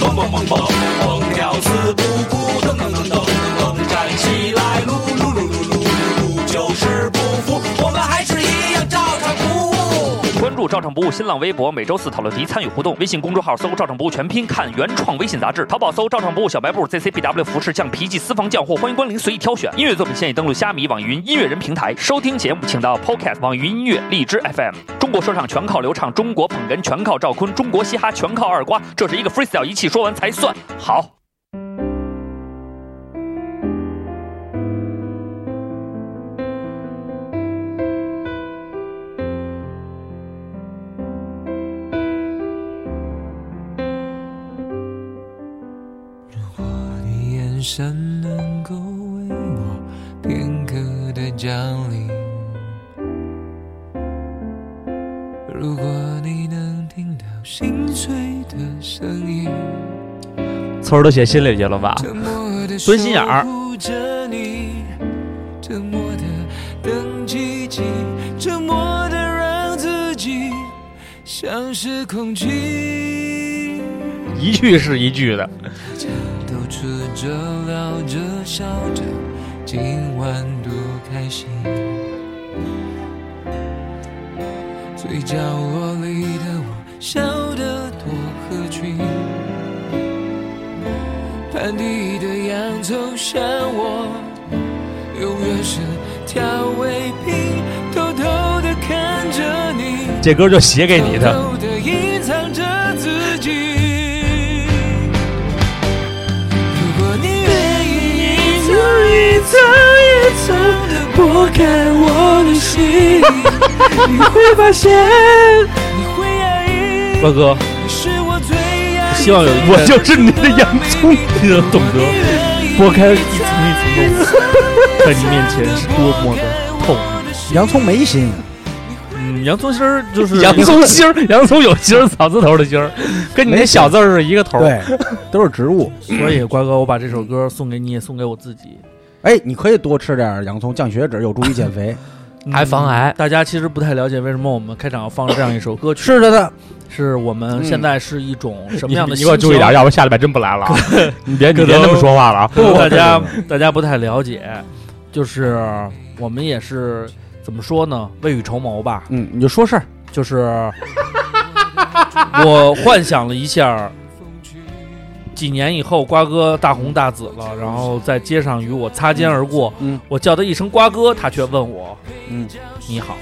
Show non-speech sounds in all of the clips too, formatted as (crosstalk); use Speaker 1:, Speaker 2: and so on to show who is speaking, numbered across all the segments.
Speaker 1: 蹦蹦蹦，蹦跳四不顾，噔噔噔噔噔，站起来，噜噜噜噜噜噜，就是不服，我们还是一样照常服务。
Speaker 2: 关注“照常不误”新浪微博，每周四讨论题参与互动。微信公众号搜“照常不误全拼”，看原创微信杂志。淘宝搜“照常不误小白布 ”，ZCBW 服饰匠、皮记私房匠货，欢迎光临，随意挑选。音乐作品现已登录虾米、网易云音乐人平台收听节目，请到 Podcast、网易云音乐、荔枝 FM。中国说唱全靠刘畅，中国捧哏全靠赵坤，中国嘻哈全靠二瓜。这是一个 freestyle，一气说完才算好。
Speaker 3: 我的眼神能够为我片刻的降临。如果你能听到心碎的声音，
Speaker 4: 词儿都写心里去了吧？
Speaker 3: 沉默的
Speaker 4: 蹲心眼儿
Speaker 3: 着你，沉默的等奇迹，沉默的让自己像是空气。
Speaker 4: 一句是一句的，
Speaker 3: 都吃着、聊着、笑着，今晚多开心。最角落里的我，笑得多合群。盘底的洋葱像我，永远是调味品。偷偷的看着你。
Speaker 4: 这歌就写给你的。
Speaker 3: 偷偷地隐藏着自己。如果你愿意一层一层一层的剥开我的心，你会发现，你会压
Speaker 4: (laughs)
Speaker 3: 抑，
Speaker 4: 瓜哥，
Speaker 3: 你是我最压抑
Speaker 5: 希望有一
Speaker 4: 我就是你的洋葱，你能懂得？
Speaker 5: 拨开一层一层的我，在你面前是多么的痛。
Speaker 6: 洋
Speaker 5: (laughs)
Speaker 6: 葱没心，
Speaker 5: 嗯，洋葱心儿就是
Speaker 4: (laughs) 洋葱心儿，洋葱有心儿，草字头的心儿，跟你那小字儿是一个头儿。
Speaker 6: 对，都是植物。
Speaker 5: 所以瓜哥，我把这首歌送给你，也送给我自己。
Speaker 6: 哎，你可以多吃点洋葱，降血脂，有助于减肥。
Speaker 5: 嗯
Speaker 4: 还防癌
Speaker 5: 大家其实不太了解为什么我们开场要放这样一首歌曲，
Speaker 6: 是的，的，嗯
Speaker 5: 是我们现在是一种什么
Speaker 4: 你
Speaker 5: 样的
Speaker 4: 你
Speaker 5: 心
Speaker 4: 给我
Speaker 5: 情？
Speaker 4: 注意点，要不下礼拜真不来了啊。你别你
Speaker 5: 可
Speaker 4: 别
Speaker 5: 能
Speaker 4: 那么说话了啊！
Speaker 5: 不大家大家不太了解，就是我们也是怎么说呢？未雨绸缪吧，
Speaker 6: 嗯，你就说事儿。
Speaker 5: 就是我幻想了一下，几年以后瓜哥大红大紫了，然后在街上与我擦肩而过，
Speaker 6: 嗯
Speaker 5: 我叫他一声瓜哥，他却问我
Speaker 6: 嗯，
Speaker 5: 你好，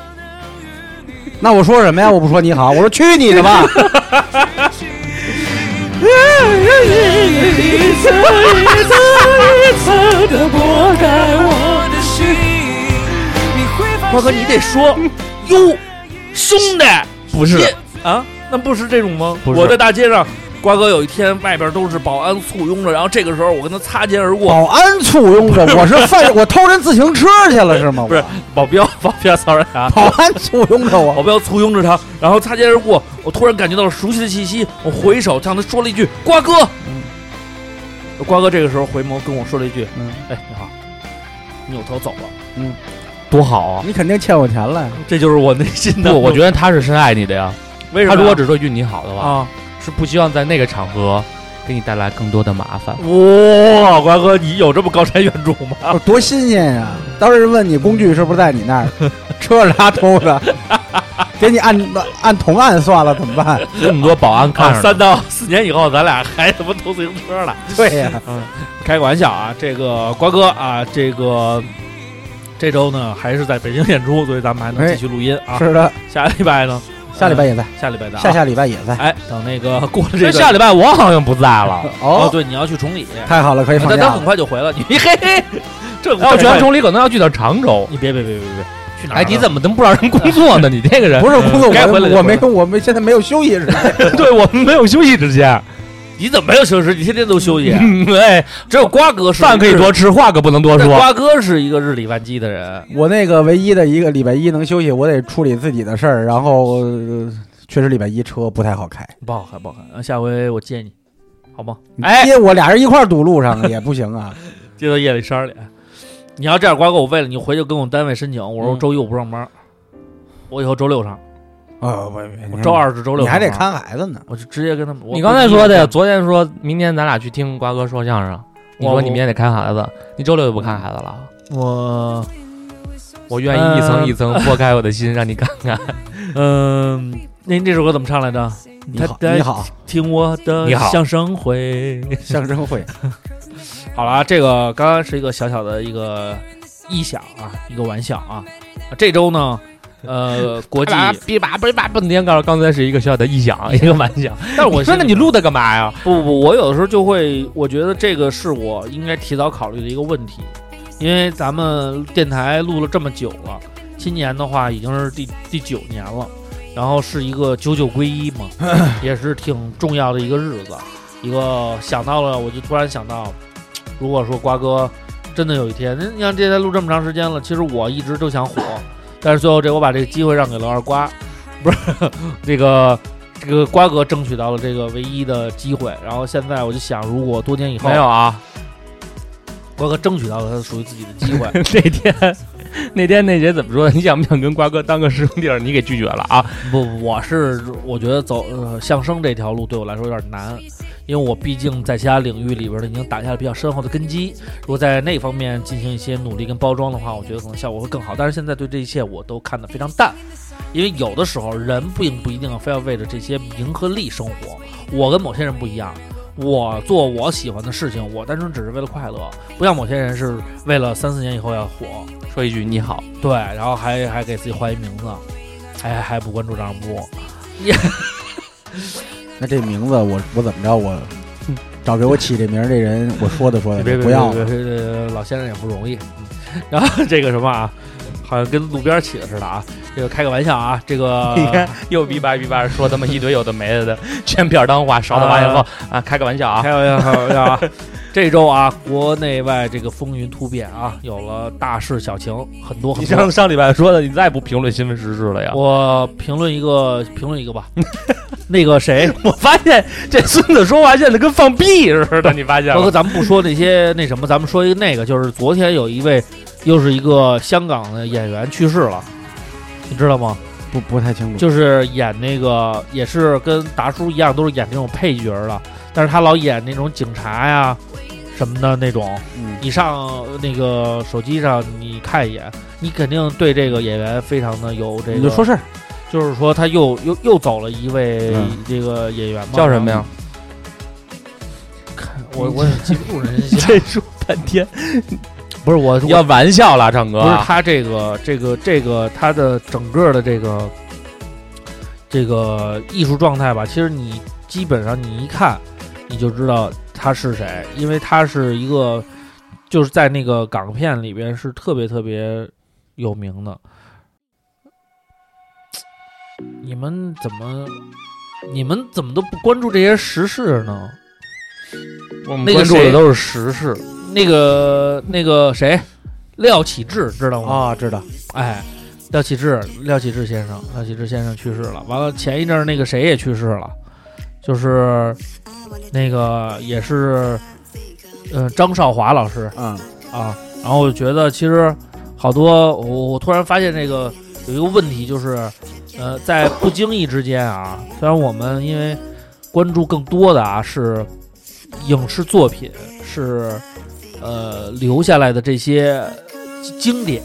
Speaker 6: (laughs) 那我说什么呀？我不说你好，我说去你的
Speaker 5: (laughs)
Speaker 6: 吧！
Speaker 5: (laughs) 瓜哥你得说哟，兄弟
Speaker 4: 不是
Speaker 5: 啊，那不是这种吗？
Speaker 4: 不是
Speaker 5: 我在大街上。瓜哥有一天外边都是保安簇拥着，然后这个时候我跟他擦肩而过，
Speaker 6: 保安簇拥着，我是犯，我偷人自行车去了是吗？
Speaker 5: 不是保镖， (laughs) 保镖啊骚扰他，
Speaker 6: 保安簇拥着
Speaker 4: 哦
Speaker 5: 保
Speaker 6: 我，
Speaker 5: 镖簇拥着他，然后擦肩而过。我突然感觉到了熟悉的气息，我回首向他说了一句：“瓜哥。”瓜哥这个时候回眸跟我说了一句：“
Speaker 6: 嗯
Speaker 5: 哎，你好。”扭头走了。
Speaker 4: 多好啊！
Speaker 6: 你肯定欠我钱了呀。
Speaker 5: 这就是我内心的。
Speaker 4: 不，我觉得他是深爱你的呀。
Speaker 5: 为什
Speaker 4: 他
Speaker 5: 么
Speaker 4: 如
Speaker 5: 呀？
Speaker 4: 果只说运气好的话，
Speaker 5: 啊，
Speaker 4: 是不希望在那个场合给你带来更多的麻烦。
Speaker 5: 哇，瓜哥，你有这么高瞻远瞩 (laughs) 吗？
Speaker 6: 哦多新鲜呀！当时问你工具是不是在你那儿，车是他偷
Speaker 5: (laughs)
Speaker 6: 的，给你按按同案算了，怎么办？
Speaker 4: 这么多保安看
Speaker 5: 啊，
Speaker 4: 着呢，
Speaker 5: 三到四年以后，咱俩还他妈偷自行车了？
Speaker 6: 对呀、
Speaker 5: 开个玩笑啊，这个瓜哥啊，这个这周呢还是在北京演出，所以咱们还
Speaker 4: 哎
Speaker 5: 能继续录音 (laughs) 啊。
Speaker 6: 是的，
Speaker 5: 下礼拜呢？
Speaker 6: 下礼拜也在，
Speaker 5: 下礼拜的啊
Speaker 6: 下下礼拜也在。
Speaker 5: 哎，等那个过了这
Speaker 4: 这
Speaker 5: 个
Speaker 4: 下礼拜我好像不在了。
Speaker 5: 哦，
Speaker 6: 哦，
Speaker 5: 对，你要去崇礼，啊
Speaker 6: 太好了，可以放
Speaker 5: 但
Speaker 6: 假
Speaker 5: 他很
Speaker 6: 了。
Speaker 5: 快就回了。你嘿嘿，这
Speaker 4: 哎，我觉得
Speaker 5: 崇，
Speaker 4: 崇礼可能要去到常州。
Speaker 5: 你别别别别别，去哪儿？
Speaker 4: 哎，你怎么能不让人工作
Speaker 5: (laughs)
Speaker 4: 呢？你这个人嗯
Speaker 6: 不是工
Speaker 5: 嗯
Speaker 6: 作，
Speaker 4: 该回来
Speaker 6: 我
Speaker 4: 就
Speaker 6: 我
Speaker 4: 回
Speaker 6: 没
Speaker 4: 来
Speaker 6: 有，我们现在没有休息日。
Speaker 4: 对我们没有休息时间。
Speaker 5: 你怎么没有休息？你天天都休息，
Speaker 4: (laughs)
Speaker 5: 啊
Speaker 4: 嗯， (laughs) 哎，
Speaker 5: 只有瓜哥是
Speaker 4: 饭可以多吃，话可不能多
Speaker 5: 但
Speaker 4: 说。
Speaker 5: 瓜哥是一个日理万机的人，
Speaker 6: 我那个唯一的一个礼拜一能休息，我得处理自己的事儿，然后、呃确实礼拜一车不太好开。
Speaker 5: 不好看不好看。下回我接你，好吗？
Speaker 4: 哎，
Speaker 6: 接我俩人一块儿堵路上也不行啊。
Speaker 5: 接到夜里十二点。你要这样，瓜哥，我为了你回去跟我们单位申请，我说
Speaker 6: 嗯
Speaker 5: 周一我不上班，我以后周六上。
Speaker 6: 啊，我我
Speaker 5: 周二至周六
Speaker 6: 你还得
Speaker 5: 放假，
Speaker 6: 看孩子呢。
Speaker 5: 我就直接跟他们。我
Speaker 4: 你刚才说的，，昨天说明天咱俩去听瓜哥说相声，你说
Speaker 5: 我
Speaker 4: 你明天得看孩子，你周六就不看孩子了。
Speaker 5: 我
Speaker 4: 我愿意一层一层剥开我的心，让你看看。
Speaker 5: 嗯，那那首歌怎么唱来着？
Speaker 6: 你
Speaker 5: 他
Speaker 6: 好，
Speaker 5: 他
Speaker 6: 你
Speaker 5: (laughs)
Speaker 6: 好，
Speaker 5: 听我的
Speaker 4: 你好
Speaker 5: 相声会。 (laughs)
Speaker 6: 相声会，
Speaker 5: 好了，啊这个刚刚是一个小小的一个臆想啊，一个玩笑啊。这周呢，呃，国际，
Speaker 4: 哔吧哔吧，不能告诉刚才是一个小小的臆 (laughs) 想，一个玩笑。
Speaker 5: 但是
Speaker 4: 说
Speaker 5: 我现
Speaker 4: 那
Speaker 5: 在
Speaker 4: 你录的干嘛呀？
Speaker 5: 不不不，我有的时候就会，我觉得这个是我应该提早考虑的一个问题，因为咱们电台录了这么久了，今年的话已经是第第九年了，然后是一个九九归一
Speaker 4: (laughs)
Speaker 5: 嘛，也是挺重要的一个日子，一个想到了，我就突然想到，如果说瓜哥真的有一天，那你像电台录这么长时间了，其实我一直就想
Speaker 4: (laughs)
Speaker 5: 火，但是最后这我把这个机会让给了二瓜，不是这个。这个瓜哥争取到了这个唯一的机会，然后现在我就想，如果多年以后
Speaker 4: 没有啊，
Speaker 5: 瓜哥争取到了他属于自己的机会，
Speaker 4: (laughs) 那天。那天那谁怎么说？你想不想跟瓜哥当个师兄弟儿？你给拒绝了啊！
Speaker 5: 不，我是我觉得走呃相声这条路对我来说有点难，因为我毕竟在其他领域里边儿已经打下了比较深厚的根基。如果在那方面进行一些努力跟包装的话，我觉得可能效果会更好。但是现在对这一切我都看得非常淡，因为有的时候人并不一定非要为了这些名和利生活。我跟某些人不一样。我做我喜欢的事情，我单纯只是为了快乐，不像某些人是为了三四年以后要火，
Speaker 4: 说一句你好， (laughs)
Speaker 5: 对，然后还还给自己换一名字，还还不关注账目，
Speaker 6: 那这名字我我怎么着？我找给我起这名儿这人，我说的说
Speaker 5: 别
Speaker 6: 的，
Speaker 5: 别
Speaker 6: 不要
Speaker 5: 别
Speaker 6: 了。
Speaker 5: 别别别老先生也不容易。嗯然后这个什么啊，好像跟路边起的似的啊，这个开个玩笑啊，这个
Speaker 4: (laughs) 你看呃又逼吧逼吧说他妈一堆有的没的的，全片儿当话，少的挖眼后啊，开个玩笑啊！
Speaker 5: 开玩笑，开玩笑啊！这周啊，国内外这个风云突变啊，有了大事小情，很多很
Speaker 4: 你
Speaker 5: 多。
Speaker 4: 上上礼拜说的，你再也不评论新闻时事了呀？
Speaker 5: 我评论一个，评论一
Speaker 4: (laughs)
Speaker 5: 个吧。那个谁，
Speaker 4: 我发现这孙子说话现在跟放屁似的，你发现
Speaker 5: 包
Speaker 4: 吗
Speaker 5: 括？咱们不说那些那什么，咱们说一个那个，就是昨天有一位，又是一个香港的演员去世了，你知道吗？
Speaker 6: 不不太清楚。
Speaker 5: 就是演那个也是跟达叔一样，都是演那种配角儿的，但是他老演那种警察呀什么的那种。
Speaker 6: 嗯，
Speaker 5: 你上呃那个手机上你看一眼，你肯定对这个演员非常的有这个。
Speaker 6: 你就说事儿。
Speaker 5: 就是说他又又又走了一位
Speaker 6: 嗯
Speaker 5: 这个演员嘛，
Speaker 4: 叫什么呀？？
Speaker 5: 我我也记不住人家，
Speaker 4: 这说半天
Speaker 5: 不是我我
Speaker 4: 要玩笑了，唱歌啊
Speaker 5: 不是他这个这个这个他的整个的这个这个艺术状态吧，其实你基本上你一看你就知道他是谁，因为他是一个就是在那个港片里边是特别特别有名的。你们怎么你们怎么都不关注这些时事呢？
Speaker 4: 我们
Speaker 5: 那个
Speaker 4: 关注的
Speaker 5: 谁
Speaker 4: 都是时事，
Speaker 5: 那个那个谁，廖启智知道吗？
Speaker 6: 啊，知道。
Speaker 5: 哎，廖启智，廖启智先生，廖启智先生去世了。完了，前一阵儿那个谁也去世了，就是那个也是，呃，张少华老师
Speaker 6: 嗯，
Speaker 5: 啊。然后我觉得其实好多，我我突然发现这个有一个问题，就是，呃，在不经意之间啊，虽然我们因为关注更多的啊是影视作品，是呃留下来的这些经典，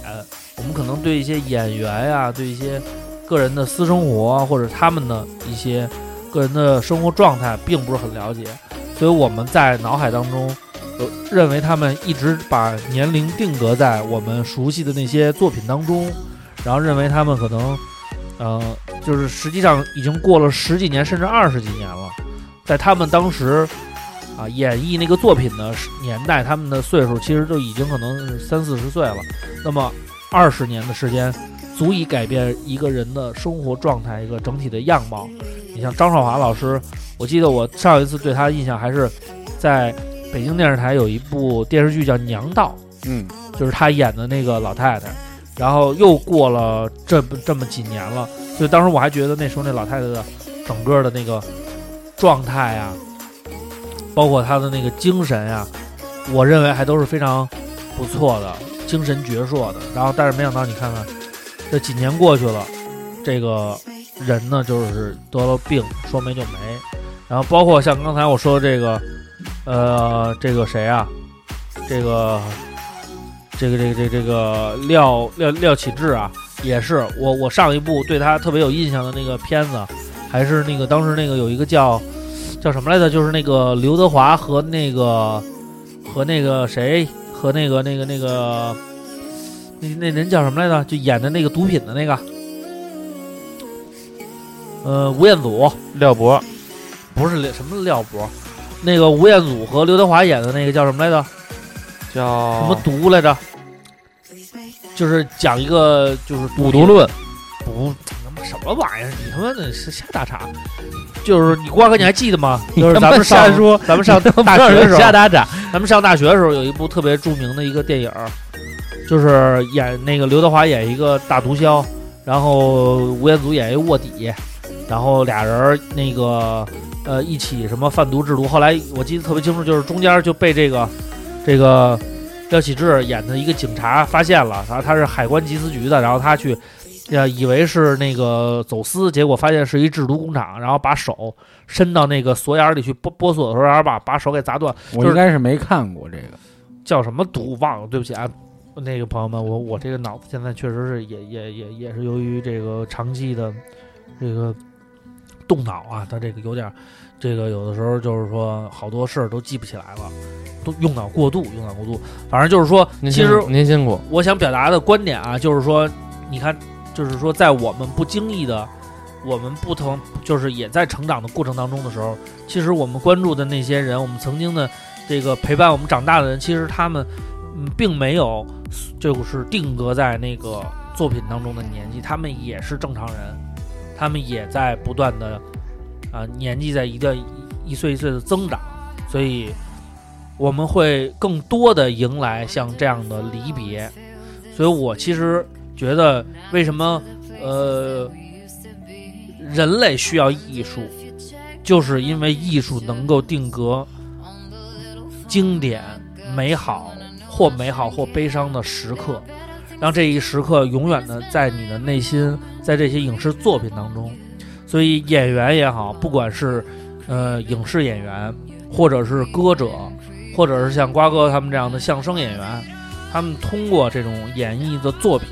Speaker 5: 我们可能对一些演员呀、对一些个人的私生活啊或者他们的一些个人的生活状态，并不是很了解，所以我们在脑海当中。呃认为他们一直把年龄定格在我们熟悉的那些作品当中，然后认为他们可能，呃，就是实际上已经过了十几年甚至二十几年了，在他们当时啊演绎那个作品啊的时年代，他们的岁数其实就已经可能是三四十岁了。那么二十年的时间，足以改变一个人的生活状态，一个整体的样貌。你像张少华老师，我记得我上一次对他的印象还是在北京电视台有一部电视剧叫《娘道》，
Speaker 6: 嗯，
Speaker 5: 就是他演的那个老太太。然后又过了这么这么几年了，所以当时我还觉得那时候那老太太的整个的那个状态啊，包括她的那个精神啊，我认为还都是非常不错的，精神矍铄的。然后，但是没想到你看看，这几年过去了，这个人呢，就是得了病，说没就没。然后包括像刚才我说的这个，呃，这个谁啊，这个这个这个这个这个廖廖廖启智啊，也是我我上一部对他特别有印象的那个片子，还是那个当时那个有一个叫叫什么来着，就是那个刘德华和那个和那个谁和那个那个那个那那人叫什么来着？就演的那个毒品的那个，呃，吴彦祖
Speaker 4: 廖博
Speaker 5: 不是廖什么廖博，那个吴彦祖和刘德华演的那个叫什么来着？
Speaker 4: 叫
Speaker 5: 什么毒来着？就是讲一个就是毒
Speaker 4: 五
Speaker 5: 品
Speaker 4: 毒论，
Speaker 5: 不他妈什么玩意儿？你他妈的是瞎打岔！就是你瓜哥， (laughs) 你还记得吗？
Speaker 4: (laughs)
Speaker 5: 就是咱们
Speaker 4: 瞎
Speaker 5: 上
Speaker 4: 说，
Speaker 5: 咱们上大学的时候，
Speaker 4: 瞎打岔，
Speaker 5: 咱们上大学的时候有一部特别著名的一个电影儿，就是演那个刘德华演一个大毒枭，然后吴彦祖演一卧底，然后俩人儿那个呃一起什么贩毒制毒。后来我记得特别清楚，就是中间就被这个这个廖启智演的一个警察发现了，然后他是海关缉私局的，然后他去。呃，以为是那个走私，结果发现是一制毒工厂，然后把手伸到那个锁眼儿里去剥剥锁的时候，然后把把手给砸断，
Speaker 6: 我应该是没看过这个。
Speaker 5: 叫什么毒忘了，对不起啊，那个朋友们，我我这个脑子现在确实是也也也也是由于这个长期的这个动脑啊，他这个有点儿这个有的时候就是说好多事儿都记不起来了，都用脑过度，用脑过度，反正就是说，
Speaker 4: 您
Speaker 5: 其
Speaker 4: 辛
Speaker 5: 实
Speaker 4: 苦您辛苦，
Speaker 5: 我想表达的观点啊，就是说，你看，就是说，在我们不经意的，我们不同，就是也在成长的过程当中的时候，其实我们关注的那些人，我们曾经的这个陪伴我们长大的人，其实他们，嗯，并没有就是定格在那个作品当中的年纪，他们也是正常人，他们也在不断的啊、年纪在一个一岁一岁的增长，所以。我们会更多的迎来像这样的离别，所以我其实觉得，为什么呃，人类需要艺术，就是因为艺术能够定格经典、美好或美好或悲伤的时刻，让这一时刻永远的在你的内心，在这些影视作品当中。所以演员也好，不管是呃影视演员，或者是歌者，或者是像瓜哥他们这样的相声演员，他们通过这种演绎的作品，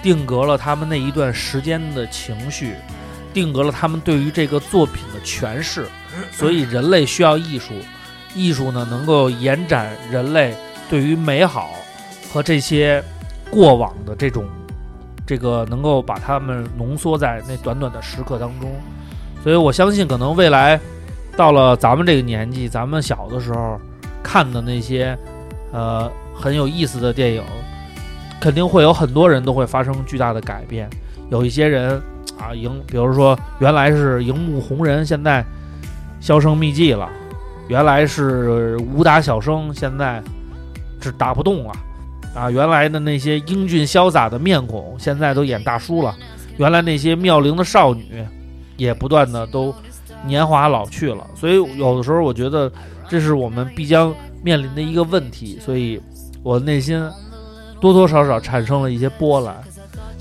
Speaker 5: 定格了他们那一段时间的情绪，定格了他们对于这个作品的诠释。所以，人类需要艺术，艺术呢能够延展人类对于美好和这些过往的这种这个，能够把它们浓缩在那短短的时刻当中。所以我相信，可能未来到了咱们这个年纪，咱们小的时候看的那些呃很有意思的电影，肯定会有很多人都会发生巨大的改变。有一些人啊，荧比如说原来是荧幕红人，现在销声匿迹了；原来是武打小生，现在是打不动了。啊，原来的那些英俊潇洒的面孔，现在都演大叔了；原来那些妙龄的少女，也不断的都年华老去了。所以有的时候，我觉得这是我们必将面临的一个问题，所以我内心多多少少产生了一些波澜，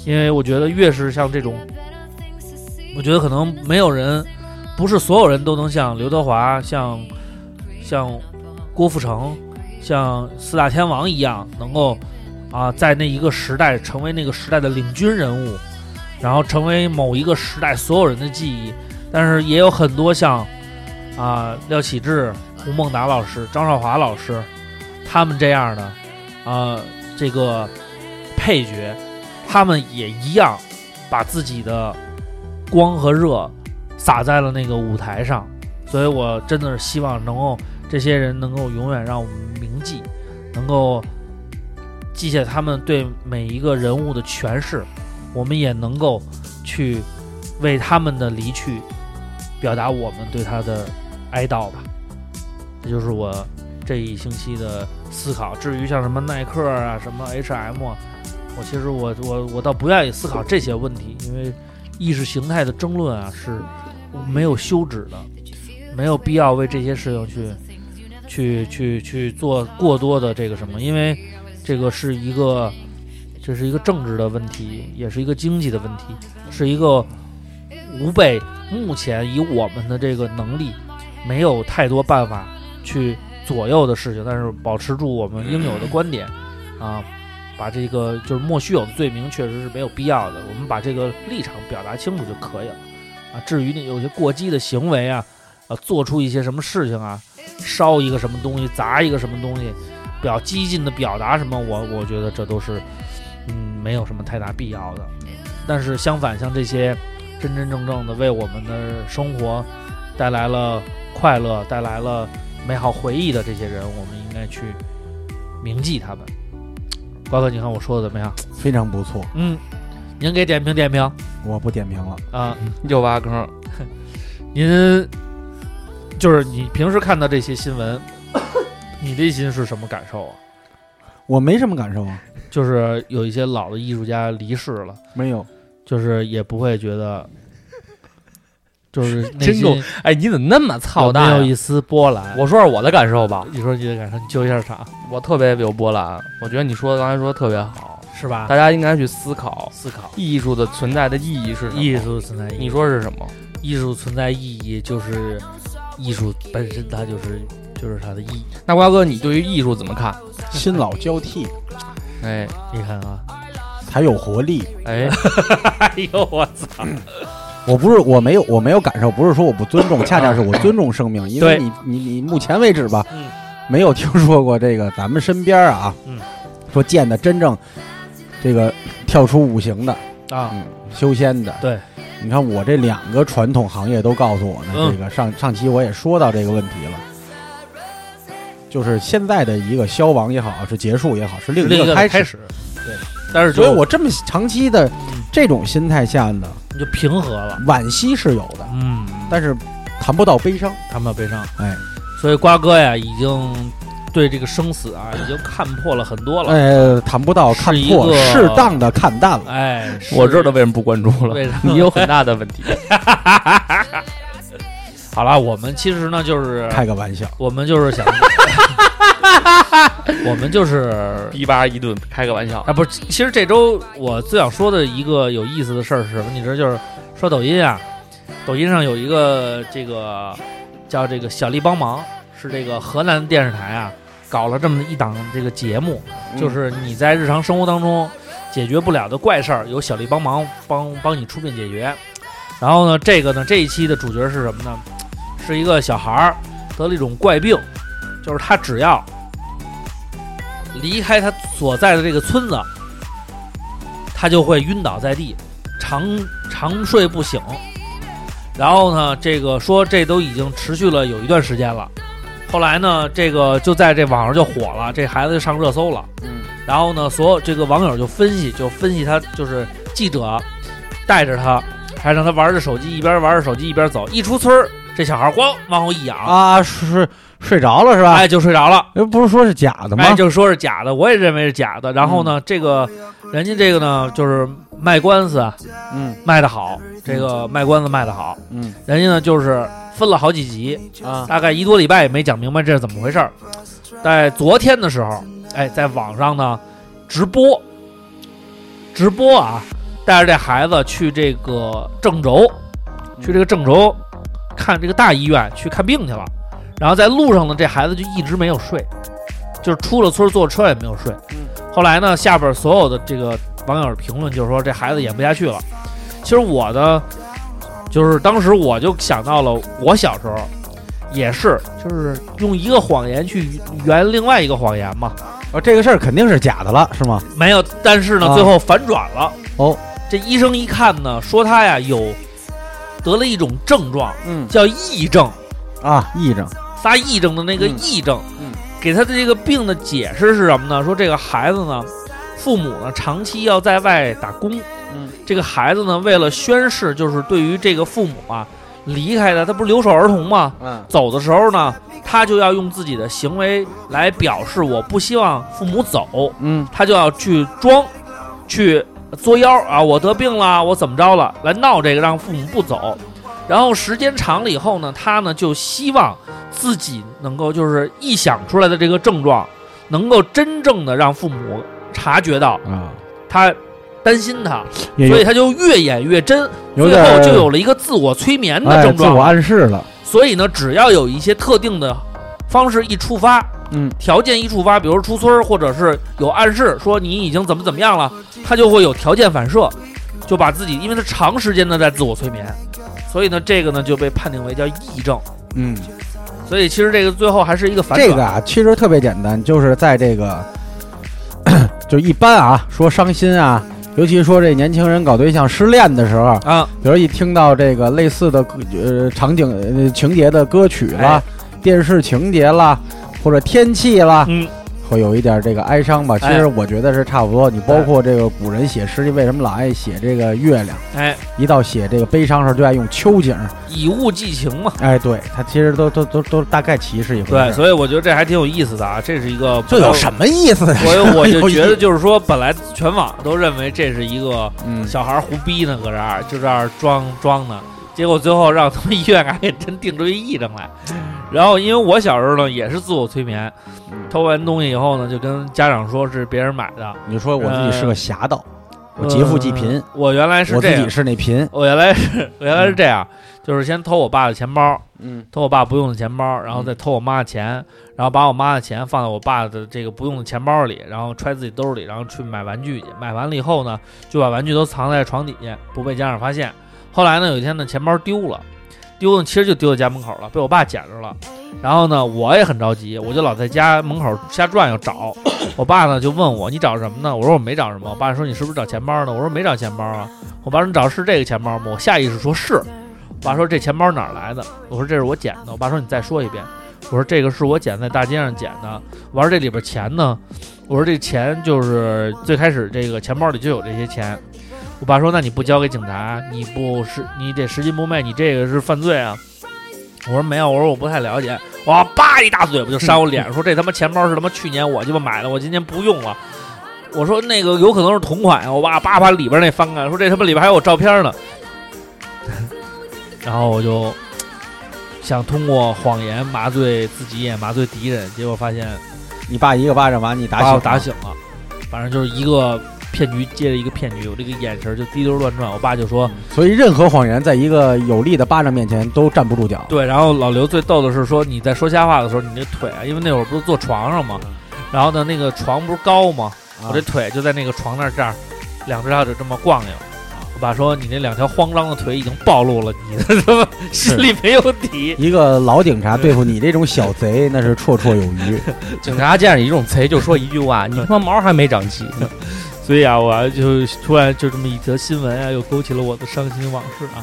Speaker 5: 因为我觉得越是像这种，我觉得可能没有人，不是所有人都能像刘德华、像像郭富城、像四大天王一样，能够啊在那一个时代成为那个时代的领军人物，然后成为某一个时代所有人的记忆，但是也有很多像啊廖启智。胡孟达老师、张少华老师，他们这样的啊、这个配角，他们也一样把自己的光和热洒在了那个舞台上，所以我真的是希望能够这些人能够永远让我们铭记，能够记下他们对每一个人物的诠释，我们也能够去为他们的离去表达我们对他的哀悼吧。这就是我这一星期的思考。至于像什么耐克啊、什么 H&M，啊我其实我我我倒不愿意思考这些问题，因为意识形态的争论啊是没有休止的，没有必要为这些事情去去去去做过多的这个什么，因为这个是一个这是一个政治的问题，也是一个经济的问题，是一个无非目前以我们的这个能力，没有太多办法去左右的事情，但是保持住我们应有的观点啊，把这个就是莫须有的罪名确实是没有必要的，我们把这个立场表达清楚就可以了啊。至于那有些过激的行为啊，啊，做出一些什么事情啊，烧一个什么东西，砸一个什么东西，表激进的表达什么，我我觉得这都是嗯没有什么太大必要的。但是相反，像这些真真正正的为我们的生活带来了快乐、带来了美好回忆的这些人，我们应该去铭记他们。瓜哥，你看我说的怎么样？
Speaker 6: 非常不错。
Speaker 5: 嗯，您给点评点评
Speaker 6: 我不点评了，
Speaker 5: 啊！
Speaker 4: 又挖坑，
Speaker 5: 您就是你平时看到这些新闻， (coughs) 你内心是什么感受啊？
Speaker 6: 我没什么感受啊，
Speaker 5: 就是有一些老的艺术家离世了，
Speaker 6: 没有。
Speaker 5: 就是也不会觉得，就是 (laughs) 内
Speaker 4: 真
Speaker 5: 心
Speaker 4: 够哎，你怎么那么操
Speaker 5: 有没
Speaker 4: 蛋呀、
Speaker 5: 有一丝波澜。
Speaker 4: 我说说我的感受吧，
Speaker 5: 你说你的感受，你揪一下场
Speaker 4: 我特别有波澜。我觉得你说的刚才说的特别好，
Speaker 5: 是吧？
Speaker 4: 大家应该去思考
Speaker 5: 思考
Speaker 4: 艺术的存在的意义是什么。
Speaker 5: 艺，术存在意义，
Speaker 4: 你说是什么？
Speaker 5: 艺术存在意义就是艺术本身，它就是就是它的意义。
Speaker 4: 那瓜哥，你对于艺术怎么看？
Speaker 6: 新老交替
Speaker 4: 哎
Speaker 5: 你看啊，
Speaker 6: 才有活力。
Speaker 4: (laughs) 哎，
Speaker 5: 哎呦我操！
Speaker 6: 我不是我没有我没有感受，不是说我不尊
Speaker 5: (laughs)
Speaker 6: 重，恰恰是我尊重生命，因为你你你目前为止吧，
Speaker 5: 嗯
Speaker 6: 没有听说过这个咱们身边啊，
Speaker 5: 嗯
Speaker 6: 说见的真正这个跳出五行的
Speaker 5: 啊，
Speaker 6: 嗯修仙的。
Speaker 5: 对，
Speaker 6: 你看我这两个传统行业都告诉我呢，
Speaker 5: 嗯
Speaker 6: 这个上上期我也说到这个问题了。就是现在的一个消亡也好，是结束也好，是另
Speaker 5: 另一
Speaker 6: 个
Speaker 5: 个
Speaker 6: 开
Speaker 5: 开
Speaker 6: 始。
Speaker 5: 始，嗯对。但是就
Speaker 6: 所以我这么长期的这种心态下呢，
Speaker 5: 你就平和了，
Speaker 6: 惋惜是有的，
Speaker 5: 嗯，
Speaker 6: 但是谈不到悲伤。
Speaker 5: 谈不了悲伤。
Speaker 6: 哎，
Speaker 5: 所以瓜哥呀，已经对这个生死啊，已经看破了很多了。
Speaker 6: 呃，谈不到看
Speaker 5: 是一
Speaker 6: 破，
Speaker 5: 个
Speaker 6: 适当的看淡了。
Speaker 5: 哎，是
Speaker 4: 我知道为什么不关注了，
Speaker 5: 为什么
Speaker 4: 你有很大的问题。
Speaker 5: (laughs) 好了，我们其实呢就是
Speaker 6: 开个玩笑，
Speaker 5: 我们就是
Speaker 4: (laughs)
Speaker 5: 想，我们就是
Speaker 4: 逼吧一顿，开个玩笑。
Speaker 5: 啊，不是，其实这周我最想说的一个有意思的事儿是什么？你知道，就是刷抖音啊，抖音上有一个这个叫这个小丽帮忙，是这个河南电视台啊搞了这么一档这个节目，就是你在日常生活当中解决不了的怪事儿，由小丽帮忙帮帮你出面解决。然后呢，这个呢这一期的主角是什么呢？是一个小孩儿得了一种怪病，就是他只要离开他所在的这个村子，他就会晕倒在地，长长睡不醒。然后呢，这个说这都已经持续了有一段时间了。后来呢，这个就在这网上就火了，这孩子就上热搜了。
Speaker 6: 嗯，
Speaker 5: 然后呢，所有这个网友就分析，就分析他就是记者带着他，还让他玩着手机，一边玩着手机一边走，一出村儿，这小孩咣往后一仰，
Speaker 6: 啊，睡睡着了是吧？
Speaker 5: 哎，就睡着了。
Speaker 6: 哎，不是说是假的吗？
Speaker 5: 哎，就说是假的，我也认为是假的。然后呢，这个人家这个呢，就是卖官司啊
Speaker 6: 嗯
Speaker 5: 卖得好，这个卖官司卖得好，
Speaker 6: 嗯
Speaker 5: 人家呢就是分了好几集，
Speaker 6: 啊，
Speaker 5: 大概一个多礼拜也没讲明白这是怎么回事儿。在昨天的时候，哎，在网上呢直播，直播啊，带着这孩子去这个郑州，去这个郑州看这个大医院去看病去了。然后在路上呢，这孩子就一直没有睡，就是出了村坐车也没有睡。后来呢，下边所有的这个网友评论就是说这孩子演不下去了。其实我的就是当时我就想到了我小时候也是，就是用一个谎言去圆另外一个谎言嘛。
Speaker 6: 哦，这个事儿肯定是假的了，是吗？
Speaker 5: 没有，但是呢，
Speaker 6: 啊
Speaker 5: 最后反转了。
Speaker 6: 哦，
Speaker 5: 这医生一看呢，说他呀有得了一种症状
Speaker 6: 嗯
Speaker 5: 叫癔症，
Speaker 6: 啊，癔症，
Speaker 5: 仨癔症的那个
Speaker 6: 嗯
Speaker 5: 癔症。
Speaker 6: 嗯
Speaker 5: 给他的这个病的解释是什么呢？说这个孩子呢，父母呢长期要在外打工，
Speaker 6: 嗯，
Speaker 5: 这个孩子呢为了宣誓，就是对于这个父母啊离开他，他不是留守儿童吗？
Speaker 6: 嗯
Speaker 5: 走的时候呢，他就要用自己的行为来表示我不希望父母走，
Speaker 6: 嗯
Speaker 5: 他就要去装，去作妖啊，我得病了，我怎么着了，来闹这个，让父母不走。然后时间长了以后呢，他呢就希望自己能够就是臆想出来的这个症状，能够真正的让父母察觉到
Speaker 6: 啊，
Speaker 5: 他担心他，
Speaker 6: 也
Speaker 5: 所
Speaker 6: 有
Speaker 5: 以他就越演越真，
Speaker 6: 有
Speaker 5: 最
Speaker 6: 点
Speaker 5: 后
Speaker 6: 儿
Speaker 5: 就有了一个自我催眠的
Speaker 6: 哎
Speaker 5: 症
Speaker 6: 自我
Speaker 5: 状。啊
Speaker 6: 暗示了，
Speaker 5: 所以呢，只要有一些特定的方式一触发，
Speaker 6: 嗯，
Speaker 5: 条件一触发，比如出村儿或者是有暗示说你已经怎么怎么样了，他就会有条件反射，就把自己，因为他长时间的在自我催眠，所以呢，这个呢就被判定为叫癔症。
Speaker 6: 嗯，
Speaker 5: 所以其实这个最后还是一个反转。
Speaker 6: 这个啊，其实特别简单，就是在这个， (coughs) 就一般啊，说伤心啊，尤其说这年轻人搞对象失恋的时候，
Speaker 5: 啊，
Speaker 6: 比如一听到这个类似的歌呃场景、呃、情节的歌曲啦、
Speaker 5: 哎
Speaker 6: 电视情节啦，或者天气啦，
Speaker 5: 嗯，
Speaker 6: 会有一点这个哀伤吧。其
Speaker 5: 哎
Speaker 6: 实我觉得是差不多。你包括这个古人写诗，为什么老爱写这个月亮？
Speaker 5: 哎，
Speaker 6: 一到写这个悲伤的时候，就爱用秋景。
Speaker 5: 以物寄情嘛。
Speaker 6: 哎，对，它其实都都都都大概其是一回
Speaker 5: 对，
Speaker 6: 事。
Speaker 5: 所以我觉得这还挺有意思的啊，这是一个
Speaker 6: 这有什么意思呀？
Speaker 5: 我我
Speaker 6: (laughs) 有
Speaker 5: 就觉得
Speaker 6: 意思
Speaker 5: 就是说，本来全网都认为这是一个
Speaker 6: 嗯，
Speaker 5: 小孩儿胡逼呢，搁这儿就这儿装装呢，结果最后让他们医院给给真定出一癔症来。然后因为我小时候呢也是自我催眠，偷完东西以后呢就跟家长说是别人买的，
Speaker 6: 你说我自己是个侠盗，我劫富济贫
Speaker 5: 呃，我原来是
Speaker 6: 我
Speaker 5: 这
Speaker 6: 自
Speaker 5: 样
Speaker 6: 己，是那贫。
Speaker 5: 我原来是我原来是这样，就是先偷我爸的钱包，
Speaker 6: 嗯
Speaker 5: 偷我爸不用的钱包，然后再偷我妈的钱，然后把我妈的钱放在我爸的这个不用的钱包里，然后揣自己兜里，然后去买玩具去。买完了以后呢，就把玩具都藏在床底下，不被家长发现。后来呢，有一天呢，钱包丢了，丢呢其实就丢在家门口了，被我爸捡着了。然后呢，我也很着急，我就老在家门口瞎转悠找。我爸呢就问我你找什么呢？我说我没找什么。我爸说你是不是找钱包呢？我说没找钱包啊。我爸说你找的是这个钱包吗？我下意识说是。我爸说这钱包哪儿来的？我说这是我捡的。我爸说你再说一遍。我说这个是我捡在大街上捡的。我说这里边钱呢？我说这钱就是最开始这个钱包里就有这些钱。我爸说那你不交给警察，你不是你得拾金不昧，你这个是犯罪啊。我说没有，我说我不太了解。我叭一大嘴巴就扇我脸上，说这他妈钱包是他妈去年我鸡巴买的，我今年不用了。我说那个有可能是同款啊，我爸叭把里边那翻开，说这他妈里边还有我照片呢。然后我就想通过谎言麻醉自己，也麻醉敌人，结果发现
Speaker 6: 你爸一个巴掌把你打
Speaker 5: 把我
Speaker 6: 醒，
Speaker 5: 打。醒了。反正就是一个骗局接着一个骗局，我这个眼神就滴溜乱转。我爸就说，
Speaker 6: 啊所以任何谎言在一个有力的巴掌面前都站不住脚。
Speaker 5: 对，然后老刘最逗的是说，你在说瞎话的时候，你那腿啊，因为那会儿不是坐床上嘛，然后呢，那个床不是高嘛，
Speaker 6: 嗯啊
Speaker 5: 我这腿就在那个床那儿这样，两只大腿这么逛悠。我爸说：“你那两条慌张的腿已经暴露了，你的他妈心里没有底。
Speaker 6: 一个老警察对付你这种小贼，那是绰绰有余。
Speaker 4: 警察见着一种贼就说一句话：“你他妈毛还没长齐。
Speaker 5: (laughs) 所以啊，我就突然就这么一则新闻啊，又勾起了我的伤心往事啊。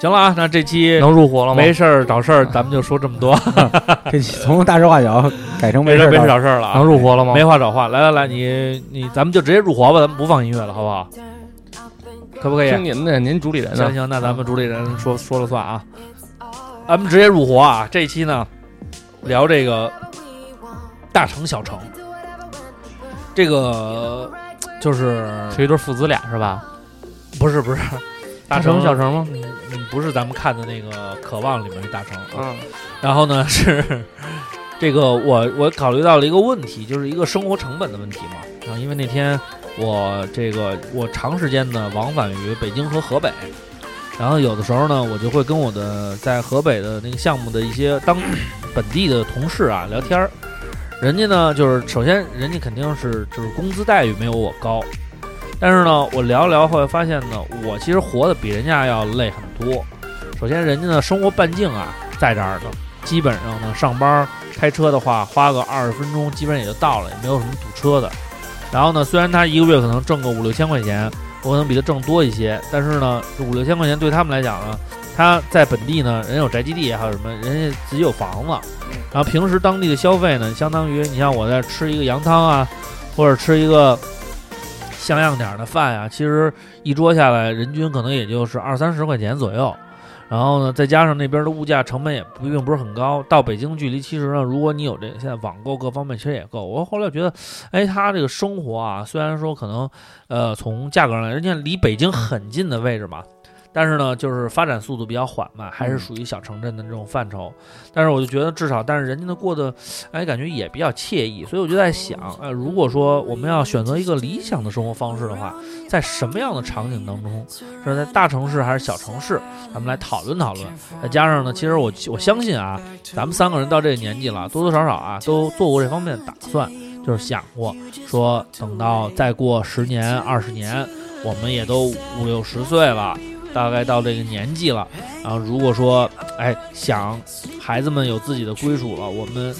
Speaker 5: 行了啊，那这”期
Speaker 4: 能入伙了吗？
Speaker 5: 没事儿找事儿，咱们就说这么多，
Speaker 6: 这从大事化小改成没事
Speaker 5: 没事
Speaker 6: 儿
Speaker 5: 儿没事儿
Speaker 6: 了
Speaker 5: 找事儿了
Speaker 4: 能
Speaker 5: 啊，
Speaker 4: 入伙了吗？
Speaker 5: 没话找话。来来来，你你咱们就直接入活吧，咱们不放音乐了，好不好？可不可以？
Speaker 4: 听您的，您主理人
Speaker 5: 行
Speaker 4: 呢？
Speaker 5: 行，那咱们主理人说说了算啊，咱们直接入活啊。这一期呢，聊这个大城小城，这个就是
Speaker 4: 是一对父子俩是吧？
Speaker 5: 不是不是大城
Speaker 4: 小城吗？
Speaker 5: 嗯，嗯不是咱们看的那个《渴望》里面的大成。
Speaker 4: 嗯，
Speaker 5: 然后呢是这个我我考虑到了一个问题，就是一个生活成本的问题嘛。然后因为那天我这个我长时间的往返于北京和河北，然后有的时候呢，我就会跟我的在河北的那个项目的一些当本地的同事啊聊天儿。人家呢，就是首先人家肯定是就是工资待遇没有我高，但是呢，我聊一聊后来发现呢，我其实活得比人家要累很多。首先，人家的生活半径啊在这儿呢，基本上呢上班儿开车的话，花个二十分钟基本也就到了，也没有什么堵车的。然后呢，虽然他一个月可能挣个五六千块钱，我可能比他挣多一些，但是呢，这五六千块钱对他们来讲呢，他在本地呢，人有宅基地，还有什么，人家自己有房子，然后平时当地的消费呢，相当于你像我在吃一个羊汤啊，或者吃一个像样点儿的饭呀、其实一桌下来，人均可能也就是二三十块钱左右。然后呢，再加上那边的物价成本也不并不是很高，到北京距离其实呢，如果你有这现在网购各方面其实也够。我后来觉得，哎，他这个生活啊，虽然说可能呃从价格上来，人家离北京很近的位置嘛，但是呢，就是发展速度比较缓慢，还是属于小城镇的这种范畴。但是我就觉得，至少，但是人家呢过得，哎，感觉也比较惬意。所以我就在想，呃，如果说我们要选择一个理想的生活方式的话，在什么样的场景当中，是在大城市还是小城市，咱们来讨论讨论。再加上呢，其实我我相信啊，咱们三个人到这个年纪了，多多少少啊都做过这方面的打算，就是想过说，等到再过十年、二十年，我们也都五六十岁了，大概到这个年纪了，然后如果说，哎，想孩子们有自己的归属了，我们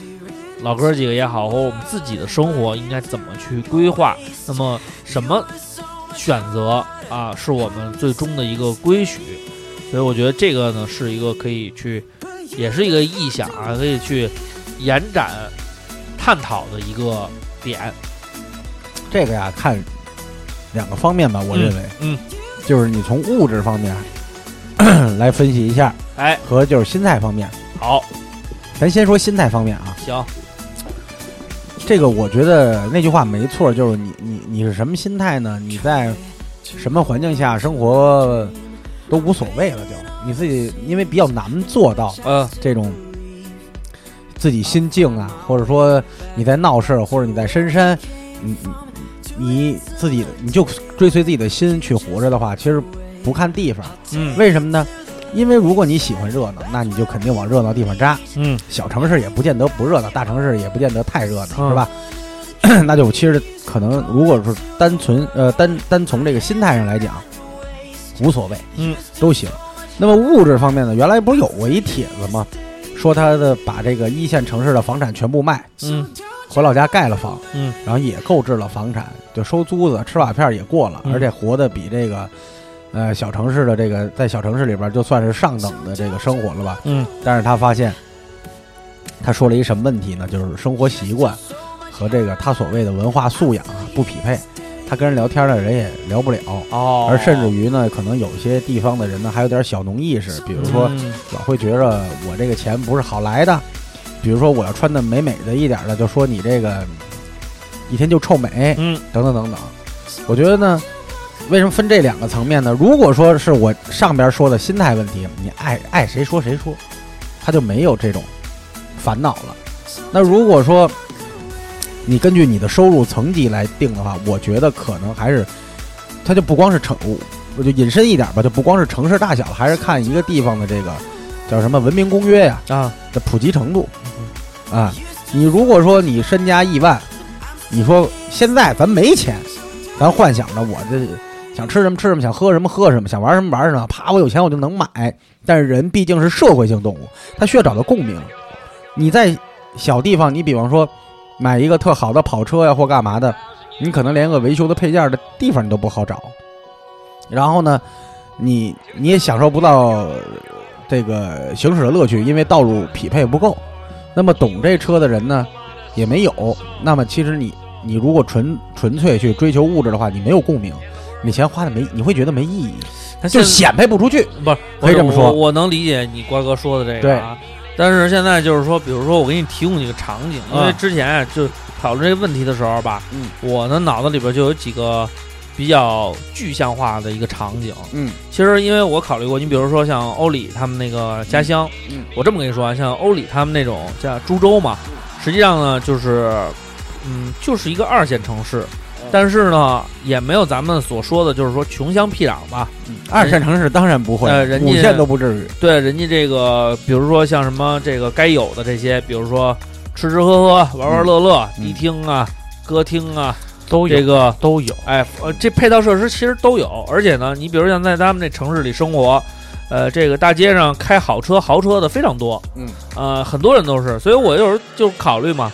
Speaker 5: 老哥几个也好，或者我们自己的生活应该怎么去规划？那么什么选择啊，是我们最终的一个归属？所以我觉得这个呢，是一个可以去，也是一个意向啊，可以去延展探讨的一个点。
Speaker 6: 这个呀，看两个方面吧，我认为，
Speaker 5: 嗯嗯
Speaker 6: 就是你从物质方面 (clears throat) 来分析一下，
Speaker 5: 哎，
Speaker 6: 和就是心态方面。
Speaker 5: 好，
Speaker 6: 咱先说心态方面啊，
Speaker 5: 行，
Speaker 6: 这个我觉得那句话没错，就是你你你是什么心态呢？你在什么环境下生活都无所谓了就，你自己因为比较难做到
Speaker 5: 嗯、
Speaker 6: 这种自己心境啊，或者说你在闹市，或者你在深山，你你你自己你就追随自己的心去活着的话，其实不看地方，
Speaker 5: 嗯
Speaker 6: 为什么呢？因为如果你喜欢热闹，那你就肯定往热闹地方扎。
Speaker 5: 嗯，
Speaker 6: 小城市也不见得不热闹，大城市也不见得太热闹，
Speaker 5: 嗯
Speaker 6: 是吧？ (clears throat) 那就其实可能，如果是单纯呃单单从这个心态上来讲，无所谓，
Speaker 5: 嗯，
Speaker 6: 都行。那么物质方面呢，原来不是有过一帖子吗？说他的把这个一线城市的房产全部卖，
Speaker 5: 嗯
Speaker 6: 回老家盖了房，
Speaker 5: 嗯，
Speaker 6: 然后也购置了房产，就收租子、吃瓦片也过了，
Speaker 5: 嗯
Speaker 6: 而且活得比这个，呃，小城市的这个在小城市里边就算是上等的这个生活了吧。
Speaker 5: 嗯，
Speaker 6: 但是他发现，他说了一什么问题呢？就是生活习惯和这个他所谓的文化素养啊不匹配，他跟人聊天呢，人也聊不了。
Speaker 5: 哦，
Speaker 6: 而甚至于呢，可能有些地方的人呢，还有点小农意识，比如说，
Speaker 5: 嗯
Speaker 6: 老会觉着我这个钱不是好来的。比如说我要穿的美美的一点儿的，就说你这个一天就臭美，
Speaker 5: 嗯，
Speaker 6: 等等等等。我觉得呢，为什么分这两个层面呢？如果说是我上边说的心态问题，你爱爱谁说谁说，他就没有这种烦恼了。那如果说你根据你的收入层级来定的话，我觉得可能还是它就不光是城，我就引申一点吧，就不光是城市大小了，还是看一个地方的这个叫什么文明公约呀、
Speaker 5: 啊，
Speaker 6: 的普及程度啊。你如果说你身家亿万，你说现在咱没钱，咱幻想着我这想吃什么吃什么，想喝什么喝什么，想玩什么玩什么，啪，我有钱我就能买。但是人毕竟是社会性动物，他需要找到共鸣。你在小地方，你比方说买一个特好的跑车呀、或干嘛的，你可能连个维修的配件的地方你都不好找。然后呢，你你也享受不到这个行驶的乐趣，因为道路匹配不够。那么懂这车的人呢，也没有。那么其实你你如果纯纯粹去追求物质的话，你没有共鸣，你钱花的没，你会觉得没意义，
Speaker 5: 他
Speaker 6: 就
Speaker 5: 现在
Speaker 6: 显摆不出去。
Speaker 5: 不是，
Speaker 6: 可以这么说
Speaker 5: 我我能理解你瓜哥说的这个啊，但是现在就是说，比如说我给你提供几个场景，因为
Speaker 6: 嗯
Speaker 5: 之前啊就讨论这个问题的时候吧，
Speaker 6: 嗯
Speaker 5: 我呢脑子里边就有几个比较具象化的一个场景。
Speaker 6: 嗯，
Speaker 5: 其实因为我考虑过，你比如说像欧里他们那个家乡，
Speaker 6: 嗯嗯嗯
Speaker 5: 我这么跟你说啊，像欧里他们那种像株洲嘛，实际上呢就是，嗯，就是一个二线城市。
Speaker 6: 嗯
Speaker 5: 但是呢，也没有咱们所说的，就是说穷乡僻壤吧，
Speaker 6: 二线城市当然不会，
Speaker 5: 呃人家
Speaker 6: 五线都不至于。
Speaker 5: 对人家这个，比如说像什么这个该有的这些，比如说吃吃喝喝、玩玩乐乐、
Speaker 6: 嗯
Speaker 5: 迪厅啊、歌厅啊，
Speaker 4: 都有
Speaker 5: 这个
Speaker 4: 都有，
Speaker 5: 哎呃这配套设施其实都有。而且呢，你比如像在他们这城市里生活，呃，这个大街上开好车、豪车的非常多，
Speaker 6: 嗯，
Speaker 5: 呃，很多人都是。所以我有时候就考虑嘛，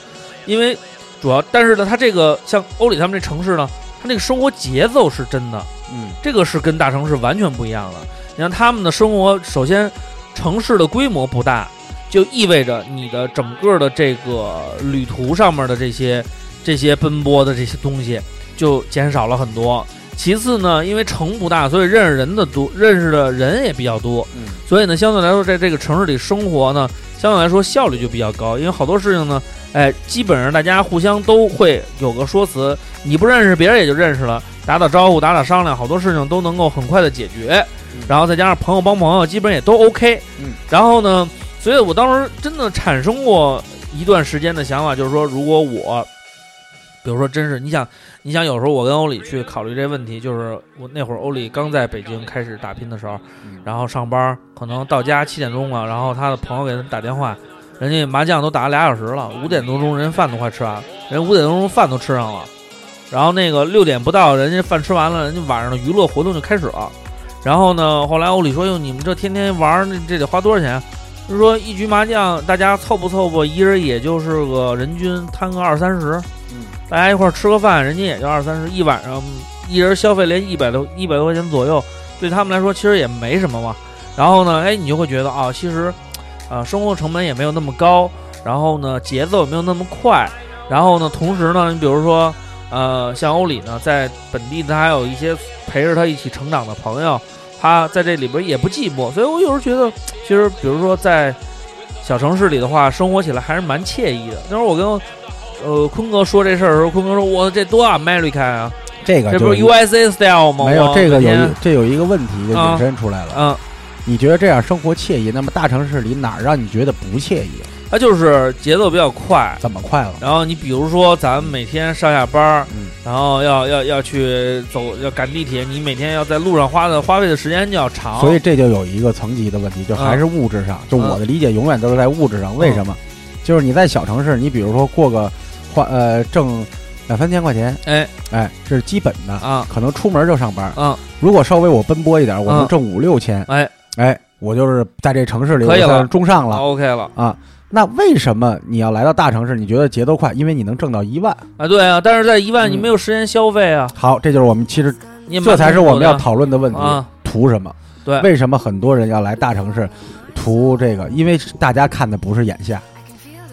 Speaker 5: 因为主要，但是呢，他这个像欧里他们这城市呢，他那个生活节奏是真的，
Speaker 6: 嗯，
Speaker 5: 这个是跟大城市完全不一样的。你看他们的生活，首先城市的规模不大，就意味着你的整个的这个旅途上面的这些这些奔波的这些东西就减少了很多。其次呢，因为城不大，所以认识人的多，认识的人也比较多，
Speaker 6: 嗯
Speaker 5: 所以呢，相对来说，在这个城市里生活呢，相对来说效率就比较高，因为好多事情呢，哎，基本上大家互相都会有个说辞，你不认识别人也就认识了，打打招呼、打打商量，好多事情都能够很快的解决。然后再加上朋友帮朋友，基本也都 OK。
Speaker 6: 嗯，
Speaker 5: 然后呢，所以我当时真的产生过一段时间的想法，就是说，如果我，比如说，真是你想，你想有时候我跟欧里去考虑这问题，就是我那会儿欧里刚在北京开始打拼的时候，
Speaker 6: 嗯
Speaker 5: 然后上班可能到家七点钟了，然后他的朋友给他打电话，人家麻将都打了俩小时了，五点多钟人家饭都快吃完了，人五点多钟饭都吃上了。然后那个六点不到，人家饭吃完了，人家晚上的娱乐活动就开始了。然后呢，后来欧里说：“哟，你们这天天玩儿，那这得花多少钱啊？”就说一局麻将，大家凑不凑合，一人也就是个人均摊个二三十，
Speaker 6: 嗯，
Speaker 5: 大家一块儿吃个饭，人家也就二三十，一晚上一人消费连一百多一百多块钱左右，对他们来说其实也没什么嘛。然后呢，哎，你就会觉得啊、其实，呃，生活成本也没有那么高，然后呢，节奏也没有那么快，然后呢，同时呢，你比如说，呃，像欧里呢，在本地他还有一些陪着他一起成长的朋友，他在这里边也不寂寞，所以我有时候觉得，其实比如说在小城市里的话，生活起来还是蛮惬意的。那会儿我跟呃坤哥说这事儿的时候，坤哥说：“我这多 American 啊，
Speaker 6: 这个
Speaker 5: 这
Speaker 6: 就
Speaker 5: 不是 USA style 吗？”
Speaker 6: 没有
Speaker 5: 我
Speaker 6: 这个有
Speaker 5: 天
Speaker 6: 一这有一个问题就
Speaker 5: 啊
Speaker 6: 引申出来了。
Speaker 5: 嗯，
Speaker 6: 你觉得这样生活惬意，那么大城市里哪儿让你觉得不惬意？
Speaker 5: 它就是节奏比较快。
Speaker 6: 怎么快了？
Speaker 5: 然后你比如说，咱们每天上下班儿，
Speaker 6: 嗯
Speaker 5: 然后要要要去走，要赶地铁，你每天要在路上花的花费的时间就要长。
Speaker 6: 所以这就有一个层级的问
Speaker 5: 嗯
Speaker 6: 题，就还是物质上。就我的理解，永远都是在物质上。为什么？
Speaker 5: 嗯
Speaker 6: 就是你在小城市，你比如说过个花呃挣两三千块钱，
Speaker 5: 哎
Speaker 6: 哎，这是基本的，
Speaker 5: 啊，
Speaker 6: 可能出门就上班。
Speaker 5: 嗯，
Speaker 6: 如果稍微我奔波一点，我能
Speaker 5: 嗯
Speaker 6: 挣五六千。
Speaker 5: 哎
Speaker 6: 哎，我就是在这城市里，
Speaker 5: 可以了
Speaker 6: 我算是中上
Speaker 5: 好
Speaker 6: 了。
Speaker 5: 啊 OK 了
Speaker 6: 那为什么你要来到大城市？你觉得节奏快，因为你能挣到一万。
Speaker 5: 啊，对啊，但是在一万
Speaker 6: 嗯
Speaker 5: 你没有时间消费啊，
Speaker 6: 好，这就是我们其实
Speaker 5: 你也蛮
Speaker 6: 这才是我们要
Speaker 5: 痛
Speaker 6: 讨论的问
Speaker 5: 苦
Speaker 6: 题
Speaker 5: 的。啊，
Speaker 6: 图什么？
Speaker 5: 对
Speaker 6: 为什么很多人要来大城市？图这个，因为大家看的不是眼下，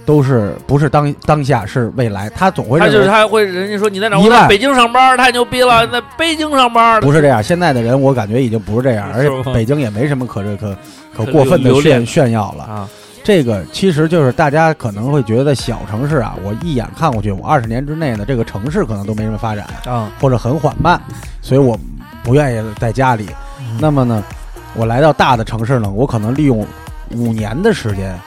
Speaker 6: 都是不是当当下，是未来。他总会
Speaker 5: 他
Speaker 6: 认
Speaker 5: 就是
Speaker 6: 为
Speaker 5: 他会人家说你在哪儿？
Speaker 6: 一
Speaker 5: 我
Speaker 6: 万
Speaker 5: 在北京上班，太牛逼了，在北京上班
Speaker 6: 不是这样。现在的人，我感觉已经不是这样，而
Speaker 5: 是吗
Speaker 6: 且北京也没什么可这可可
Speaker 5: 可
Speaker 6: 过分的
Speaker 5: 留恋
Speaker 6: 炫炫耀了。
Speaker 5: 啊，
Speaker 6: 这个其实就是大家可能会觉得小城市啊，我一眼看过去，我二十年之内呢，这个城市可能都没什么发展
Speaker 5: 啊，
Speaker 6: 或者很缓慢，所以我不愿意在家里。那么呢，我来到大的城市呢，我可能利用五年的时间，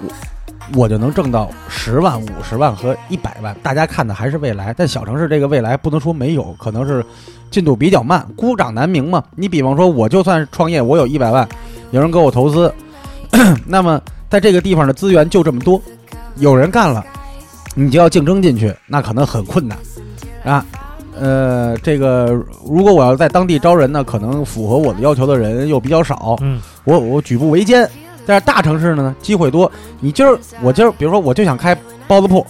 Speaker 6: 我我就能挣到十万、五十万和一百万。大家看的还是未来，但小城市这个未来不能说没有，可能是进度比较慢，孤掌难鸣嘛。你比方说，我就算创业，我有一百万，有人给我投资，那么在这个地方的资源就这么多，有人干了，你就要竞争进去，那可能很困难啊。呃，这个如果我要在当地招人呢，可能符合我的要求的人又比较少，
Speaker 5: 嗯，
Speaker 6: 我我举步维艰。但是大城市呢，机会多。你今儿我今儿，比如说我就想开包子铺，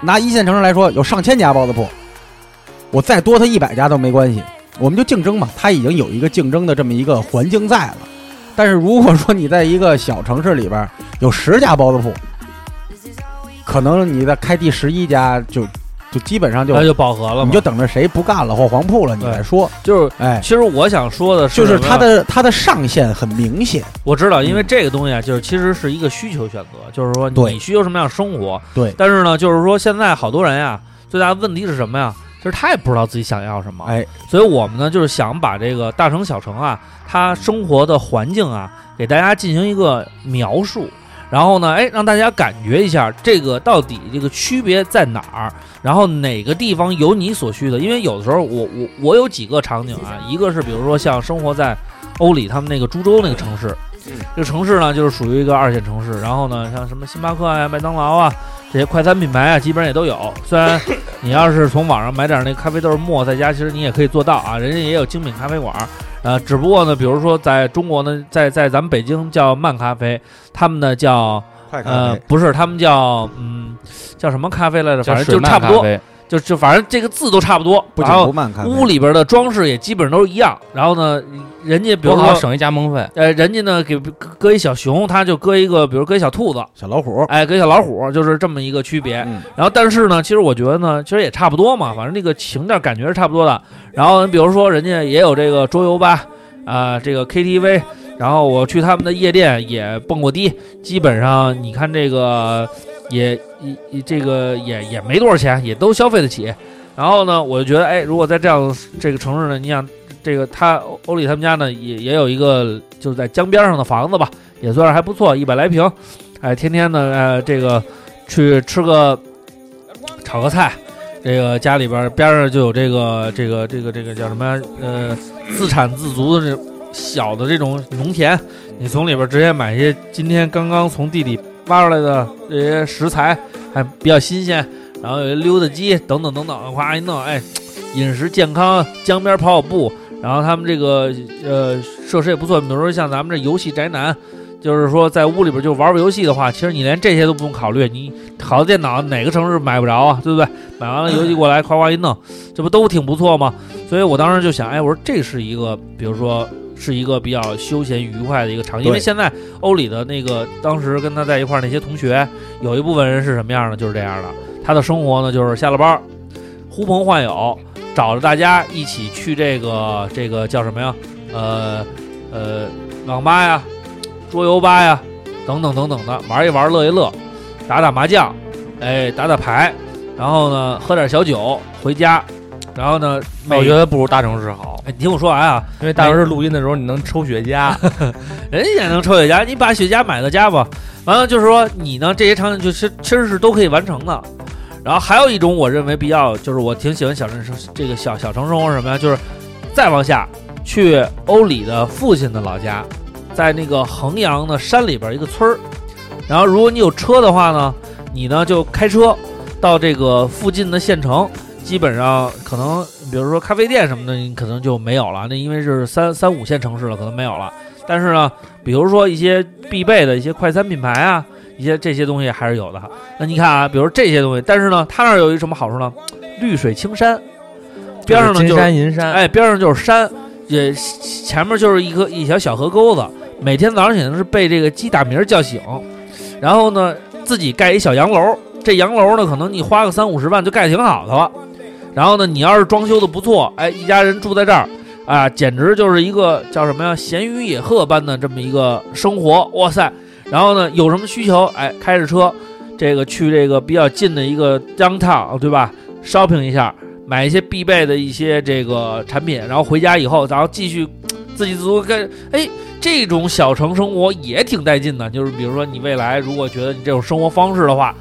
Speaker 6: 拿一线城市来说，有上千家包子铺，我再多他一百家都没关系，我们就竞争嘛。它已经有一个竞争的这么一个环境在了。但是如果说你在一个小城市里边儿有十家包子铺，可能你在开第十一家就就基本上就
Speaker 5: 那就饱和了
Speaker 6: 你
Speaker 5: 嘛。
Speaker 6: 就等着谁不干了或黄铺了你再说。
Speaker 5: 就是，
Speaker 6: 哎，
Speaker 5: 其实我想说的
Speaker 6: 就是
Speaker 5: 什么呀
Speaker 6: 它的它的上限很明显，
Speaker 5: 我知道，因为这个东西啊，就是其实是一个需求选择，就是说
Speaker 6: 嗯对
Speaker 5: 你需求什么样的生活。
Speaker 6: 对
Speaker 5: 但是呢，就是说现在好多人呀，最大的问题是什么呀？就是他也不知道自己想要什么。
Speaker 6: 哎，
Speaker 5: 所以我们呢，就是想把这个大城小城啊，它生活的环境啊，给大家进行一个描述。然后呢，哎，让大家感觉一下这个到底这个区别在哪儿，然后哪个地方有你所需的？因为有的时候我我我有几个场景啊，一个是比如说像生活在欧里他们那个株洲那个城市，这个城市呢就是属于一个二线城市，然后呢像什么星巴克啊、麦当劳啊这些快餐品牌啊，基本上也都有。虽然你要是从网上买点那咖啡豆沫在家，其实你也可以做到啊，人家也有精品咖啡馆儿。呃，只不过呢，比如说在中国呢，在在咱们北京叫慢咖啡，他们呢叫
Speaker 6: 快
Speaker 5: 呃不是，他们叫嗯叫什么咖啡来着？
Speaker 4: 叫
Speaker 5: 反正
Speaker 4: 水
Speaker 5: 就
Speaker 4: 漫
Speaker 5: 差不
Speaker 4: 咖
Speaker 5: 多，
Speaker 4: 啡
Speaker 5: 就就反正这个字都差不多。
Speaker 6: 不紧
Speaker 5: 然后
Speaker 6: 不慢看
Speaker 5: 屋里边的装饰也基本上都是一样。然后呢，人家比如
Speaker 4: 多好
Speaker 5: 说
Speaker 4: 省一加盟费。
Speaker 5: 呃，人家呢给搁搁一小熊，他就搁一个，比如搁一小兔子，
Speaker 6: 小老虎，
Speaker 5: 哎，搁一小老虎，就是这么一个区别。
Speaker 6: 嗯
Speaker 5: 然后，但是呢，其实我觉得呢，其实也差不多嘛，反正这个情调感觉是差不多的。然后，比如说人家也有这个桌游吧，啊、这个 KTV，然后我去他们的夜店也蹦过迪，基本上你看这个也也也这个也也没多少钱，也都消费得起。然后呢，我就觉得，哎，如果在这样这个城市呢，你想这这个他欧欧里他们家呢也也有一个就是在江边上的房子吧，也算是还不错，一百来平，哎，天天呢呃这个去吃个炒个菜。这个家里边儿边上就有这个这个这个这个叫什么呃自产自足的这小的这种农田，你从里边直接买一些今天刚刚从地里挖出来的这些食材，还比较新鲜，然后有溜达鸡等等等等，哗一弄，哎，饮食健康，江边跑跑步，然后他们这个呃设施也不错，比如说像咱们这游戏宅男。就是说，在屋里边就玩玩游戏的话，其实你连这些都不用考虑。你好的电脑哪个城市买不着啊？对不对？买完了游戏过来，夸夸一弄，这不都挺不错吗？所以我当时就想，哎，我说这是一个，比如说是一个比较休闲愉快的一个场景，因为
Speaker 6: 对
Speaker 5: 现在欧里的那个当时跟他在一块儿那些同学，有一部分人是什么样的？就是这样的，他的生活呢就是下了班儿，呼朋唤友，找着大家一起去这个这个叫什么呀？呃呃，网吧呀，桌游吧呀，等等等等的，玩一玩，乐一乐，打打麻将，哎，打打牌，然后呢，喝点小酒回家，然后呢，
Speaker 4: 我
Speaker 5: 每
Speaker 4: 觉得不如大城市好，
Speaker 5: 哎你听我说完啊，
Speaker 4: 因为大城市录音的时候你能抽雪 (laughs) 茄，
Speaker 5: 人家也能抽雪茄，你把雪茄买到家吧。完了就是说，你呢这些场景就是其实是都可以完成的。然后还有一种我认为比较就是我挺喜欢小城市这个小小城生活是什么呀，就是再往下去欧里的父亲的老家，在那个衡阳的山里边一个村儿。然后如果你有车的话呢，你呢就开车到这个附近的县城。基本上可能，比如说咖啡店什么的，你可能就没有了。那因为是三三五线城市了，可能没有了。但是呢，比如说一些必备的一些快餐品牌啊，一些这些东西还是有的。那你看啊，比如这些东西，但是呢，它那儿有一什么好处呢？绿水青山，边上呢
Speaker 4: 金
Speaker 5: 就是
Speaker 4: 山银山，
Speaker 5: 哎，边上就是山，也前面就是一个一条小河沟子。每天早上起来是被这个鸡打鸣儿叫醒，然后呢自己盖一小洋楼，这洋楼呢可能你花个三五十万就盖得挺好的了。然后呢，你要是装修的不错，哎，一家人住在这儿。啊，简直就是一个叫什么呀，闲云野鹤般的这么一个生活，哇塞！然后呢，有什么需求，哎，开着车，这个去这个比较近的一个 downtown，对吧？shopping 一下，买一些必备的一些这个产品，然后回家以后，然后继续自给自足。跟哎，这种小城生活也挺带劲的。就是比如说，你未来如果觉得你这种生活方式的话，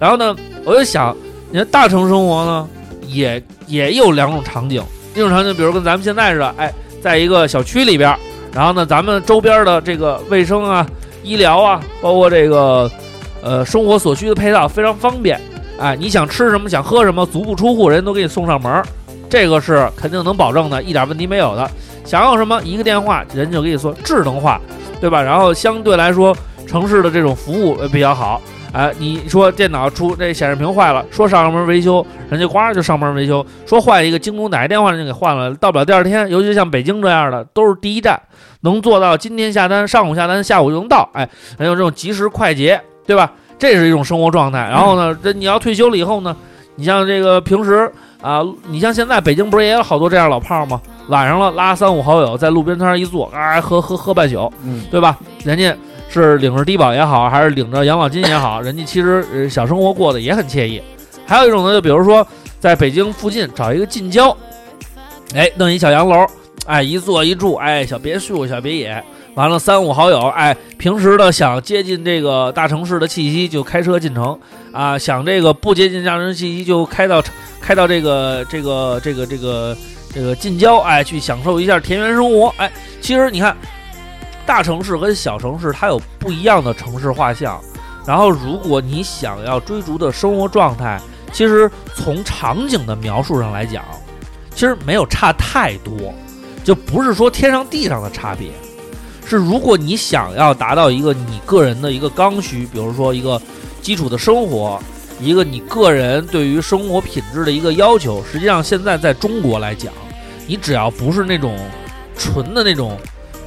Speaker 5: 然后呢，我就想，你看大城生活呢，也也有两种场景，一种场景比如跟咱们现在似的，哎，在一个小区里边儿，然后呢，咱们周边的这个卫生啊、医疗啊，包括这个呃生活所需的配套非常方便。哎，你想吃什么，想喝什么，足不出户，人都给你送上门儿，这个是肯定能保证的，一点问题没有的。想要什么，一个电话，人就给你说智能化，对吧？然后相对来说，城市的这种服务呃比较好。哎，你说电脑出这显示屏坏了，说上门维修，人家呱就上门维修；说换一个京东哪个电话人家给换了，到不了第二天。尤其像北京这样的，都是第一站，能做到今天下单，上午下单，下午就能到。哎，还有这种及时快捷，对吧？这是一种生活状态。然后呢，这你要退休了以后呢，你像这个平时啊，你像现在北京不是也有好多这样老炮儿吗？晚上了拉三五好友在路边摊儿一坐，啊，喝喝喝半宿，
Speaker 6: 嗯，
Speaker 5: 对吧？人家是领着低保也好，还是领着养老金也好，人家其实呃小生活过得也很惬意。还有一种呢，就比如说在北京附近找一个近郊，哎，弄一小洋楼，哎，一坐一住，哎，小别墅、小别野，完了三五好友，哎，平时呢想接近这个大城市的气息，就开车进城啊；想这个不接近大城市气息，就开到开到这个这个这个这个这个近郊，哎，去享受一下田园生活。哎，其实你看，大城市跟小城市它有不一样的城市画像。然后，如果你想要追逐的生活状态，其实从场景的描述上来讲，其实没有差太多，就不是说天上地上的差别。是如果你想要达到一个你个人的一个刚需，比如说一个基础的生活，一个你个人对于生活品质的一个要求，实际上现在在中国来讲，你只要不是那种纯的那种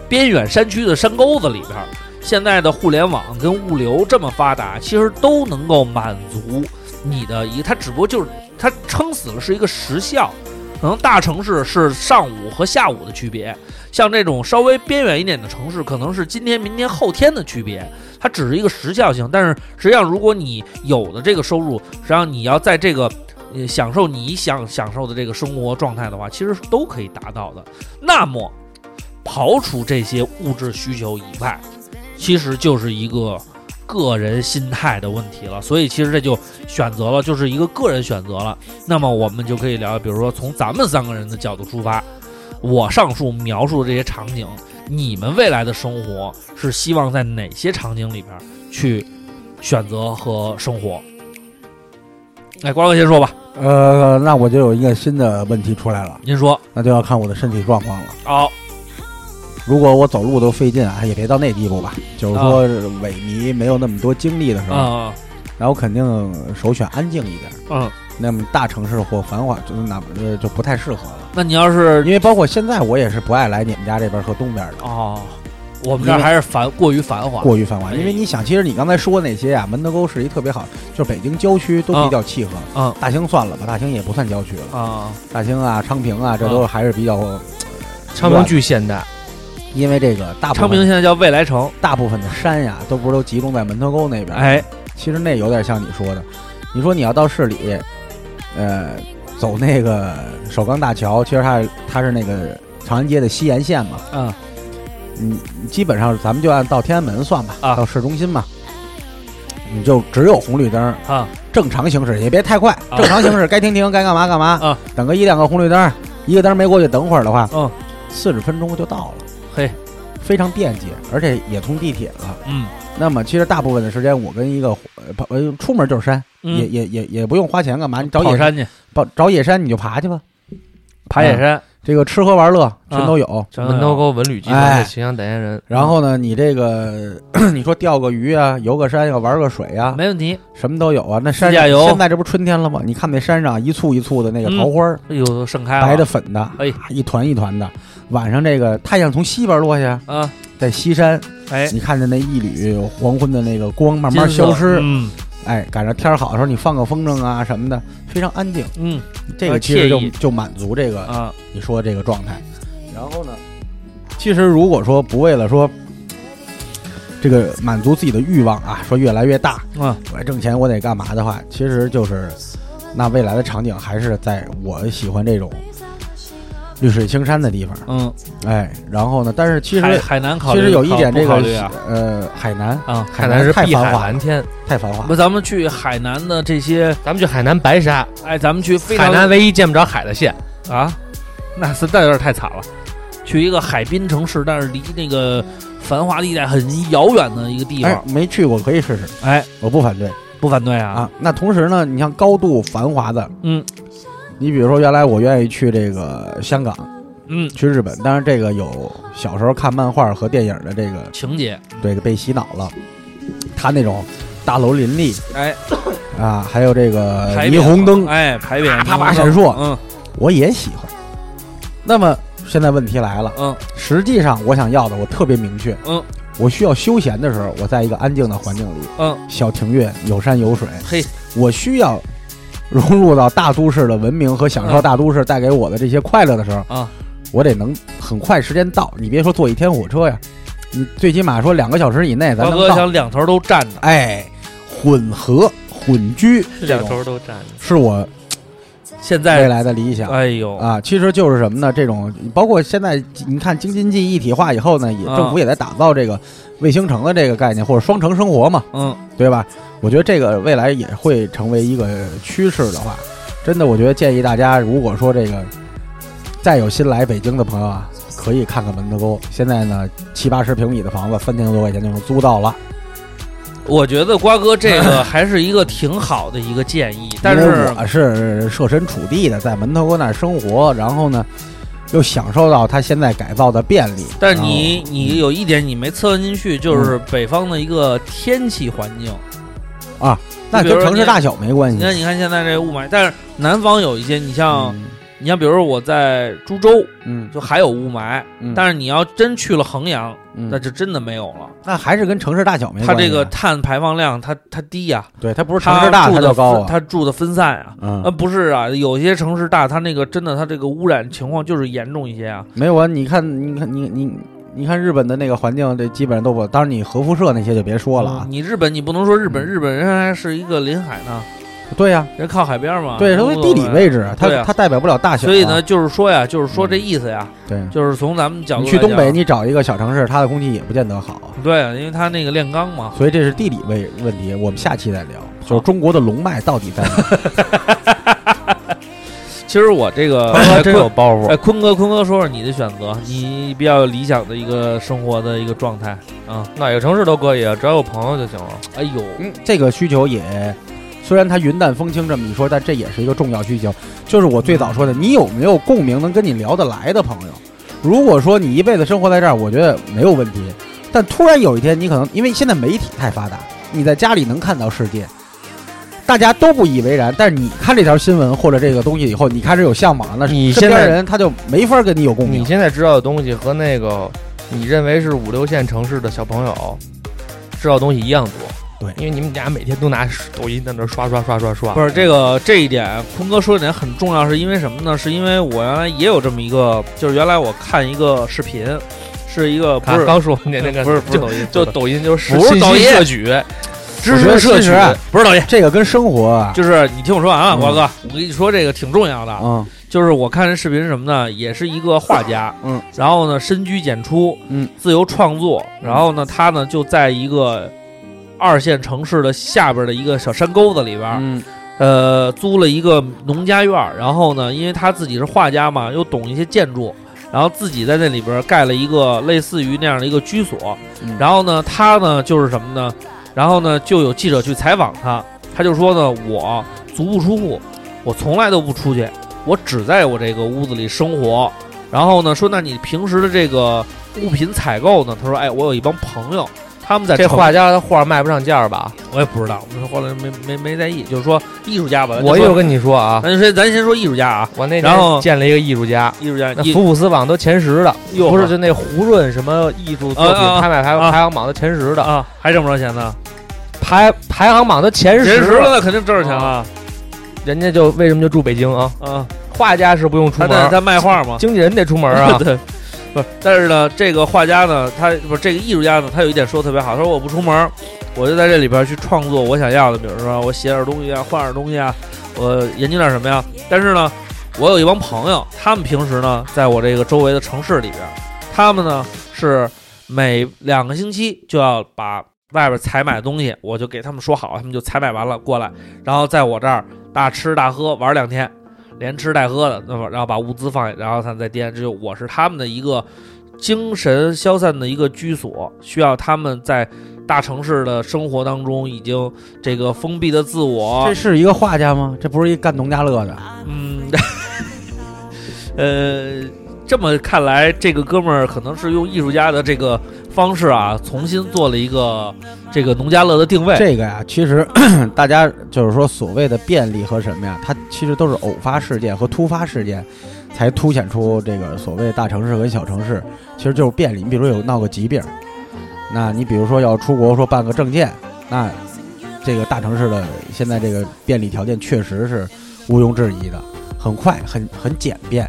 Speaker 5: 边远山区的山沟子里边儿，现在的互联网跟物流这么发达，其实都能够满足你的一个，它只不过就是它撑死了是一个时效。可能大城市是上午和下午的区别，像这种稍微边远一点的城市，可能是今天、明天、后天的区别，它只是一个时效性。但是实际上，如果你有了这个收入，实际上你要在这个呃享受你想享受的这个生活状态的话，其实是都可以达到的。那么，刨除这些物质需求以外，其实就是一个个人心态的问题了。所以，其实这就选择了，就是一个个人选择了。那么，我们就可以聊，比如说从咱们三个人的角度出发，我上述描述的这些场景，你们未来的生活是希望在哪些场景里边儿去选择和生活？哎，瓜哥先说吧，
Speaker 6: 呃，那我就有一个新的问题出来了，
Speaker 5: 您说。
Speaker 6: 那就要看我的身体状况了。
Speaker 5: 好，
Speaker 6: 如果我走路都费劲啊，也别到那地步吧，就是说萎靡没有那么多精力的时候，
Speaker 5: 啊
Speaker 6: 然后肯定首选安静一点。
Speaker 5: 嗯，
Speaker 6: 那么大城市或繁华，就是哪呃就不太适合了。
Speaker 5: 那你要是
Speaker 6: 因为包括现在我也是不爱来你们家这边和东边的，
Speaker 5: 哦，我们这儿还是繁过于繁华，
Speaker 6: 过于繁华。因为你想，其实你刚才说那些啊，门头沟是一特别好，就是北京郊区都比较契合。
Speaker 5: 嗯
Speaker 6: 大兴算了吧，大兴也不算郊区了。
Speaker 5: 啊
Speaker 6: 大兴啊，昌平啊，
Speaker 5: 嗯
Speaker 6: 这都还是比较，
Speaker 4: 昌平巨现代，
Speaker 6: 因为这个大部
Speaker 5: 昌平
Speaker 6: 分
Speaker 5: 现在叫未来城，
Speaker 6: 大部分的山呀、都不是都集中在门头沟那边。，
Speaker 5: 哎，
Speaker 6: 其实那有点像你说的，你说你要到市里，呃，走那个首钢大桥，其实它它是那个长安街的西沿线嘛，
Speaker 5: 嗯
Speaker 6: 嗯，基本上咱们就按到天安门算吧，
Speaker 5: 啊
Speaker 6: 到市中心嘛，你就只有红绿灯，
Speaker 5: 啊
Speaker 6: 正常行驶也别太快，正常行驶该停停，该干嘛干嘛，
Speaker 5: 啊
Speaker 6: 等个一两个红绿灯，一个灯没过去等会儿的话，
Speaker 5: 嗯，
Speaker 6: 四十分钟就到了，
Speaker 5: 嘿，
Speaker 6: 非常便捷，而且也通地铁了。
Speaker 5: 嗯
Speaker 6: 那么其实大部分的时间，我跟一个呃跑呃出门就是山，也
Speaker 5: 嗯，
Speaker 6: 也也也不用花钱干嘛，你找
Speaker 5: 跑
Speaker 6: 野
Speaker 5: 山去，
Speaker 6: 跑找野山你就爬去吧，
Speaker 5: 爬
Speaker 6: 嗯
Speaker 5: 野山，
Speaker 6: 这个吃喝玩乐
Speaker 5: 啊
Speaker 6: 全都有。
Speaker 4: 门头沟文旅集团
Speaker 6: 哎
Speaker 4: 的形象代言人。
Speaker 6: 然后
Speaker 5: 嗯
Speaker 6: 呢，你这个 (clears throat) 你说钓个鱼啊，游个山呀、玩个水呀、
Speaker 5: 没问题。
Speaker 6: 什么都有啊。那山
Speaker 5: 自驾游
Speaker 6: 现在这不春天了吗？你看那山上一簇一簇的那个桃花，
Speaker 5: 哎呦，都盛开了，
Speaker 6: 白的、粉的，
Speaker 5: 哎
Speaker 6: 一团一团的。晚上这个太阳从西边落下，
Speaker 5: 啊，
Speaker 6: 在西山，
Speaker 5: 哎，
Speaker 6: 你看见那一缕黄昏的那个光慢慢消失，
Speaker 5: 嗯
Speaker 6: 哎，赶上天儿好的时候，你放个风筝啊什么的，非常安静。
Speaker 5: 嗯
Speaker 6: 这个其实
Speaker 5: 惬
Speaker 6: 就
Speaker 5: 意
Speaker 6: 就满足这个
Speaker 5: 啊，
Speaker 6: 你说这个状态。然后呢，其实如果说不为了说这个满足自己的欲望啊，说越来越大，
Speaker 5: 嗯，
Speaker 6: 我挣钱我得干嘛的话，其实就是那未来的场景还是在我喜欢这种绿水青山的地方，
Speaker 5: 嗯，
Speaker 6: 哎，然后呢，但是其
Speaker 5: 海
Speaker 6: 实
Speaker 5: 海南考
Speaker 6: 其
Speaker 5: 虑，
Speaker 6: 实有一点
Speaker 5: 考
Speaker 6: 这
Speaker 5: 不
Speaker 6: 个、
Speaker 5: 考虑啊
Speaker 6: 呃，海南
Speaker 5: 啊，
Speaker 4: 海南是
Speaker 6: 太
Speaker 4: 碧
Speaker 6: 繁
Speaker 4: 海
Speaker 6: 华
Speaker 4: 蓝，天，
Speaker 6: 太繁华
Speaker 5: 不，。咱们去海南的这些，
Speaker 4: 咱们去海南白沙，
Speaker 5: 哎，咱们去非
Speaker 4: 海
Speaker 5: 常
Speaker 4: 南唯一见不着海的县，
Speaker 5: 啊，那是那有点太惨了。去一个海滨城市，但是离那个繁华地带很遥远的一个地
Speaker 6: 哎
Speaker 5: 方，，
Speaker 6: 没去过可以试试，
Speaker 5: 哎，
Speaker 6: 我不反对
Speaker 5: 不反对啊。
Speaker 6: 啊。那同时呢，你像高度繁华的，
Speaker 5: 嗯
Speaker 6: 你比如说，原来我愿意去这个香港，
Speaker 5: 嗯，
Speaker 6: 去日本，当然这个有小时候看漫画和电影的这个
Speaker 5: 情节，
Speaker 6: 这个被洗脑了，他那种大楼林立
Speaker 5: 哎，
Speaker 6: 啊，还有这个
Speaker 5: 牌
Speaker 6: 霓
Speaker 5: 匾
Speaker 6: 虹灯，
Speaker 5: 哎，牌匾，
Speaker 6: 嗯啪啪
Speaker 5: 霓虹
Speaker 6: 闪
Speaker 5: 灯
Speaker 6: 烁
Speaker 5: 嗯
Speaker 6: 我也喜欢。那么现在问题来了，
Speaker 5: 嗯
Speaker 6: 实际上我想要的我特别明确，
Speaker 5: 嗯，
Speaker 6: 我需要休闲的时候，我在一个安静的环境里，
Speaker 5: 嗯，
Speaker 6: 小庭院有山有水，
Speaker 5: 嘿，
Speaker 6: 我需要融入到大都市的文明和享受
Speaker 5: 嗯
Speaker 6: 大都市带给我的这些快乐的时候
Speaker 5: 啊，
Speaker 6: 我得能很快时间到。你别说坐一天火车呀，你最起码说两个小时以内咱
Speaker 5: 瓜
Speaker 6: 能
Speaker 5: 哥
Speaker 6: 到。
Speaker 5: 想两头都站着，
Speaker 6: 哎，混合混居这
Speaker 4: 两
Speaker 6: 种
Speaker 4: 头 (laughs) 都站着。
Speaker 6: 是我
Speaker 5: 现
Speaker 6: 未
Speaker 5: 在，
Speaker 6: 来的理想。
Speaker 5: 哎呦，
Speaker 6: 啊，其实就是什么呢？这种包括现在你看京津冀一体化以后呢，也
Speaker 5: 啊
Speaker 6: 政府也在打造这个卫星城的这个概念，或者双城生活嘛，
Speaker 5: 嗯
Speaker 6: 对吧？我觉得这个未来也会成为一个趋势的话，真的，我觉得建议大家，如果说这个再有新来北京的朋友啊，可以看看门头沟。现在呢，七八十平米的房子，三千多块钱就能租到了。
Speaker 5: 我觉得瓜哥这
Speaker 6: (laughs)
Speaker 5: 个还是一个挺好的一个建议，但
Speaker 6: 因
Speaker 5: 是
Speaker 6: 为我是设身处地的在门头沟那儿生活，然后呢，又享受到它现在改造的便利。
Speaker 5: 但是
Speaker 6: 然后
Speaker 5: 你你有一点你没测算进去，
Speaker 6: 嗯
Speaker 5: 就是北方的一个天气环境。
Speaker 6: 那
Speaker 5: 就比
Speaker 6: 跟
Speaker 5: 如说
Speaker 6: 城市
Speaker 5: 你
Speaker 6: 大小没关系
Speaker 5: 你。看，你看现在这雾霾，但是南方有一些，你像
Speaker 6: 嗯
Speaker 5: 你像，比如说我在株洲
Speaker 6: 嗯，
Speaker 5: 就还有雾霾，
Speaker 6: 嗯
Speaker 5: 但是你要真去了衡阳，
Speaker 6: 嗯
Speaker 5: 那就真的没有了。
Speaker 6: 那还是跟城市大小没
Speaker 5: 它
Speaker 6: 关系啊。
Speaker 5: 这个碳排放量，它它低呀、
Speaker 6: 对它不是城
Speaker 5: 它
Speaker 6: 市大，
Speaker 5: 住
Speaker 6: 它
Speaker 5: 的
Speaker 6: 就高
Speaker 5: 分
Speaker 6: 啊。
Speaker 5: 它住的分散啊。啊，
Speaker 6: 嗯，
Speaker 5: 不是啊，有些城市大，它那个真的，它这个污染情况就是严重一些啊。
Speaker 6: 没有啊，你看，你看，你你你看日本的那个环境，这基本上都不。当然，你核辐射那些就别说了啊嗯
Speaker 5: 嗯。你日本，你不能说日本，日本人还是一个临海呢。
Speaker 6: 对呀、
Speaker 5: 人靠海边嘛，
Speaker 6: 对，因为地理位置，它
Speaker 5: 对呀
Speaker 6: 它代表不了大小啊。
Speaker 5: 所以呢，就是说呀，就是说这意思呀，
Speaker 6: 对，
Speaker 5: 就是从咱们角度
Speaker 6: 你
Speaker 5: 来
Speaker 6: 去
Speaker 5: 讲，
Speaker 6: 东北，你找一个小城市，它的空气也不见得好。
Speaker 5: 对，因为他那个炼钢嘛，
Speaker 6: 所以这是地理位问题，我们下期再聊。就是中国的龙脉到底在哪？
Speaker 5: 其实我这个
Speaker 6: 他
Speaker 5: (laughs) 哎
Speaker 6: 真有
Speaker 5: 坤
Speaker 6: 包袱
Speaker 5: 哎，。坤哥，坤哥，说说你的选择，你比较理想的一个生活的一个状态啊。
Speaker 4: 哪个城市都可以，只要有朋友就行了。
Speaker 5: 哎呦，
Speaker 6: 嗯，这个需求也，虽然它云淡风轻这么一说，但这也是一个重要需求。就是我最早说的，你有没有共鸣能跟你聊得来的朋友？如果说你一辈子生活在这儿，我觉得没有问题。但突然有一天，你可能因为现在媒体太发达，你在家里能看到世界，大家都不以为然。但是你看这条新闻或者这个东西以后，你开始有向往了，
Speaker 4: 你
Speaker 6: 身
Speaker 4: 现
Speaker 6: 边
Speaker 4: 在
Speaker 6: 人他就没法跟你有共鸣
Speaker 4: 你。现在知道的东西和那个你认为是五六线城市的小朋友知道的东西一样多。
Speaker 6: 对
Speaker 4: 因为你们俩每天都拿抖音在那儿刷刷刷刷刷。
Speaker 5: 不是这个这一点，坤哥说这点很重要，是因为什么呢？是因为我原来也有这么一个，就是原来我看一个视频，是一个不
Speaker 4: 看，
Speaker 5: 是
Speaker 4: 刚说那那个
Speaker 5: 不是不是
Speaker 4: 就
Speaker 5: 抖音，
Speaker 4: 就
Speaker 5: 不是
Speaker 4: 抖音就是
Speaker 5: 不是
Speaker 4: 信息
Speaker 5: 抖音
Speaker 4: 摄取，
Speaker 5: 知
Speaker 6: 我觉
Speaker 5: 识
Speaker 6: 得
Speaker 5: 摄
Speaker 6: 其
Speaker 5: 取
Speaker 6: 实啊，
Speaker 5: 不是抖音。
Speaker 6: 这个跟生活啊，
Speaker 5: 就是你听我说完啊，
Speaker 6: 嗯
Speaker 5: 瓜哥，我跟你说这个挺重要的啊，
Speaker 6: 嗯
Speaker 5: 就是我看这视频是什么呢？也是一个画家，
Speaker 6: 嗯，
Speaker 5: 然后呢深居简出，
Speaker 6: 嗯，
Speaker 5: 自由创作，然后呢他呢就在一个二线城市的下边的一个小山沟子里边，
Speaker 6: 嗯
Speaker 5: 呃，租了一个农家院儿，然后呢，因为他自己是画家嘛，又懂一些建筑，然后自己在那里边儿盖了一个类似于那样的一个居所。
Speaker 6: 嗯
Speaker 5: 然后呢，他呢就是什么呢？然后呢，就有记者去采访他，他就说呢，我足不出户，我从来都不出去，我只在我这个屋子里生活。然后呢，说那你平时的这个物品采购呢？他说，哎，我有一帮朋友，他们在
Speaker 4: 这
Speaker 5: 城
Speaker 4: 画家的画卖不上价儿吧？
Speaker 5: 我也不知道，我说后来没没没在意，就是说艺术家吧，
Speaker 4: 我
Speaker 5: 就说
Speaker 4: 就跟你说啊，
Speaker 5: 咱先咱先说艺术家啊，
Speaker 4: 我那
Speaker 5: 然后
Speaker 4: 天见了一个艺术家，
Speaker 5: 艺术家
Speaker 4: 那
Speaker 5: 艺
Speaker 4: 福布斯榜都前十的，
Speaker 5: 哟
Speaker 4: 不是就那胡润什么艺术作
Speaker 5: 啊啊啊
Speaker 4: 品拍卖排
Speaker 5: 啊
Speaker 4: 排行榜的前十的，
Speaker 5: 啊，还挣不着钱呢，
Speaker 4: 排排行榜的前
Speaker 5: 人
Speaker 4: 十
Speaker 5: 识了肯定挣着钱了
Speaker 4: 人家就为什么就住北京啊？
Speaker 5: 啊，
Speaker 4: 画家是不用出
Speaker 5: 他
Speaker 4: 门
Speaker 5: 啊那
Speaker 4: 儿，
Speaker 5: 他卖画嘛，
Speaker 4: 经纪人得出门儿啊。
Speaker 5: (laughs) 对，不是，但是呢，这个画家呢，他不是这个艺术家呢，他有一点说得特别好，他说我不出门儿，我就在这里边儿去创作我想要的，比如说我写点东西啊，画点东西啊，我研究点什么呀，但是呢，我有一帮朋友，他们平时呢，在我这个周围的城市里边儿，他们呢是每两个星期就要把外边采买的东西，我就给他们说好，他们就采买完了过来，然后在我这儿大吃大喝玩两天，连吃带喝的，那么然后把物资放下，然后他们再颠。这就我是他们的一个精神消散的一个居所，需要他们在大城市的生活当中已经这个封闭的自我
Speaker 6: 这，是一个画家吗？这不是一干农家乐的。
Speaker 5: 嗯， (laughs) 呃，这么看来，这个哥们儿可能是用艺术家的这个方式啊，重新做了一个这个农家乐的定位。
Speaker 6: 这个呀、其实 (clears throat) 大家就是说所谓的便利和什么呀，它其实都是偶发事件和突发事件，才凸显出这个所谓大城市跟小城市，其实就是便利。你比如有闹个疾病，那你比如说要出国说办个证件，那这个大城市的现在这个便利条件确实是毋庸置疑的，很快很很简便。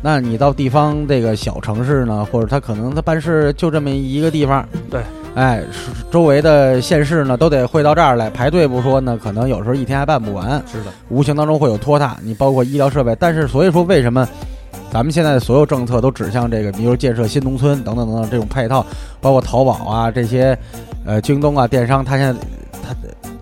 Speaker 6: 那你到地方这个小城市呢，或者他可能他办事就这么一个地方，
Speaker 5: 对，
Speaker 6: 哎，是周围的县市呢都得汇到这儿来排队不说呢，可能有时候一天还办不完，
Speaker 5: 是的，
Speaker 6: 无形当中会有拖沓。你包括医疗设备，但是所以说为什么咱们现在的所有政策都指向这个，比如建设新农村等等等等这种配套，包括淘宝啊这些，呃，京东啊电商，它现在它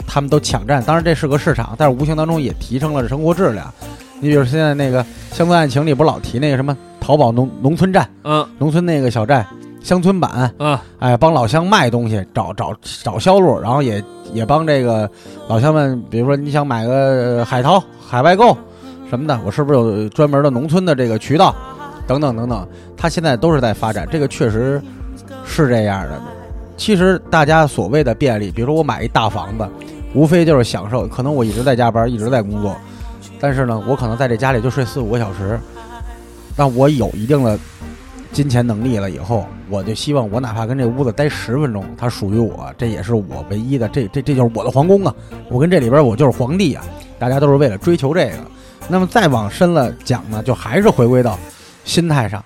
Speaker 6: 他们都抢占，当然这是个市场，但是无形当中也提升了生活质量。你比如现在那个《乡村爱情》里不老提那个什么淘宝农农村站、
Speaker 5: 嗯
Speaker 6: 农村那个小站、乡村版，
Speaker 5: 嗯，
Speaker 6: 哎，帮老乡卖东西，找找找销路，然后也也帮这个老乡们，比如说你想买个呃海淘、海外购什么的，我是不是有专门的农村的这个渠道，等等等等，他现在都是在发展，这个确实是这样的。其实大家所谓的便利，比如说我买一大房子，无非就是享受，可能我一直在加班，一直在工作，但是呢，我可能在这家里就睡四五个小时，那我有一定的金钱能力了以后，我就希望我哪怕跟这屋子待十分钟，它属于我，这也是我唯一的，这这这就是我的皇宫啊！我跟这里边我就是皇帝啊！大家都是为了追求这个。那么再往深了讲呢，就还是回归到心态上。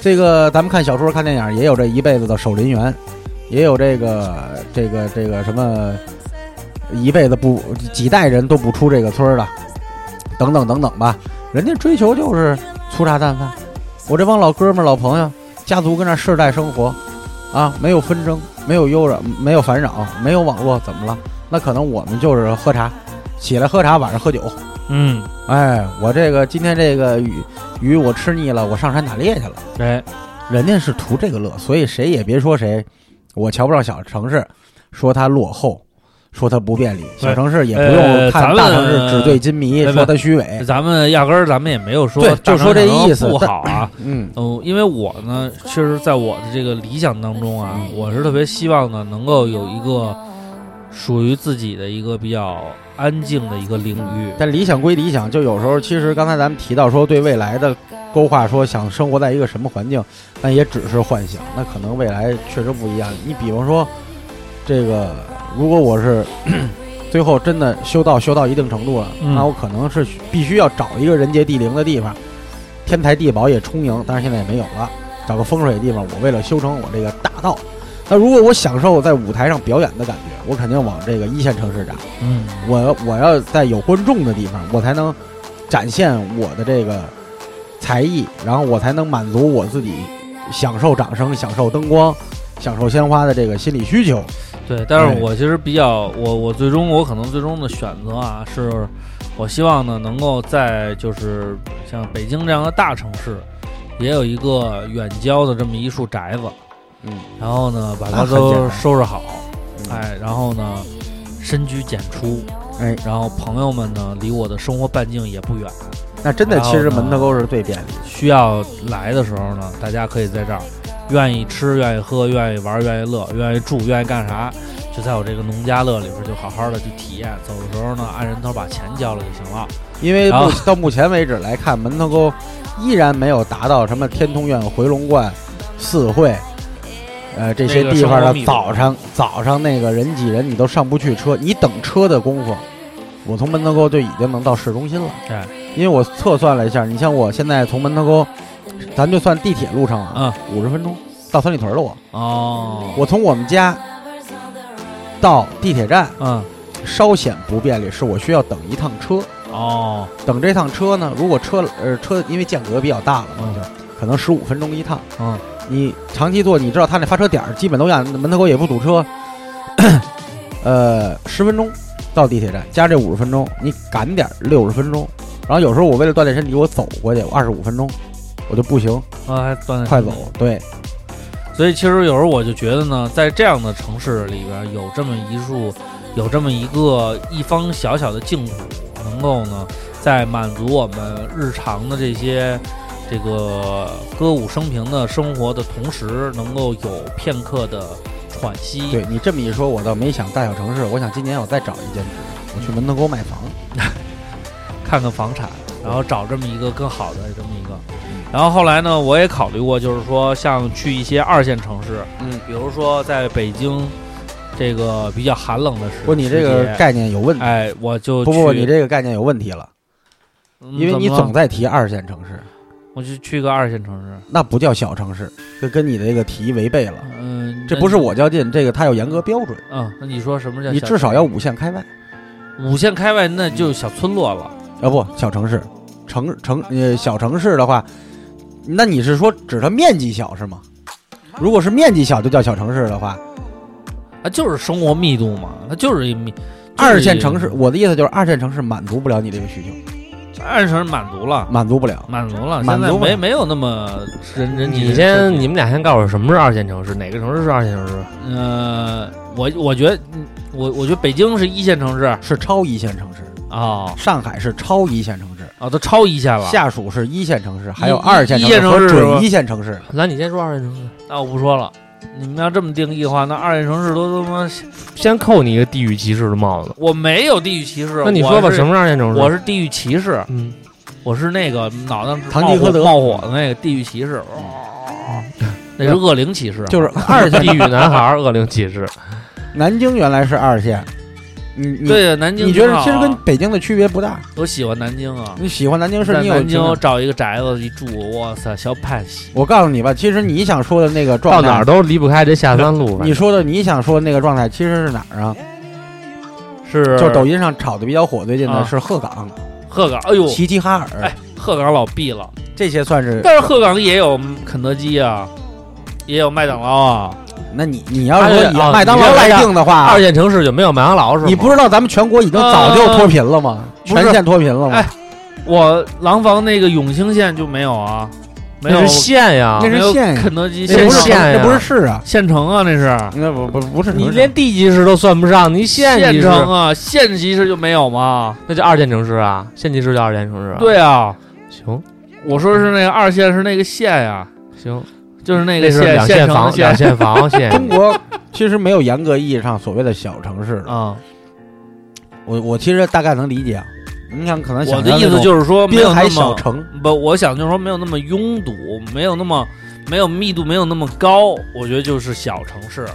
Speaker 6: 这个咱们看小说、看电影也有这一辈子的守林员，也有这个这个这个什么一辈子不几代人都不出这个村儿的，等等等等吧。人家追求就是粗茶淡饭，我这帮老哥们儿、老朋友，家族跟那儿世代生活，啊，没有纷争，没有忧扰，没有烦扰，没有网络，怎么了？那可能我们就是喝茶，起来喝茶，晚上喝酒。
Speaker 5: 嗯，
Speaker 6: 哎，我这个今天这个鱼鱼我吃腻了，我上山打猎去了。
Speaker 5: 哎，
Speaker 6: 人家是图这个乐，所以谁也别说谁，我瞧不上小城市，说它落后，说它不便利。小城市也不用
Speaker 5: 呃
Speaker 6: 看
Speaker 5: 咱们
Speaker 6: 大城市纸醉金迷，
Speaker 5: 呃
Speaker 6: 说它虚伪。
Speaker 5: 咱们压根儿咱们也没有说
Speaker 6: 对
Speaker 5: 大
Speaker 6: 就说
Speaker 5: 城
Speaker 6: 这
Speaker 5: 小城
Speaker 6: 意思 (laughs)
Speaker 5: 不
Speaker 6: 但
Speaker 5: 好啊。
Speaker 6: 嗯，
Speaker 5: 嗯，因为我呢，其实在我的这个理想当中啊，我是特别希望呢，能够有一个属于自己的一个比较安静的一个领域。
Speaker 6: 但理想归理想，就有时候其实刚才咱们提到说对未来的勾画，说想生活在一个什么环境，那也只是幻想，那可能未来确实不一样。你比方说，这个如果我是 (clears throat) 最后真的修道修到一定程度了，
Speaker 5: 嗯
Speaker 6: 那我可能是必须要找一个人杰地灵的地方，天台地宝也充盈，但是现在也没有了，找个风水的地方，我为了修成我这个大道。那如果我享受在舞台上表演的感觉，我肯定往这个一线城市找。
Speaker 5: 嗯，
Speaker 6: 我我要在有观众的地方，我才能展现我的这个才艺，然后我才能满足我自己享受掌声、享受灯光、享受鲜花的这个心理需求。
Speaker 5: 对。但
Speaker 6: 哎
Speaker 5: 是我其实比较，我我最终我可能最终的选择啊，是我希望呢，能够在就是像北京这样的大城市，也有一个远郊的这么一处宅子，
Speaker 6: 嗯，
Speaker 5: 然后呢，把
Speaker 6: 那
Speaker 5: 它
Speaker 6: 很简
Speaker 5: 都
Speaker 6: 单
Speaker 5: 收拾好，
Speaker 6: 嗯
Speaker 5: 哎，然后呢，深居简出，
Speaker 6: 哎，
Speaker 5: 然后朋友们呢，离我的生活半径也不远，
Speaker 6: 那真的其实门头沟是最便利的。
Speaker 5: 需要来的时候呢，大家可以在这儿，愿意吃，愿意喝，愿意玩，愿意乐，愿意住，愿意干啥，就在我这个农家乐里边就好好的去体验。走的时候呢，按人头把钱交了就行了。
Speaker 6: 因为
Speaker 5: 然
Speaker 6: 目
Speaker 5: 后
Speaker 6: 到目前为止来看，门头沟依然没有达到什么天通苑、回龙观、四惠，呃这些
Speaker 5: 那个
Speaker 6: 地方
Speaker 5: 生活
Speaker 6: 的
Speaker 5: 密度
Speaker 6: 早上早上那个人挤人，你都上不去车，你等车的功夫，我从门头沟就已经能到市中心了。
Speaker 5: 哎，
Speaker 6: 因为我测算了一下，你像我现在从门头沟，咱就算地铁路程
Speaker 5: 嗯
Speaker 6: 啊，五十分钟到三里屯了我。
Speaker 5: 哦，
Speaker 6: 我从我们家到地铁站
Speaker 5: 嗯，
Speaker 6: 稍显不便利，是我需要等一趟车。
Speaker 5: 哦，
Speaker 6: 等这趟车呢，如果车呃车因为间隔比较大了嘛，
Speaker 5: 嗯
Speaker 6: 就可能十五分钟一趟。
Speaker 5: 嗯，
Speaker 6: 你长期坐，你知道他那发车点儿基本都一样，门头沟也不堵车。 (coughs) 呃，十分钟到地铁站，加这五十分钟，你赶点六十分钟。然后有时候我为了锻炼身体，我走过去，我二十五分钟，我就不行，
Speaker 5: 啊，还断
Speaker 6: 快走。对，
Speaker 5: 嗯所以其实有时候我就觉得呢，在这样的城市里边，有这么一处，有这么一个一方小小的净土，能够呢，在满足我们日常的这些这个歌舞升平的生活的同时，能够有片刻的喘息。
Speaker 6: 对你这么一说，我倒没想大小城市，我想今年我再找一间职，我去门头沟卖房。
Speaker 5: 看看房产，然后找这么一个更好的这么一个。然后后来呢，我也考虑过，就是说像去一些二线城市，
Speaker 6: 嗯，
Speaker 5: 比如说在北京这个比较寒冷的时，
Speaker 6: 不，你这个
Speaker 5: 时节
Speaker 6: 概念有问题。
Speaker 5: 哎，我就
Speaker 6: 不不不，
Speaker 5: 去
Speaker 6: 你这个概念有问题了。
Speaker 5: 嗯
Speaker 6: 因为你
Speaker 5: 怎么
Speaker 6: 总
Speaker 5: 了
Speaker 6: 在提二线城市，
Speaker 5: 我就去个二线城市，
Speaker 6: 那不叫小城市，这跟你的这个提议违背了。
Speaker 5: 嗯，
Speaker 6: 这
Speaker 5: 那
Speaker 6: 不是
Speaker 5: 你，
Speaker 6: 我较劲，这个它有严格标准，
Speaker 5: 嗯，那你说什么叫小？
Speaker 6: 你至少要五线开外，
Speaker 5: 五线开外，那就小村落了。
Speaker 6: 啊不，小城市，城城呃小城市的话，那你是说指它面积小是吗？如果是面积小就叫小城市的话，
Speaker 5: 啊，就是生活密度嘛，那就是一密。就是
Speaker 6: 二线城市，，我的意思就是二线城市满足不了你这个需求，
Speaker 5: 二线城市满足了，
Speaker 6: 满足不了。
Speaker 5: 满足了，
Speaker 6: 满
Speaker 5: 现在
Speaker 6: 足不
Speaker 5: 没
Speaker 6: 了
Speaker 5: 没有那么人人挤
Speaker 4: 你
Speaker 5: 人
Speaker 4: 先，
Speaker 5: 社区
Speaker 4: 你们俩先告诉我什么是二线城市，哪个城市是二线城市？
Speaker 5: 呃，我我觉得，嗯我我觉得北京是一线城市啊
Speaker 6: 是超一线城市，
Speaker 5: 啊、
Speaker 6: 上海是超一线城市，
Speaker 5: 都超一线了。
Speaker 6: 下属是一线城市，还有
Speaker 5: 一
Speaker 6: 二线
Speaker 5: 一
Speaker 6: 城
Speaker 5: 线
Speaker 6: 市和
Speaker 5: 城市
Speaker 6: 准
Speaker 5: 是
Speaker 6: 一线城市。
Speaker 4: 来，你先说二线城市，
Speaker 5: 那我不说了，你们要这么定义的话，那二线城市都他妈，
Speaker 4: 先扣你一个地域歧视的帽子。
Speaker 5: 我没有地域歧视。
Speaker 4: 那你说吧，
Speaker 5: 我是
Speaker 4: 什？么是二线城市？
Speaker 5: 我是地域歧视，
Speaker 4: 嗯，
Speaker 5: 我是那个脑袋
Speaker 6: 堂吉诃德
Speaker 5: 冒火的那个地域歧视，那是恶灵歧视。
Speaker 6: 就是
Speaker 4: 二线地域男孩儿恶灵歧视。
Speaker 6: (laughs) 南京原来是二线，你你
Speaker 5: 对呀，南京
Speaker 6: 你觉得
Speaker 5: 挺好啊
Speaker 6: 其实跟北京的区别不大。
Speaker 5: 我喜欢南京啊，
Speaker 6: 你喜欢南京是
Speaker 5: 在
Speaker 6: 你有
Speaker 5: 南京
Speaker 6: 情
Speaker 5: 找一个宅子一住，哇塞，小盼喜。
Speaker 6: 我告诉你吧，其实你想说的那个
Speaker 4: 到
Speaker 6: 状态，
Speaker 4: 哪儿都离不开这下三路。
Speaker 6: 你说的你想说的那个状态，其实是哪儿啊？
Speaker 5: 是
Speaker 6: 就是抖音上炒的比较火，最近
Speaker 5: 啊
Speaker 6: 的是鹤岗、
Speaker 5: 鹤岗，哎呦，
Speaker 6: 齐齐哈尔，
Speaker 5: 哎，鹤岗老闭了，
Speaker 6: 这些算是。
Speaker 5: 但是鹤岗也有肯德基啊，也有麦当劳啊，
Speaker 6: 那你你要是
Speaker 4: 哎
Speaker 6: 说
Speaker 4: 啊
Speaker 6: 以麦当劳
Speaker 4: 你要
Speaker 6: 来定的话
Speaker 4: 二，线城市就没有麦当劳是吗？
Speaker 6: 你不知道咱们全国已经早就脱贫了吗？
Speaker 5: 啊不是
Speaker 6: 全县脱贫了吗
Speaker 5: 哎？我廊坊那个永兴县就没有啊，没有
Speaker 4: 那是县呀
Speaker 6: 那，
Speaker 5: 没有
Speaker 6: 是县呀
Speaker 5: 肯德基
Speaker 4: 那
Speaker 6: 这
Speaker 5: 县
Speaker 6: 不是
Speaker 4: 县呀
Speaker 6: 这不是市啊，
Speaker 5: 县城啊，那是
Speaker 6: 那不不不是
Speaker 4: 你
Speaker 6: 城市
Speaker 4: 连地级市都算不上，你县级市
Speaker 5: 城啊，县级市就没有吗？
Speaker 4: 那叫二线城市啊，县级市叫二线城市啊。，
Speaker 5: 对啊，
Speaker 4: 行
Speaker 5: 我说是那个二线是那个县呀、
Speaker 4: 行，
Speaker 5: 就是那
Speaker 4: 那
Speaker 5: 个
Speaker 4: 是
Speaker 5: 县
Speaker 4: 两
Speaker 5: 县
Speaker 4: 线
Speaker 5: 城的
Speaker 4: 房，两
Speaker 5: 县
Speaker 4: 线房县
Speaker 5: 啊
Speaker 6: 中国其实没有严格意义上所谓的小城市的，
Speaker 5: 啊。
Speaker 6: 我我其实大概能理解啊。你想，可能
Speaker 5: 我
Speaker 6: 想
Speaker 5: 的
Speaker 6: 象
Speaker 5: 意思
Speaker 6: 那种
Speaker 5: 就是说，没有
Speaker 6: 滨
Speaker 5: 那
Speaker 6: 海小
Speaker 5: 么
Speaker 6: 城，
Speaker 5: 不，我想就是说没有那么拥堵，没有那么没有密度，没有那么高，我觉得就是小城市。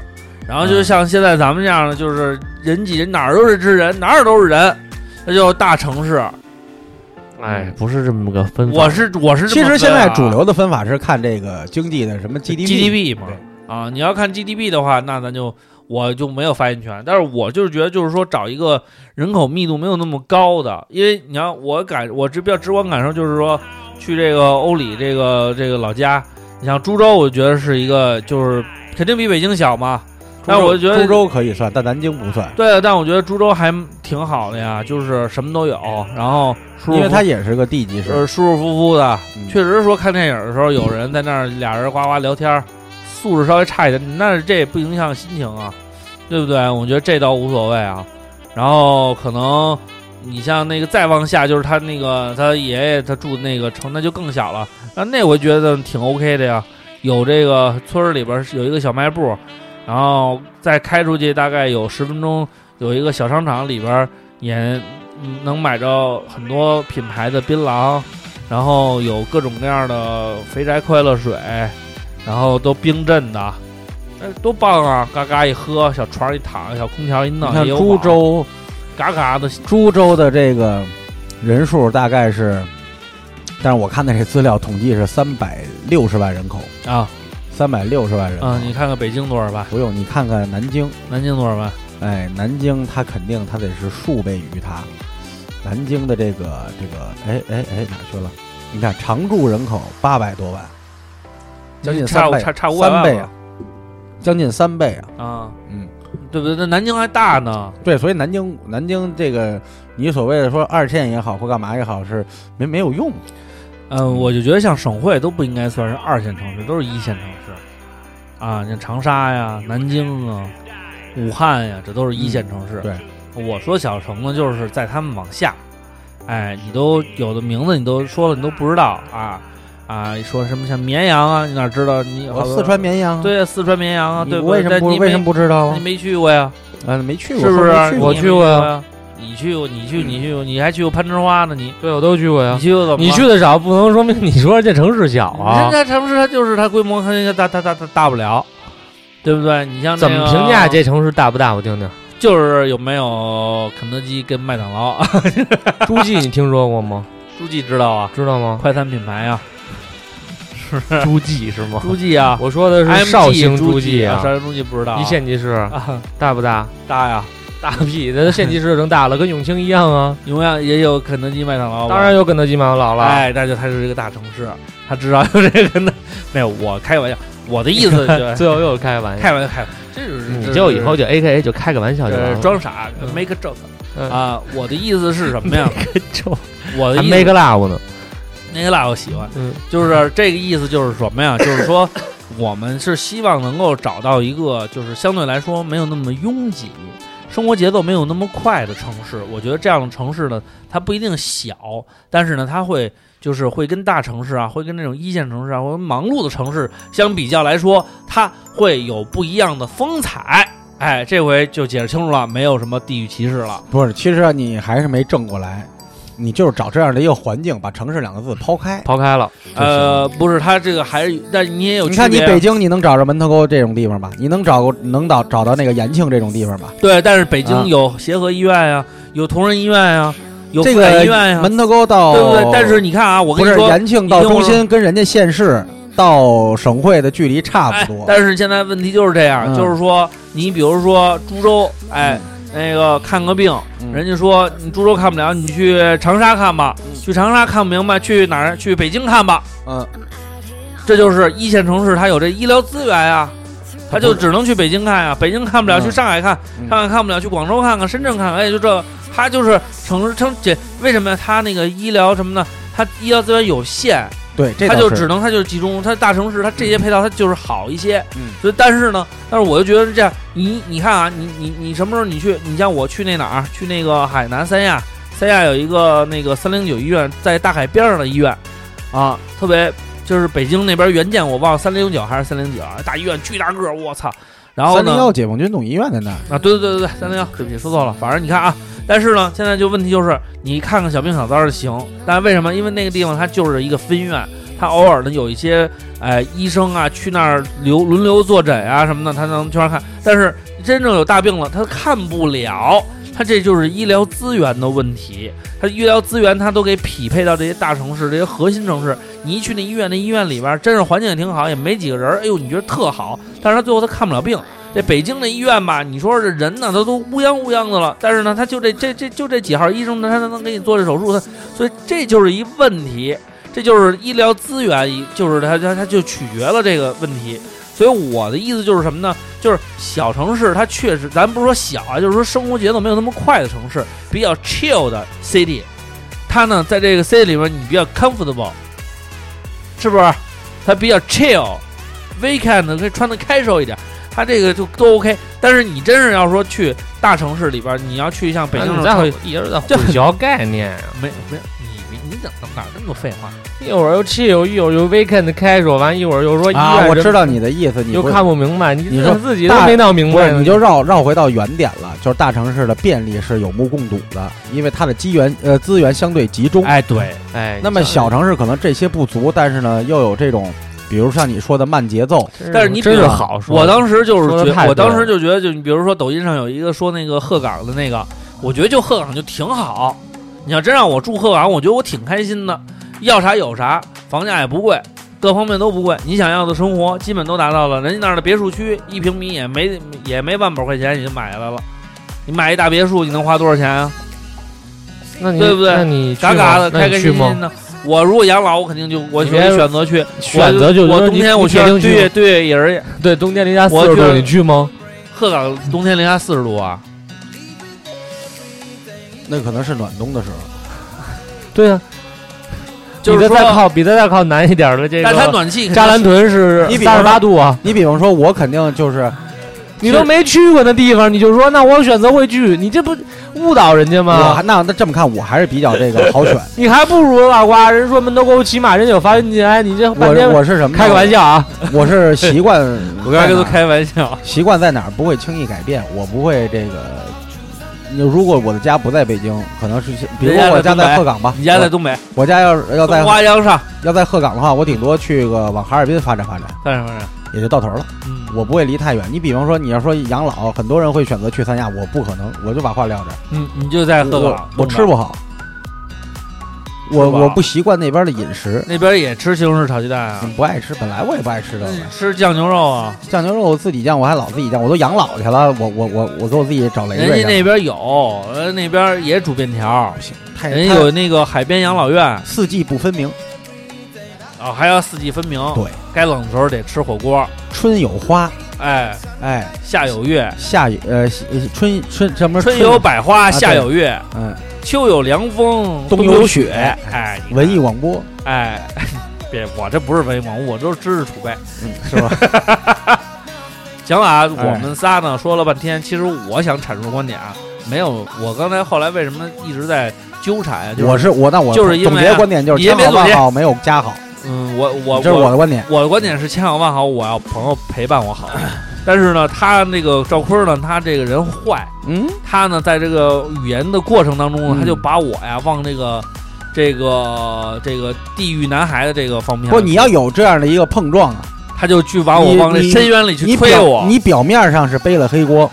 Speaker 5: 然后
Speaker 6: 嗯
Speaker 5: 就像现在咱们这样的，就是人挤人，哪儿都是之人，哪儿都是人，那就是大城市。
Speaker 4: 哎，不是这么个分法。
Speaker 5: 我是我是
Speaker 6: 嗯
Speaker 5: 这
Speaker 6: 其
Speaker 5: 么
Speaker 6: 实现在
Speaker 5: 分啊
Speaker 6: 主流的分法是看这个经济的什么 GDP。
Speaker 5: GDP 嘛
Speaker 6: 对
Speaker 5: 啊，你要看 GDP 的话，那咱就我就没有发言权。但是我就是觉得，就是说找一个人口密度没有那么高的，因为你要我感我直比较直观感受就是说，去这个欧里这个这个老家，你像株洲，我觉得是一个就是肯定比北京小嘛。但我觉得
Speaker 6: 株洲可以算，但南京不算，
Speaker 5: 对，但我觉得株洲还挺好的呀，就是什么都有，然后舒舒
Speaker 6: 因为
Speaker 5: 服
Speaker 6: 它也是个地级市
Speaker 5: 呃，。舒舒服服的。
Speaker 6: 嗯
Speaker 5: 确实说看电影的时候，有人在那儿俩人呱呱聊天儿，素质稍微差一点，那这也不影响心情啊，对不对？我觉得这倒无所谓啊。然后可能你像那个再往下，就是他那个他爷爷他住的那个城，那就更小了。那那我觉得挺 OK 的呀，有这个村儿里边儿是有一个小卖部，然后再开出去大概有十分钟，有一个小商场里边儿也嗯能买着很多品牌的槟榔，然后有各种各样的肥宅快乐水，然后都冰镇的，哎，多棒啊！嘎嘎一喝，小床一躺，小空调一
Speaker 6: 你
Speaker 5: 弄，
Speaker 6: 看
Speaker 5: 也有
Speaker 6: 株
Speaker 5: 网
Speaker 6: 洲，
Speaker 5: 嘎嘎的，
Speaker 6: 株洲的这个人数大概是，但是我看的这资料统计是三百六十万人口，
Speaker 5: 啊
Speaker 6: 三百六十万人口
Speaker 5: 啊！你看看北京多少万，
Speaker 6: 不用你看看南京，
Speaker 5: 南京多少万，
Speaker 6: 哎，南京它肯定它得是数倍于它。南京的这个这个，哎哎哎，哪去了？你看常住人口八百多万，将近
Speaker 5: 差
Speaker 6: 三
Speaker 5: 五
Speaker 6: 倍，
Speaker 5: 差差五百
Speaker 6: 三
Speaker 5: 万
Speaker 6: 倍
Speaker 5: 吧
Speaker 6: 啊，将近三倍啊。
Speaker 5: 啊，
Speaker 6: 嗯，
Speaker 5: 对不对？那南京还大呢，
Speaker 6: 对，所以南京南京这个，你所谓的说二线也好或干嘛也好，是没没有用。
Speaker 5: 嗯，我就觉得像省会都不应该算是二线城市，都是一线城市，啊，像长沙呀、南京啊、武汉呀，这都是一线城市。
Speaker 6: 嗯对，
Speaker 5: 我说小城呢，就是在他们往下，哎，你都有的名字你都说了，你都不知道啊啊，说什么像绵阳啊，你哪知道？你好
Speaker 6: 我
Speaker 5: 多
Speaker 6: 四川绵阳，
Speaker 5: 对啊，四川绵阳啊，
Speaker 6: 你
Speaker 5: 对
Speaker 6: 为什么
Speaker 5: 但
Speaker 6: 不
Speaker 5: 你
Speaker 6: 为什么
Speaker 5: 没
Speaker 6: 不知道啊
Speaker 5: 你？没去过呀？
Speaker 6: 嗯，没去过，
Speaker 5: 是不是
Speaker 6: 说没去？
Speaker 4: 我去
Speaker 6: 过
Speaker 5: 你也没
Speaker 4: 过呀
Speaker 5: 呀。你去过，你去，你去过，你还去过攀枝花呢？你
Speaker 4: 对，我都去过呀
Speaker 5: 你。去过怎么了？
Speaker 4: 你去的少，不能说明你说人家城市小啊
Speaker 5: 人。家城市它就是它规模，它应该大大大大大不了，对不对？你像、
Speaker 4: 怎么评价？这城市大不大？我听听。
Speaker 5: 就是有没有肯德基跟麦当劳？ (laughs)
Speaker 4: 诸暨你听说过吗？
Speaker 5: 书记知道啊，
Speaker 4: 知道
Speaker 5: (laughs)
Speaker 4: 吗？
Speaker 5: 快餐品
Speaker 4: (laughs)
Speaker 5: 牌啊，
Speaker 4: 诸暨是吗？
Speaker 5: 书记啊，
Speaker 4: 我说的是
Speaker 5: IMG
Speaker 4: 绍兴
Speaker 5: 诸
Speaker 4: 诸暨
Speaker 5: 啊，
Speaker 4: 啊，
Speaker 5: 绍兴书记不知道啊、
Speaker 4: 一县级市
Speaker 5: 啊
Speaker 4: 大不大？
Speaker 5: 大呀，
Speaker 4: 大屁，那县级市就成大了，跟永清一样
Speaker 5: (laughs)
Speaker 4: 啊。
Speaker 5: 永远也有肯德基、麦当劳吧。
Speaker 4: 当然有啊肯德基、麦当劳了。
Speaker 5: 哎，那就它是一个大城市，它知道有这个呢。没有，我
Speaker 4: (laughs)
Speaker 5: 开玩笑，我的意思就是
Speaker 4: 最后又开玩笑，
Speaker 5: (laughs) 开玩笑，开玩笑，这就是
Speaker 4: 你
Speaker 5: 这
Speaker 4: 就是以后就 A K A 就开个玩笑就
Speaker 5: 这
Speaker 4: 完
Speaker 5: 是
Speaker 4: 了。
Speaker 5: 装傻
Speaker 4: 嗯
Speaker 5: ，make a joke
Speaker 4: 嗯
Speaker 5: 啊。我的意思是什
Speaker 4: (laughs)
Speaker 5: 么呀？
Speaker 4: 就
Speaker 5: 我的
Speaker 4: 还
Speaker 5: 意
Speaker 4: 没
Speaker 5: 思
Speaker 4: 个 love 呢。
Speaker 5: 那个辣我喜欢，
Speaker 4: 嗯
Speaker 5: 就是这个意思，就是什么
Speaker 6: (coughs)
Speaker 5: 呀？就是说，我们是希望能够找到一个，就是相对来说没有那么拥挤，生活节奏没有那么快的城市。我觉得这样的城市呢，它不一定小，但是呢，它会就是会跟大城市啊，会跟那种一线城市啊，或者忙碌的城市相比较来说，它会有不一样的风采。哎，这回就解释清楚了，没有什么地域歧视了。
Speaker 6: 不是，其实啊你还是没正过来，你就是找这样的一个环境，把“城市”两个字抛开。
Speaker 4: 抛开了，
Speaker 5: 呃，不是，它这个还是，但你也有
Speaker 6: 你看，
Speaker 5: 区
Speaker 6: 你
Speaker 5: 别啊
Speaker 6: 北京，你能找着门头沟这种地方吧？你能找个能找找到那个延庆这种地方吧？
Speaker 5: 对，但是北
Speaker 6: 啊
Speaker 5: 京有协和医院呀、有同仁医院呀、有
Speaker 6: 这
Speaker 5: 妇产
Speaker 6: 个
Speaker 5: 医院呀、啊
Speaker 6: 门头沟到
Speaker 5: 对不对？但是你看啊，我跟
Speaker 6: 不
Speaker 5: 你
Speaker 6: 是
Speaker 5: 说，
Speaker 6: 延庆到中心跟人家县市到省会的距离差
Speaker 5: 哎
Speaker 6: 不多，，
Speaker 5: 但是现在问题就是这样，
Speaker 6: 嗯
Speaker 5: 就是说，你比如说株洲，哎，那个看个病，
Speaker 6: 嗯
Speaker 5: 人家说你株洲看不了，你去长沙看吧，去长沙看不明白，去哪儿？去北京看吧。
Speaker 6: 嗯，
Speaker 5: 这就是一线城市，它有这医疗资源啊，它就只能去北京看呀、北京看不了，
Speaker 6: 嗯
Speaker 5: 去上海看；
Speaker 6: 嗯
Speaker 5: 上海看不了，去广州看看；深圳看看。哎，就这个，它就是城市城这为什么呀它那个医疗什么呢？它医疗资源有限，
Speaker 6: 对，这
Speaker 5: 它
Speaker 6: 倒
Speaker 5: 就是只能它就是集中，它大城市它这些配套它就是好一些。
Speaker 6: 嗯
Speaker 5: 所以但是呢，但是我就觉得这样，你你看啊，你你你什么时候你去？你像我去那哪儿？去那个海南三亚，三亚有一个那个三零九医院，在大海边上的医院，啊，特别就是北京那边原建，我忘了三零九还是三零九，啊大医院巨大个儿，我操！然后
Speaker 6: 三零
Speaker 5: 呢
Speaker 6: 幺？解放军总医院在那儿，
Speaker 5: 啊，对对对对对，三零幺，对不起，说错了。反正你看啊，但是呢，现在就问题就是，你看看小病小灾的行，但为什么？因为那个地方它就是一个分院，它偶尔呢有一些呃医生啊去那儿留轮流坐诊啊什么的，他能去那儿看。但是真正有大病了，他看不了，他这就是医疗资源的问题。他医疗资源他都给匹配到这些大城市、这些核心城市。你一去那医院，那医院里边儿真是环境也挺好，也没几个人儿，哎呦，你觉得特好，但是他最后他看不了病。这北京的医院吧，你说这人呢，他都乌泱乌泱的了，但是呢，他就这这这就这几号医生呢，他能给你做这手术，他所以这就是一问题，这就是医疗资源，就是他他他就取决了这个问题。所以我的意思就是什么呢？就是小城市它确实，咱不是说小啊，就是说生活节奏没有那么快的城市，比较 chill 的 city，它呢在这个 city 里面你比较 comfortable，是不是？它比较 chill，weekend 可以穿的开手一点。它这个就都 OK，但是你真是要说去大城市里边儿，你要去像北京这
Speaker 4: 你
Speaker 5: 种特
Speaker 4: 在
Speaker 5: 别
Speaker 4: 也是在混淆概念啊！
Speaker 5: 没没，你你你怎么哪儿那么多废话？
Speaker 4: 一会儿又 chill，一会儿又 weekend 开说完，一会儿又说医
Speaker 6: 啊，
Speaker 4: 院
Speaker 6: 我
Speaker 4: 人
Speaker 6: 知道你的意思，你
Speaker 4: 又
Speaker 6: 不
Speaker 4: 看不明白，你
Speaker 6: 你说
Speaker 4: 自己都
Speaker 6: 大
Speaker 4: 没闹明
Speaker 6: 不
Speaker 4: 白
Speaker 6: 是
Speaker 4: 呢，
Speaker 6: 你就绕绕回到原点了，就是大城市的便利是有目共睹的，因为它的机源呃资源相对集中。
Speaker 5: 哎，对，
Speaker 4: 哎，
Speaker 6: 那么小城市可能这些不足，但是呢又有这种，比如像你说的慢节奏，
Speaker 4: 真
Speaker 5: 但是你
Speaker 4: 真
Speaker 5: 比
Speaker 4: 是
Speaker 5: 如
Speaker 4: 好说，
Speaker 5: 我当时就是
Speaker 4: 说得
Speaker 5: 觉
Speaker 4: 太
Speaker 5: 我
Speaker 4: 对
Speaker 5: 当时
Speaker 4: 了
Speaker 5: 就觉得，就你比如说抖音上有一个说那个鹤岗的那个，我觉得就鹤岗就挺好。你要真让我住鹤岗，我觉得我挺开心的，要啥有啥，房价也不贵，各方面都不贵，你想要的生活基本都达到了。人家那儿的别墅区一平米也没也没万把块钱，你就买下来了。你买一大别墅，你能花多少钱啊？
Speaker 4: 那你
Speaker 5: 对不对
Speaker 4: 那你去
Speaker 5: 嘎嘎的，
Speaker 4: 吗那
Speaker 5: 开
Speaker 4: 你
Speaker 5: 开
Speaker 4: 去
Speaker 5: 心
Speaker 4: 吗
Speaker 5: 心？的。我如果养老，我肯定就我
Speaker 4: 你
Speaker 5: 就
Speaker 4: 别
Speaker 5: 选择去，
Speaker 4: 选择就
Speaker 5: 我
Speaker 4: 是
Speaker 5: 我
Speaker 4: 说
Speaker 5: 冬
Speaker 4: 你
Speaker 5: 天我
Speaker 4: 你
Speaker 5: 去
Speaker 4: 铁定去
Speaker 5: 对
Speaker 4: 吗
Speaker 5: 对也是
Speaker 4: 对东天零下四
Speaker 5: 我
Speaker 4: 十
Speaker 5: 觉
Speaker 4: 度，
Speaker 5: 得
Speaker 4: 你去吗？
Speaker 5: 鹤岗冬天零下四十度啊，
Speaker 6: 那可能是暖冬的时候。
Speaker 4: 对啊，
Speaker 5: 就是
Speaker 4: 比
Speaker 5: 说
Speaker 4: 他再靠比他再靠南一点的这
Speaker 5: 但它
Speaker 4: 个
Speaker 5: 暖气肯定。
Speaker 4: 扎兰屯是
Speaker 6: 你比
Speaker 4: 三
Speaker 6: 方
Speaker 4: 十
Speaker 6: 说
Speaker 4: 八度啊，
Speaker 6: 你比方说，我肯定就是
Speaker 4: 你都没去过那地方，你就说那我选择会去，你这不误导人家
Speaker 6: 我
Speaker 4: 吗？
Speaker 6: 还那那这么看，我还是比较这个 (laughs) 好选。
Speaker 4: 你还不如老瓜，人说门头沟骑马人家有发源地，哎，你这半天
Speaker 6: 我我是什么？
Speaker 4: 开个玩，笑啊，
Speaker 6: 我是习惯
Speaker 5: (laughs) 我刚才跟
Speaker 6: 在哪
Speaker 5: 他
Speaker 6: 儿
Speaker 5: 开玩笑，
Speaker 6: (laughs) 习惯在哪儿不会轻易改变，我不会这个。你如果我的家不在北京，可能是比如
Speaker 5: 人家
Speaker 6: 说我
Speaker 5: 在
Speaker 6: 家
Speaker 5: 东北
Speaker 6: 在鹤岗吧，
Speaker 5: 你家在东北，
Speaker 6: 我家要是要在
Speaker 5: 东花江上，
Speaker 6: 要在鹤岗的话，我顶多去个往哈尔滨发展发展，
Speaker 5: 干什么呀？
Speaker 6: 也就到头了。
Speaker 5: 嗯，
Speaker 6: 我不会离太远。你比方说，你要说养老，很多人会选择去三亚，我不可能，我就把话撂这儿。
Speaker 5: 你你就在鹤
Speaker 6: 我
Speaker 5: 岗，
Speaker 6: 我吃
Speaker 5: 过
Speaker 6: 不好，我
Speaker 5: 吃不好
Speaker 6: 我不习惯那边的饮食，嗯
Speaker 5: 那边也吃西红柿炒鸡蛋啊，
Speaker 6: 不爱吃，本来我也不爱吃这
Speaker 5: 那
Speaker 6: 个
Speaker 5: 你吃酱牛肉啊，
Speaker 6: 酱牛肉，我自己酱，我还老自己酱，我都养老去了，我我我我给我自己找雷
Speaker 5: 人
Speaker 6: 瑞
Speaker 5: 家那
Speaker 6: 去。
Speaker 5: 边有，呃那边也煮面条，
Speaker 6: 太
Speaker 5: 人家
Speaker 6: 太
Speaker 5: 有那个海边养老院啊
Speaker 6: 四季不分明，，
Speaker 5: 哦还要四季分明，
Speaker 6: 对，
Speaker 5: 该冷的时候得吃火锅，
Speaker 6: 春有花，
Speaker 5: 哎，
Speaker 6: 哎，
Speaker 5: 夏有月，
Speaker 6: 夏有呃西呃春春什么
Speaker 5: 春有百花，
Speaker 6: 啊
Speaker 5: 夏
Speaker 6: 对
Speaker 5: 有月，
Speaker 6: 嗯，
Speaker 5: 秋有凉风，
Speaker 6: 冬
Speaker 5: 冬
Speaker 6: 有雪
Speaker 5: 雪，哎，你看
Speaker 6: 文艺广播
Speaker 5: 哎，别，我这不是文盲，我这是知识储备，
Speaker 6: 是吧？
Speaker 5: 行了啊，我们仨呢说了半天，其实我想阐述观点啊，没有，我刚才后来为什么一直在纠缠啊？ (laughs) 就是、
Speaker 6: 我是我那我
Speaker 5: 就是因为
Speaker 6: 总
Speaker 5: 啊
Speaker 6: 结观点就是
Speaker 5: 你也
Speaker 6: 家
Speaker 5: 别
Speaker 6: 好
Speaker 5: 总结
Speaker 6: 万好没有家好，
Speaker 5: 嗯，我我
Speaker 6: 这是我
Speaker 5: 我
Speaker 6: 的观点。
Speaker 5: 我的观点是千好万好，我要朋友陪伴我好。但是呢，他那个赵坤呢，他这个人坏，
Speaker 6: 嗯，
Speaker 5: 他呢在这个语言的过程当中呢，
Speaker 6: 嗯
Speaker 5: 他就把我呀往这个这个这个地狱男孩的这个方面，
Speaker 6: 不，你要有这样的一个碰撞啊，
Speaker 5: 他就去把我
Speaker 6: 你
Speaker 5: 往这
Speaker 6: 你
Speaker 5: 深渊里去
Speaker 6: 你
Speaker 5: 推
Speaker 6: 表
Speaker 5: 我，
Speaker 6: 你表面上是背了黑锅，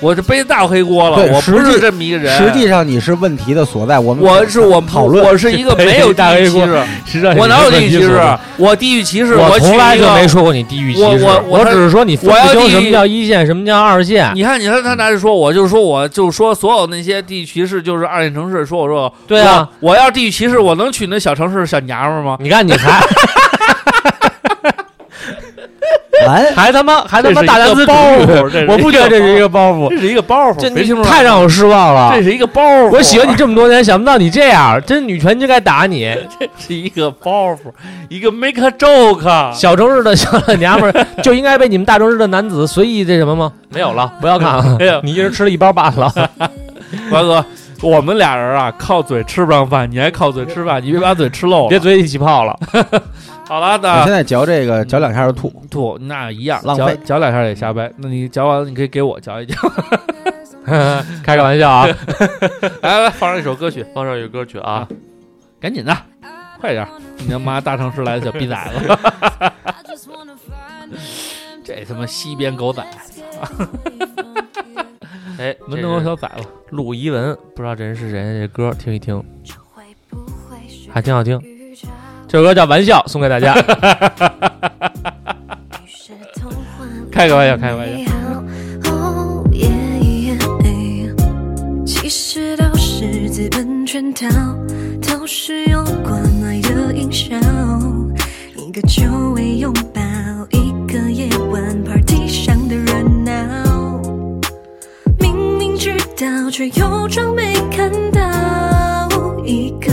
Speaker 5: 我这背大黑锅了，
Speaker 6: 对
Speaker 5: 我不
Speaker 6: 实际
Speaker 5: 是这么一个人。
Speaker 6: 实际上你是问题的所在。我们
Speaker 5: 我是我们
Speaker 6: 讨论
Speaker 5: 我
Speaker 4: (laughs)
Speaker 5: 是一个没有地
Speaker 3: 大
Speaker 5: 域
Speaker 3: 黑
Speaker 5: 歧
Speaker 3: 锅
Speaker 5: 视，
Speaker 3: 实际上
Speaker 5: 我哪有地
Speaker 3: 问
Speaker 5: 域
Speaker 3: 题
Speaker 5: 歧
Speaker 3: 所
Speaker 5: 视啊
Speaker 3: 在？
Speaker 5: 我地域歧视，
Speaker 4: 我
Speaker 5: 去
Speaker 4: 从来
Speaker 5: 一
Speaker 4: 就
Speaker 5: 个
Speaker 4: 没说过你地域歧
Speaker 5: 我
Speaker 4: 视，
Speaker 5: 我我
Speaker 4: 只是说你分
Speaker 5: 我
Speaker 4: 不
Speaker 5: 要
Speaker 4: 清什
Speaker 5: 地
Speaker 4: 么叫一线，什么叫二线。
Speaker 5: 你看，你看他拿着说，我就说我就说所有那些地域歧视就是二线城市，说我说
Speaker 4: 对啊，
Speaker 5: 我我要地域歧视，我能娶那小城市小娘们儿吗？
Speaker 4: 你看你
Speaker 5: (laughs)
Speaker 4: 还
Speaker 6: 完
Speaker 4: 还他妈还他
Speaker 3: 这
Speaker 4: 妈
Speaker 3: 是
Speaker 4: 大
Speaker 3: 一
Speaker 4: 男
Speaker 3: 个
Speaker 4: 子
Speaker 3: 包
Speaker 4: 主义，
Speaker 3: 袱，
Speaker 4: 我不觉得这是一
Speaker 3: 个
Speaker 4: 个包袱，
Speaker 5: 这是一个包袱，
Speaker 4: 这
Speaker 5: 别
Speaker 4: 你
Speaker 5: 听着，
Speaker 4: 太让我失望了
Speaker 5: 啊这。是一个包袱。
Speaker 4: (laughs) 我喜欢你这么多年，想不到你这样，真女权就该打你。
Speaker 5: 是一个包袱，一个 make a joke。！
Speaker 4: 小城市的小老娘们儿就应该被你们大城市的男子随意这什么吗？ (laughs) 没有了，不要看啊 (laughs)
Speaker 5: 哎呀，
Speaker 4: 你一人吃了一包罢了。
Speaker 5: 瓜哥，我们俩人啊，靠嘴吃不上饭，你还靠嘴吃饭，你别把嘴吃
Speaker 4: (laughs)
Speaker 5: 漏
Speaker 4: 别
Speaker 5: 了。
Speaker 4: 嘴里起泡了。
Speaker 5: 好了，
Speaker 6: 我
Speaker 5: 那
Speaker 6: 现在嚼这个嚼两下就吐，
Speaker 5: 吐那一样，
Speaker 6: 浪
Speaker 5: 嚼
Speaker 6: 费
Speaker 5: 嚼两下也瞎掰。那你嚼完了，你可以给我嚼一嚼。
Speaker 4: 开个玩笑啊！
Speaker 5: 来来，放上一首歌曲，
Speaker 2: 放上一首歌曲啊，
Speaker 5: 赶紧的，快点儿！你他妈大城市来的小逼崽
Speaker 6: (laughs)
Speaker 5: 子，这他妈西边狗仔，
Speaker 2: 哎，
Speaker 5: 门
Speaker 2: 这
Speaker 5: 头沟
Speaker 2: 是
Speaker 5: 小崽子，
Speaker 4: 陆一文，不知道这人是谁，这歌听一听，还挺好听。 (laughs) 这首歌叫《玩笑》，送给大 (laughs) 家。
Speaker 5: 开个玩笑，开个玩笑。
Speaker 7: 哦耶耶哎其实都是资本圈套，都是有关爱的营销。一个久违拥抱，一个夜晚 party 上的热闹，明明知道却又装没看到，一个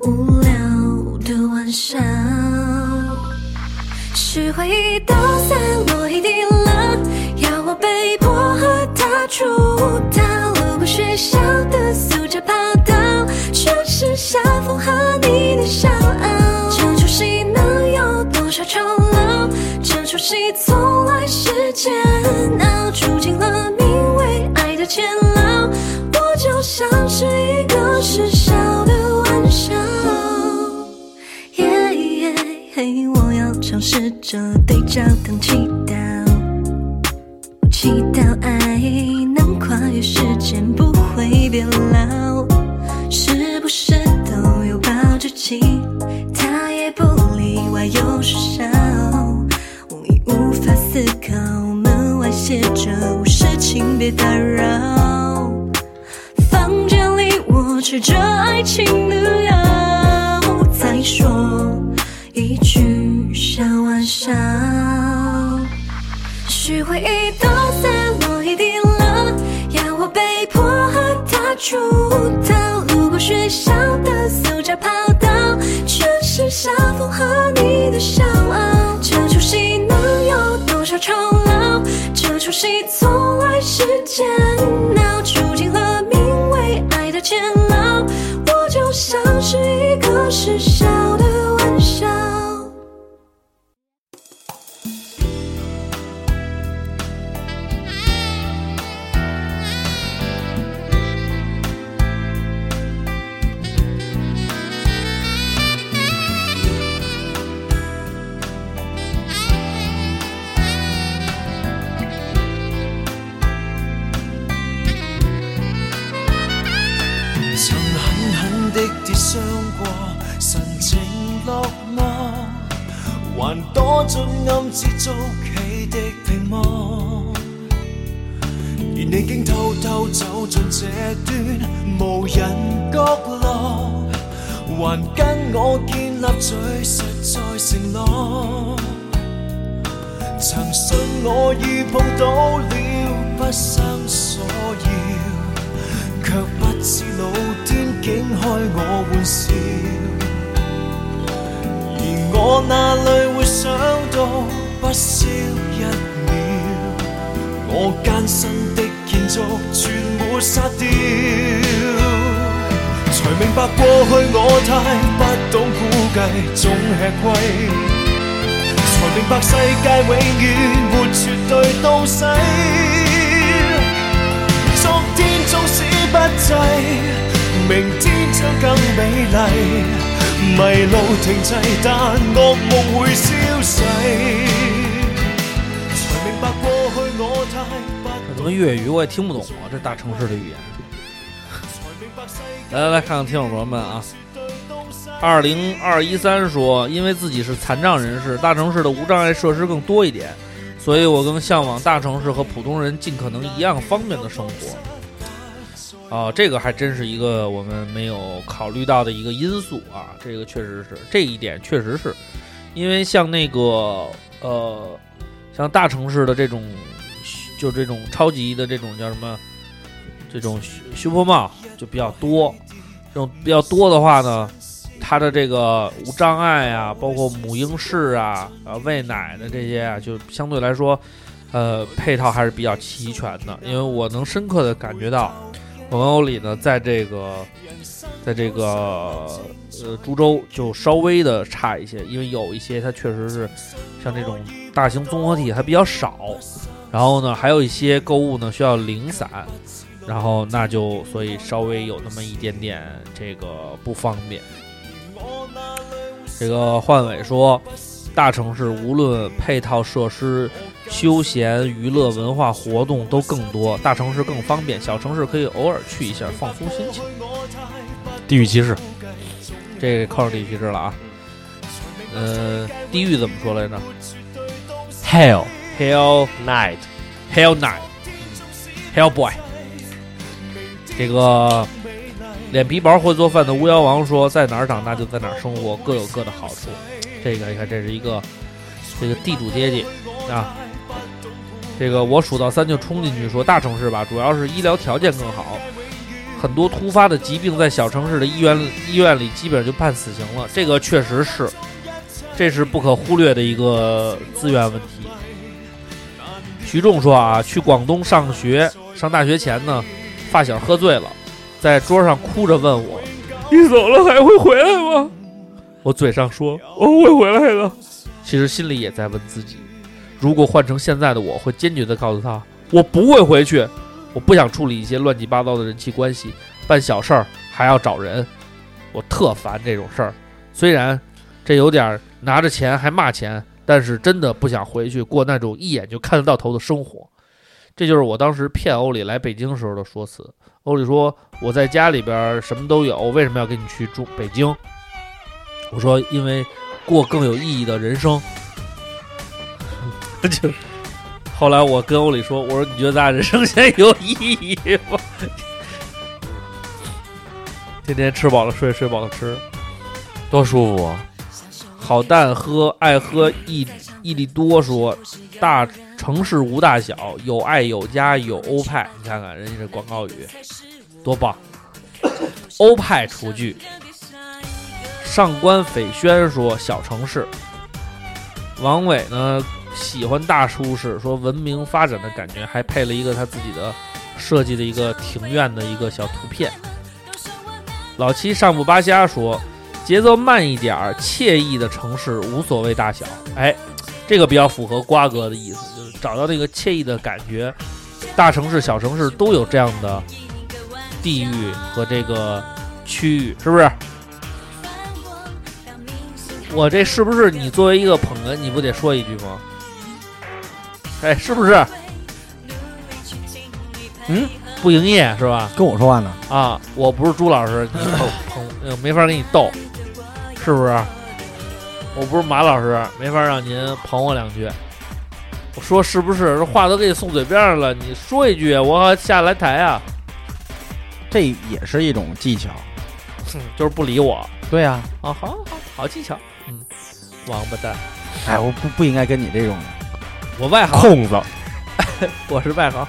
Speaker 7: 无聊的晚上。是回忆都散落一地了，要我被迫和他出逃。路过学校的塑胶跑道，全是校风和你的笑傲。这出戏能有多少酬劳？这出戏从来是煎熬，住进了名为爱的监牢。我就像是一个失效的玩笑。耶耶嘿，我要尝试着对焦糖祈祷，我祈祷爱能跨越时间，不会变老。是不是都有保质期？他也不例外，有时少，我已无法思考。门外写着无事，请别打扰。房间里我吃着爱情的药，再说一句小玩笑。是回忆都散落一地了，要我被迫和他出逃。路过学校的塑胶跑道，全是校风和你的笑傲。这出戏能有多少酬劳？这出戏从来是煎熬，住进了名为爱的监牢。我就像是一个失效的玩笑。
Speaker 1: 曾狠狠的跌伤过，神情落寞，还躲进暗自筑起的屏幕。而你竟偷偷走进这段無人角落，還跟我建立最實在承諾。曾信我已碰到了不生所要。卻不知老天竟開我玩笑，而我哪裏會想到不消一秒，我艱辛的建築全沒殺掉，才明白過去我太不懂估計，總吃虧。才明白世界永遠沒絕對到死。昨天縱使不濟，明天將更美麗。迷路停滯，但惡夢會消逝。才明白過去我太不懂。
Speaker 5: 么粤语我也听不懂啊，这大城市的语言。来来来看看听友朋友们啊，二零二一三说，因为自己是残障人士，大城市的无障碍设施更多一点，所以我更向往大城市和普通人尽可能一样方便的生活。啊，这个还真是一个我们没有考虑到的一个因素啊，这个确实是这一点确实是，因为像那个呃，像大城市的这种，就这种超级的这种叫什么，这种 super mall 就比较多，这种比较多的话呢，它的这个无障碍啊，包括母婴室啊、啊喂奶的这些啊，就相对来说，呃，配套还是比较齐全的。因为我能深刻的感觉到，朋友里呢，在这个，在这个呃株洲就稍微的差一些，因为有一些它确实是像这种大型综合体还比较少，然后呢，还有一些购物呢需要零散，然后那就所以稍微有那么一点点这个不方便。这个焕伟说，大城市无论配套设施、休闲娱乐、文化活动都更多，大城市更方便，小城市可以偶尔去一下放松心情。
Speaker 4: 地域歧视，
Speaker 5: 这个靠上地域歧视了啊。呃，地狱怎么说来着
Speaker 4: Hell
Speaker 5: ？Hell
Speaker 4: night，
Speaker 5: Hell Night、Hell Boy。这个脸皮薄会做饭的巫妖王说，在哪儿长大就在哪儿生活，各有各的好处。这个你看，这是一个这个地主阶级啊。这个我数到三就冲进去说，大城市吧，主要是医疗条件更好，很多突发的疾病在小城市的医院医院里基本上就判死刑了。这个确实是，这是不可忽略的一个资源问题。徐仲说啊，去广东上学，上大学前呢，发小喝醉了，在桌上哭着问我：“你走了还会回来吗？”我嘴上说：“我会回来的。”其实心里也在问自己，如果换成现在的我，会坚决地告诉他：“我不会回去，我不想处理一些乱七八糟的人际关系，办小事儿还要找人，我特烦这种事儿。虽然这有点儿拿着钱还骂钱，但是真的不想回去过那种一眼就看得到头的生活。这就是我当时骗欧里来北京时候的说辞。欧里说我在家里边儿什么都有，为什么要跟你去住北京？我说因为过更有意义的人生。 (laughs) 就是后来我跟欧里说，我说你觉得咱俩人生现在有意义吗？ (laughs) 天天吃饱了睡，睡饱了吃。
Speaker 4: 多舒服啊！
Speaker 5: 好蛋喝爱喝一一力多说，大城市无大小，有爱有家有欧派，你看看人家这广告语多棒！欧派厨具，上官斐轩说小城市，王伟呢喜欢大都市，说文明发展的感觉，还配了一个他自己的设计的一个庭院的一个小图片。老七上不扒瞎说，节奏慢一点儿、惬意的城市，无所谓大小。哎，这个比较符合瓜哥的意思，就是找到那个惬意的感觉。大城市、小城市都有这样的地域和这个区域，是不是？我这是不是你作为一个捧哏，你不得说一句吗？哎，是不是？嗯，不营业是吧？
Speaker 6: 跟我说话呢，
Speaker 5: 啊，我不是朱老师，你捧捧呃没法给你逗，是不是？我不是马老师，没法让您捧我两句。我说是不是？这话都给你送嘴边上了，你说一句，我好下来台啊，
Speaker 6: 这也是一种技巧。
Speaker 5: 哼就是不理我啊，
Speaker 6: 对呀、
Speaker 5: 好好好技巧，嗯，王八蛋，
Speaker 6: 哎，我不不应该跟你这种
Speaker 5: 我外行，
Speaker 4: 空子，
Speaker 5: (laughs) 我是外行。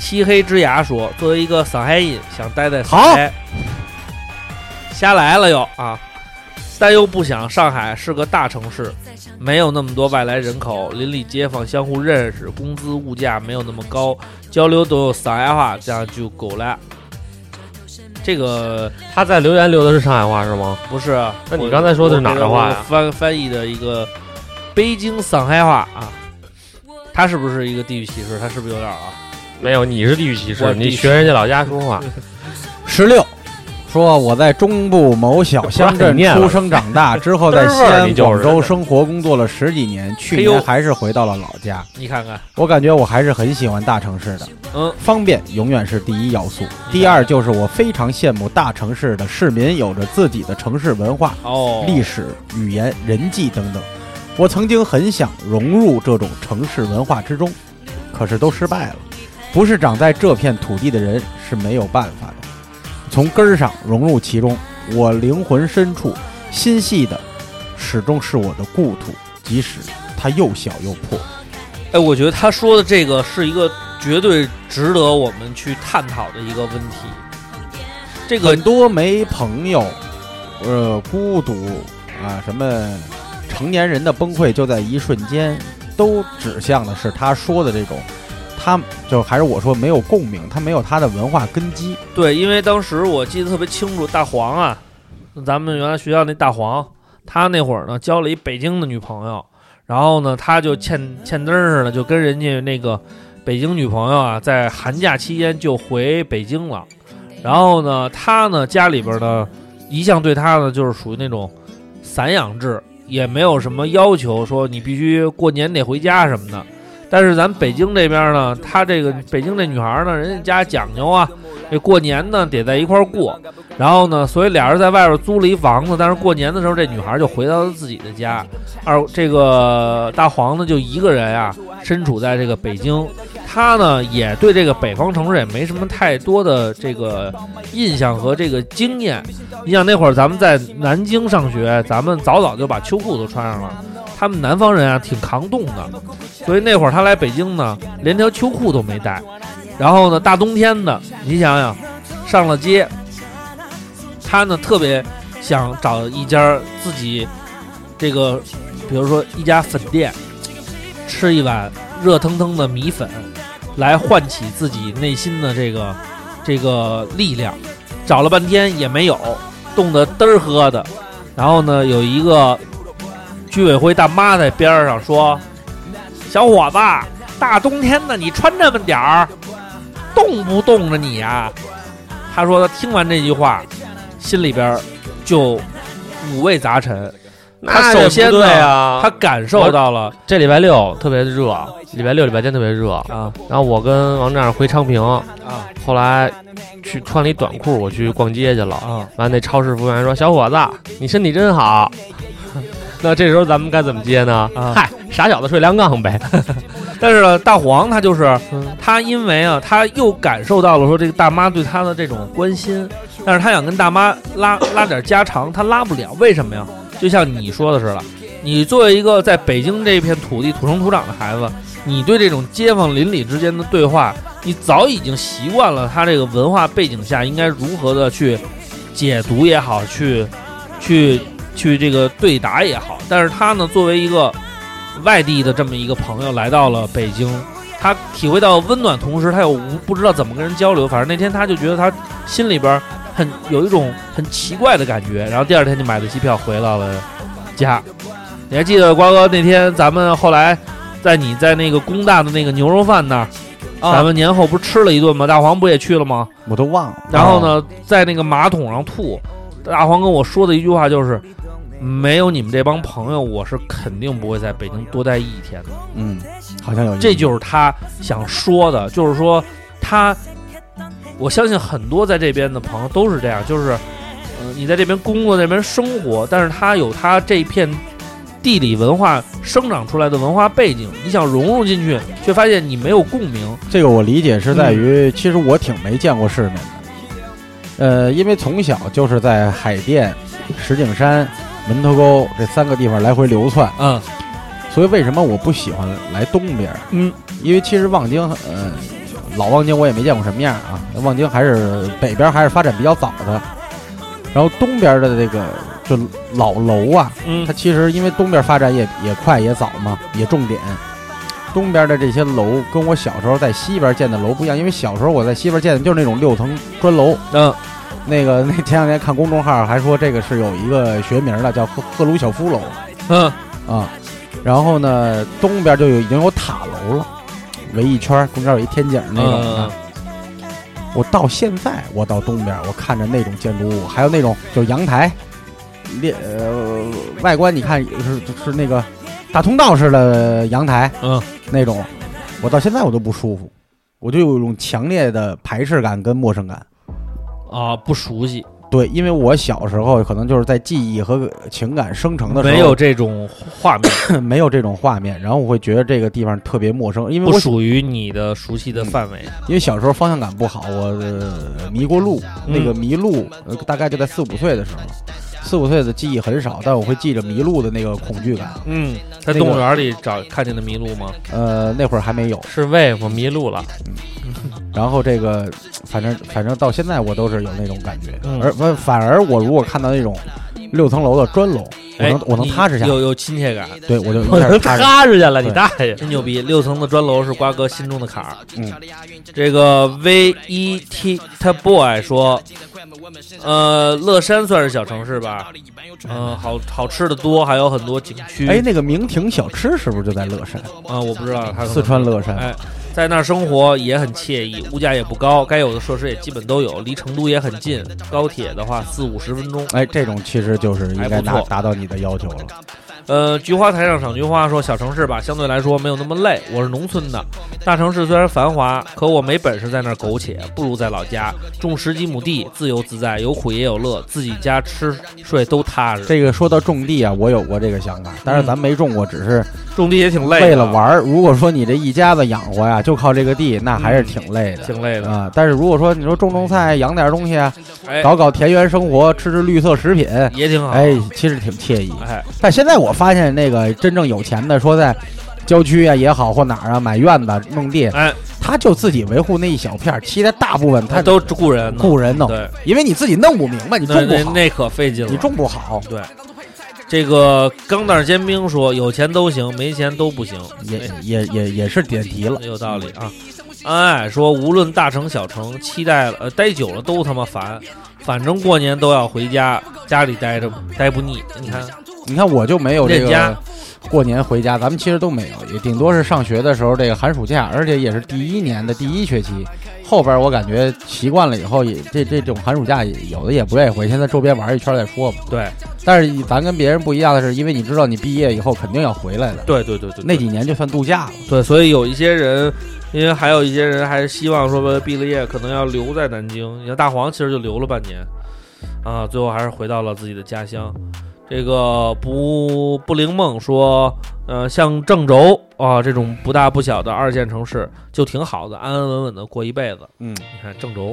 Speaker 5: 漆黑之牙说：“作为一个上海人，想待在上
Speaker 6: 好
Speaker 5: 海，瞎来了又啊，但又不想上海是个大城市，没有那么多外来人口，邻里街坊相互认识，工资物价没有那么高，交流都有上海话，这样就够了。”这个
Speaker 4: 他在留言留的是上海话是吗？
Speaker 5: 不是，
Speaker 4: 那你
Speaker 5: 我
Speaker 4: 刚才说的是哪儿的话呀
Speaker 5: 我翻翻译的一个北京上海话啊，它是不是一个地域歧视？它是不是有点儿啊？
Speaker 4: 没有，你是地域歧
Speaker 5: 我
Speaker 4: 视，
Speaker 5: 地
Speaker 4: 你
Speaker 5: 域
Speaker 4: 学人家老家说话。
Speaker 6: 十六说我在中部某小乡
Speaker 4: 让
Speaker 6: 镇
Speaker 4: 你念了
Speaker 6: 出生长大，之后在西
Speaker 4: 你
Speaker 6: 安、
Speaker 4: 就是
Speaker 6: 广州生活工作了十几年，去
Speaker 2: 哎
Speaker 6: 年
Speaker 2: 呦
Speaker 6: 还是回到了老家。
Speaker 5: 你看看，
Speaker 6: 我感觉我还是很喜欢大城市的，
Speaker 5: 嗯，
Speaker 6: 方便永远是第一要素。第二就是我非常羡慕大城市的市民有着自己的城市文化、
Speaker 5: 哦，
Speaker 6: 历史、语言、人际等等。我曾经很想融入这种城市文化之中，可是都失败了。不是长在这片土地的人是没有办法的，从根儿上融入其中。我灵魂深处心系的，始终是我的故土，即使它又小又破。
Speaker 5: 哎，我觉得他说的这个是一个绝对值得我们去探讨的一个问题。这个
Speaker 6: 很多没朋友，呃，孤独啊，什么成年人的崩溃就在一瞬间，都指向的是他说的这种，他就还是我说没有共鸣，他没有他的文化根基。
Speaker 5: 对，因为当时我记得特别清楚，大黄啊，咱们原来学校那大黄，他那会儿呢交了一北京的女朋友，然后呢他就欠欠灯似的，就跟人家那个北京女朋友啊，在寒假期间就回北京了。然后呢，他呢家里边呢一向对他呢就是属于那种散养制，也没有什么要求，说你必须过年得回家什么的。但是咱北京这边呢，他这个北京这女孩呢，人家家讲究啊，这过年呢得在一块儿过，然后呢，所以俩人在外边租了一房子，但是过年的时候这女孩就回到了自己的家，而这个大黄呢就一个人啊，身处在这个北京，他呢也对这个北方城市也没什么太多的这个印象和这个经验。你想那会儿咱们在南京上学，咱们早早就把秋裤都穿上了，他们南方人啊挺抗冻的，所以那会儿他来北京呢，连条秋裤都没带。然后呢，大冬天的，你想想，上了街，他呢特别想找一家自己这个，比如说一家粉店，吃一碗热腾腾的米粉，来唤起自己内心的这个这个力量。找了半天也没有，冻得嘚儿喝的。然后呢，有一个居委会大妈在边儿上说：“小伙子，大冬天的你穿这么点儿，冻不冻着你呀、他说他听完这句话，心里边儿就五味杂陈。他首先呢，
Speaker 2: 呀，
Speaker 5: 啊
Speaker 4: 啊
Speaker 5: 他感受到了
Speaker 4: 这礼拜六特别热，礼拜六、礼拜天特别热。
Speaker 5: 啊
Speaker 4: 然后我跟王站回昌平，
Speaker 5: 啊
Speaker 4: 后来去穿了一短裤，我去逛街去了。
Speaker 5: 啊！
Speaker 4: 完，那超市服务员说：“小伙子，你身体真好。” (laughs) 那这时候咱们该怎么接呢？
Speaker 5: 啊
Speaker 4: 嗨，傻小子睡凉杠呗。 (laughs)
Speaker 5: 但是呢大黄他就是
Speaker 4: 嗯
Speaker 5: 他，因为啊，他又感受到了说这个大妈对他的这种关心，但是他想跟大妈拉拉点家常，他拉不了，为什么呀？就像你说的似的，你作为一个在北京这片土地土生土长的孩子，你对这种街坊邻里之间的对话，你早已经习惯了他这个文化背景下应该如何的去解读也好，去去去这个对答也好，但是他呢，作为一个外地的这么一个朋友来到了北京，他体会到温暖，同时他又无不知道怎么跟人交流。反正那天他就觉得他心里边很有一种很奇怪的感觉。然后第二天就买了机票回到了家。你还记得瓜哥那天咱们后来在你在那个工大的那个牛肉饭那儿，咱们年后不是吃了一顿吗？大黄不也去了吗？
Speaker 6: 我都忘了。
Speaker 5: 然后呢，在那个马桶上吐。大黄跟我说的一句话就是：“没有你们这帮朋友，我是肯定不会在北京多待一天的。
Speaker 6: 嗯，好像有”
Speaker 5: 这就是他想说的，就是说他，我相信很多在这边的朋友都是这样，就是，呃，你在这边工作，在这边生活，但是他有他这片地理文化生长出来的文化背景，你想融入进去，却发现你没有共鸣。
Speaker 6: 这个我理解是在
Speaker 5: 嗯
Speaker 6: 于，其实我挺没见过世面的。呃，因为从小就是在海淀、石景山、门头沟这三个地方来回流窜，
Speaker 5: 嗯
Speaker 6: 所以为什么我不喜欢来东边？
Speaker 5: 嗯，
Speaker 6: 因为其实望京，呃，老望京我也没见过什么样啊。望京还是呃北边还是发展比较早的，然后东边的这个就老楼啊，
Speaker 5: 嗯
Speaker 6: 它其实因为东边发展也也快也早嘛，也重点。东边的这些楼跟我小时候在西边建的楼不一样，因为小时候我在西边建的就是那种六层砖楼。
Speaker 5: 嗯
Speaker 6: 那个 (laughs) 那前两天看公众号还说这个是有一个学名的，叫赫赫鲁晓夫楼
Speaker 5: 嗯
Speaker 6: 啊。然后呢，东
Speaker 5: 呃
Speaker 6: 边就有已经有塔楼了，围一圈，中间有一天井那种的。
Speaker 5: 嗯
Speaker 6: 我到现在，我到东边，我看着那种建筑物，还有那种就是阳台，列呃外观，你看是是那个大通道式的阳台，
Speaker 5: 嗯，
Speaker 6: 那种，我到现在我都不舒服，我就有一种强烈的排斥感跟陌生感。
Speaker 5: 啊，不熟悉，
Speaker 6: 对，因为我小时候可能就是在记忆和情感生成的时候，
Speaker 5: 没有这种画面，
Speaker 6: 没有这种画面，然后我会觉得这个地方特别陌生，因为
Speaker 5: 不
Speaker 6: 我
Speaker 5: 属于你的熟悉的范围。
Speaker 6: 因为小时候方向感不好，我、呃迷过路，
Speaker 5: 嗯
Speaker 6: 那个迷路、呃大概就在四五岁的时候，四五岁的记忆很少，但我会记着迷路的那个恐惧感。
Speaker 5: 嗯，在
Speaker 6: 那个
Speaker 5: 动物园里找看见的麋鹿吗？
Speaker 6: 呃，那会儿还没有，
Speaker 4: 是为我迷路了，
Speaker 6: 然后这个反正反正到现在我都是有那种感觉，
Speaker 5: 嗯
Speaker 6: 而反反而我如果看到那种六层楼的砖楼，我能、
Speaker 5: 哎
Speaker 6: 我能
Speaker 5: 你
Speaker 6: 踏实下，
Speaker 5: 有有亲切感，
Speaker 6: 对我就
Speaker 4: 我
Speaker 6: 有
Speaker 5: (laughs)
Speaker 4: 能
Speaker 6: 点踏实。
Speaker 4: 踏实去了，你
Speaker 6: 对
Speaker 4: 大爷！
Speaker 5: 真牛逼！六层的砖楼是瓜哥心中的坎儿。
Speaker 6: 嗯，
Speaker 5: 这个 V E T T Boy 说，呃，乐山算是小城市吧？嗯、好好吃的多，还有很多景区。
Speaker 6: 哎，那个明亭小吃是不是就在乐山？
Speaker 5: 啊、我不知道他
Speaker 6: 四川乐山。
Speaker 5: 哎，在那儿生活也很惬意，物价也不高，该有的设施也基本都有，离成都也很近，高铁的话四五十分钟。
Speaker 6: 哎，这种其实就是应该
Speaker 5: 还不
Speaker 6: 达
Speaker 5: 错
Speaker 6: 达到你的要求了。
Speaker 5: 呃，菊花台上赏菊花说，小城市吧，相对来说没有那么累。我是农村的，大城市虽然繁华，可我没本事在那儿苟且，不如在老家种十几亩地，自由自在，有苦也有乐，自己家吃睡都踏实。
Speaker 6: 这个说到种地啊，我有过这个想法，但是咱没种过，只是
Speaker 5: 种地也挺累的，
Speaker 6: 为了玩儿。如果说你这一家子养活呀，就靠这个地，那
Speaker 5: 嗯
Speaker 6: 还是挺累的。
Speaker 5: 挺累的。
Speaker 6: 啊，但是如果说你说种种菜，养点东西啊，
Speaker 5: 哎，啊
Speaker 6: 搞搞田园生活，吃吃绿色食品，
Speaker 5: 也挺好。
Speaker 6: 哎，其实挺惬意。
Speaker 5: 哎，
Speaker 6: 但现在我发现，那个真正有钱的，说在郊区啊也好，或哪儿啊买院子弄地，
Speaker 5: 哎，
Speaker 6: 他就自己维护那一小片儿，其他大部分他
Speaker 5: 他都雇人呢，
Speaker 6: 雇人弄，
Speaker 5: 对，
Speaker 6: 因为你自己弄不明白，你种
Speaker 5: 那那
Speaker 6: 不好，
Speaker 5: 那可费劲了。
Speaker 6: 你种不好，
Speaker 5: 对，这个钢蛋儿煎饼说，有钱都行，没钱都不行，
Speaker 6: 也也也也是点题了。
Speaker 5: 有道理啊。安爱说，无论大城小城，期待了呃待久了都他妈烦，反正过年都要回家，家里待着待不腻。你看，
Speaker 6: 你看我就没有这
Speaker 5: 在家
Speaker 6: 个过年回家，咱们其实都没有，也顶多是上学的时候这个寒暑假，而且也是第一年的第一学期，后边我感觉习惯了以后，也这这种寒暑假也有的也不愿意回，先在周边玩一圈再说吧。
Speaker 5: 对
Speaker 6: 但是咱跟别人不一样的是，因为你知道你毕业以后肯定要回来的，
Speaker 5: 对对对对，
Speaker 6: 那几年就算度假了。
Speaker 5: 对，所以有一些人，因为还有一些人还是希望说毕了业可能要留在南京。你看大黄其实就留了半年，啊，最后还是回到了自己的家乡。这个不不灵梦说，呃，像郑州啊这种不大不小的二线城市就挺好的，安安稳稳的过一辈子。
Speaker 6: 嗯，
Speaker 5: 你看郑州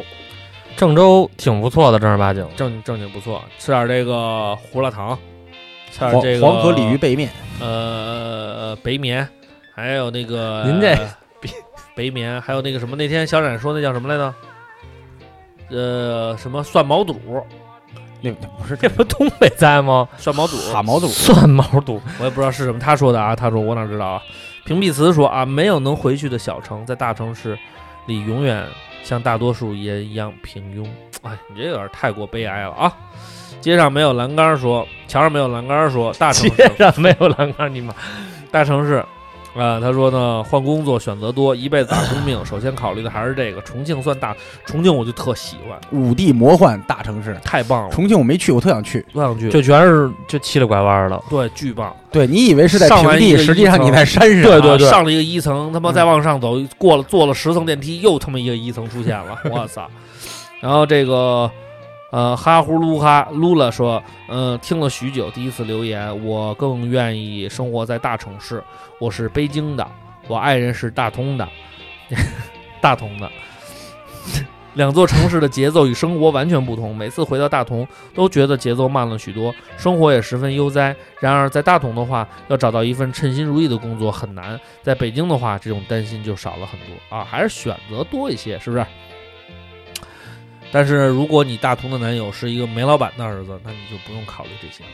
Speaker 4: 郑州挺不错的，正儿八经的。
Speaker 5: 正正经不错，吃点这个胡辣汤，吃点
Speaker 6: 黄
Speaker 5: 这个
Speaker 6: 黄河鲤鱼背面，
Speaker 5: 呃，北棉，还有那个
Speaker 4: 您这
Speaker 5: 北北棉，还有那个什么，那天小冉说那叫什么来着？呃，什么蒜毛肚，
Speaker 6: 那那不是
Speaker 4: 这不东北菜吗？
Speaker 5: 蒜毛肚，
Speaker 6: 哈毛肚，
Speaker 4: 蒜毛肚，
Speaker 5: 我也不知道是什么，他说的啊，他说我哪知道啊？屏蔽词说啊，没有能回去的小城，在大城市里永远像大多数人一样平庸。哎，你这有点太过悲哀了啊！街上没有栏杆说，桥上没有栏杆说，大城市
Speaker 4: 街上没有栏杆，你妈！
Speaker 5: 大城市，啊、他说呢，换工作选择多，一辈子打工命，首先考虑的还是这个。重庆算大，重庆我就特喜欢，
Speaker 6: 五 D 魔幻大城市。
Speaker 5: 太棒了，
Speaker 6: 重庆我没去，我特想去。
Speaker 5: 多想去，
Speaker 4: 就全是就七里拐弯的，
Speaker 5: 对，巨棒。
Speaker 6: 对你以为是在
Speaker 5: 上
Speaker 6: 平
Speaker 5: 完一
Speaker 6: 地，
Speaker 5: 个
Speaker 6: 实际
Speaker 5: 一
Speaker 6: 上你
Speaker 5: 层
Speaker 6: 在山上。
Speaker 4: 对对对嗯
Speaker 5: 啊上了一个一层，他妈再往上走，过了坐了十层电梯，又他妈一个一层出
Speaker 4: (laughs)
Speaker 5: 现了，我操！然后这个呃哈呼噜哈噜了说，嗯、听了许久，第一次留言，我更愿意生活在大城市，我是北京的，我爱人是大同的， (laughs) 大同的。 (laughs) 两座城市的节奏与生活完全不同，每次回到大同都觉得节奏慢了许多，生活也十分悠哉。然而在大同的话，要找到一份称心如意的工作很难，在北京的话，这种担心就少了很多啊，还是选择多一些，是不是？但是如果你大同的男友是一个煤老板的儿子，那你就不用考虑这些了。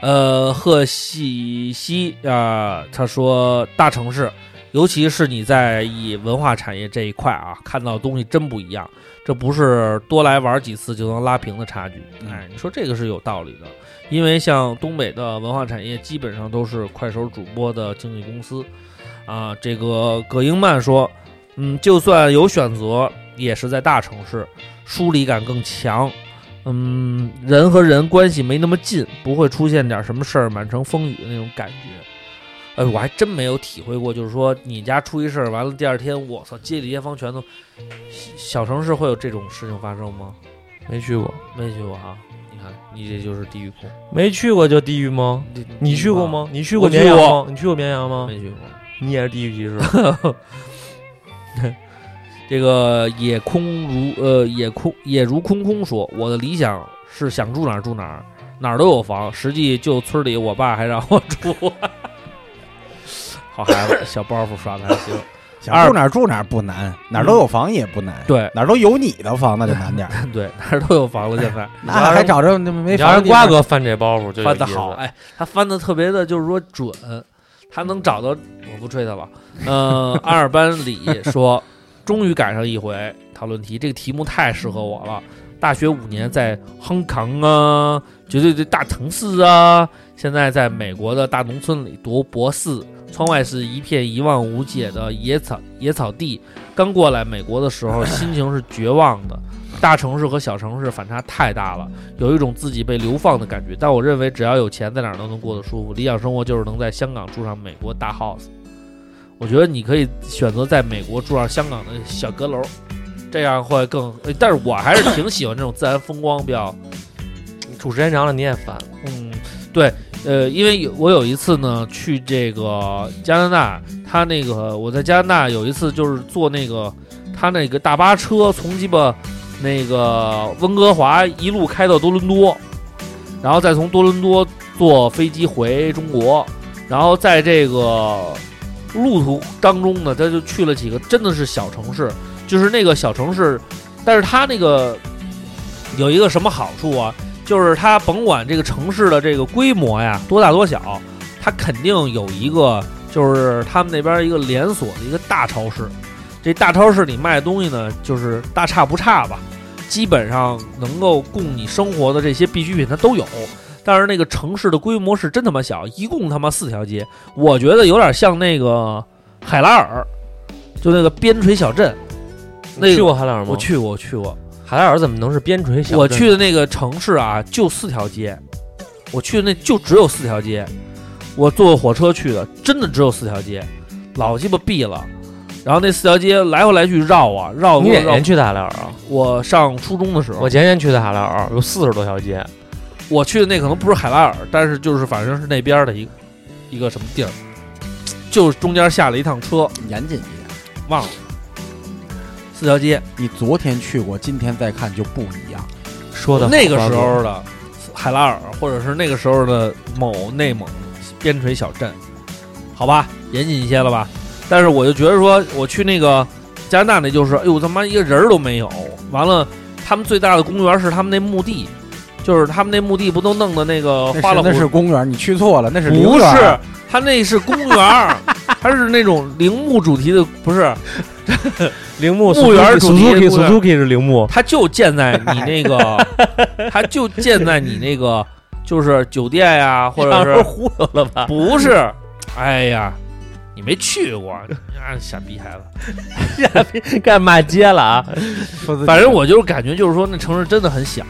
Speaker 5: 呃，贺喜西啊、他说大城市，尤其是你在以文化产业这一块啊，看到的东西真不一样，这不是多来玩几次就能拉平的差距。哎，你说这个是有道理的，因为像东北的文化产业基本上都是快手主播的经纪公司，啊，这个葛英曼说，嗯，就算有选择，也是在大城市，疏离感更强。嗯，人和人关系没那么近，不会出现点什么事儿满城风雨的那种感觉。哎，我还真没有体会过，就是说你家出一事儿，完了第二天，我操，街里街坊全都。小小城市会有这种事情发生吗？
Speaker 4: 没去过，
Speaker 5: 没去过啊。你看，你这就是地域控。
Speaker 4: 没去过就地狱吗？
Speaker 5: 你
Speaker 4: 你去过？吗？你去
Speaker 5: 我
Speaker 4: 过
Speaker 5: 去
Speaker 4: 绵阳
Speaker 5: 过
Speaker 4: 吗？你去过绵阳吗？
Speaker 5: 没去过。
Speaker 4: 你也是地狱骑士，
Speaker 5: 这个野呃空如呃野空野如空空说，我的理想是想住哪儿住哪儿，哪儿都有房。实际就村里，我爸还让我住。 (laughs) 好孩子，小包袱耍的还行。
Speaker 6: 想住哪儿住哪儿不难，哪儿都有房也不难，
Speaker 5: 对
Speaker 6: 哪儿都有你的房那就难点儿，
Speaker 5: 对，哪儿都有房了，现在
Speaker 6: (laughs) 那还找着没
Speaker 4: 你要
Speaker 6: 房
Speaker 4: 让
Speaker 6: 的地方
Speaker 4: 瓜哥翻这包袱就有
Speaker 5: 翻的
Speaker 4: 意思
Speaker 5: 好，哎，他翻的特别的，就是说准，他能找到，我不吹他了。呃，阿尔班里说，终于赶上一回讨论题，这个题目太适合我了。大学五年在亨康啊，绝对对大城市啊，现在在美国的大农村里读博士，窗外是一片一望无际的野草野草地。刚过来美国的时候，心情是绝望的。大城市和小城市反差太大了，有一种自己被流放的感觉。但我认为，只要有钱，在哪儿都能过得舒服。理想生活就是能在香港住上美国大 house。我觉得你可以选择在美国住上香港的小阁楼，这样会更。呃但是我还是挺喜欢这种自然风光比较
Speaker 4: 住时间长了你也烦，
Speaker 5: 嗯，对，呃，因为有我有一次呢去这个加拿大，他那个我在加拿大有一次就是坐那个他那个大巴车从鸡巴那个温哥华一路开到多伦多，然后再从多伦多坐飞机回中国，然后在这个路途当中呢，他就去了几个真的是小城市，就是那个小城市，但是他那个有一个什么好处啊？就是它甭管这个城市的这个规模呀多大多小，它肯定有一个就是他们那边一个连锁的一个大超市。这大超市里卖的东西呢，就是大差不差吧，基本上能够供你生活的这些必需品它都有。但是那个城市的规模是真他妈小，一共他妈四条街，我觉得有点像那个海拉尔， (laughs) 就那个边陲小镇。那
Speaker 4: 你
Speaker 5: 个
Speaker 4: 去过海拉尔吗？
Speaker 5: 我，去过，我去过。
Speaker 4: 海拉尔怎么能是边陲小镇？
Speaker 5: 我去的那个城市啊，就四条街，我去的那就只有四条街，我坐火车去的，真的只有四条街，老鸡巴闭了。然后那四条街来回来去绕啊绕，
Speaker 4: 你哪
Speaker 5: 绕
Speaker 4: 年。去的海拉尔
Speaker 5: 嗯
Speaker 4: 啊？
Speaker 5: 我上初中的时候，
Speaker 4: 我
Speaker 5: 我
Speaker 4: 前年去的海拉尔，有四十多条街，
Speaker 5: 我去的那可能不是海拉尔，但是就是反正是那边的一个一个什么地儿，就是中间下了一趟车，
Speaker 6: 严谨一点。
Speaker 5: 忘了四条街。
Speaker 6: 你昨天去过，今天再看就不一样。
Speaker 4: 说的
Speaker 5: 那个时候的海拉尔，或者是那个时候的某内蒙边陲小镇，好吧，严谨一些了吧。但是我就觉得说，我去那个加拿大那就是，哎呦他妈一个人儿都没有。完了，他们最大的公园是他们那墓地，就是他们那墓地不都弄的那个花
Speaker 6: 那
Speaker 5: 了
Speaker 6: 是那是公园，你去错了，那是陵
Speaker 5: 不
Speaker 6: 园
Speaker 5: 是，他那是公园儿，它是那种陵墓主题的，
Speaker 4: (laughs)
Speaker 5: 不是，
Speaker 4: 陵墓
Speaker 5: 墓园主题
Speaker 4: Suzuki
Speaker 5: 墓园
Speaker 4: Suzuki 是陵墓，
Speaker 5: 它就建在你
Speaker 4: (laughs)
Speaker 5: 那个，它就建在你那个，就是酒店呀、或者是
Speaker 4: 忽悠了吧？
Speaker 5: 不是，哎呀，你没去过，你啊，傻逼孩子。
Speaker 4: 该骂街了啊！
Speaker 6: 说自己
Speaker 5: 反正我就是感觉，就是说那城市真的很小，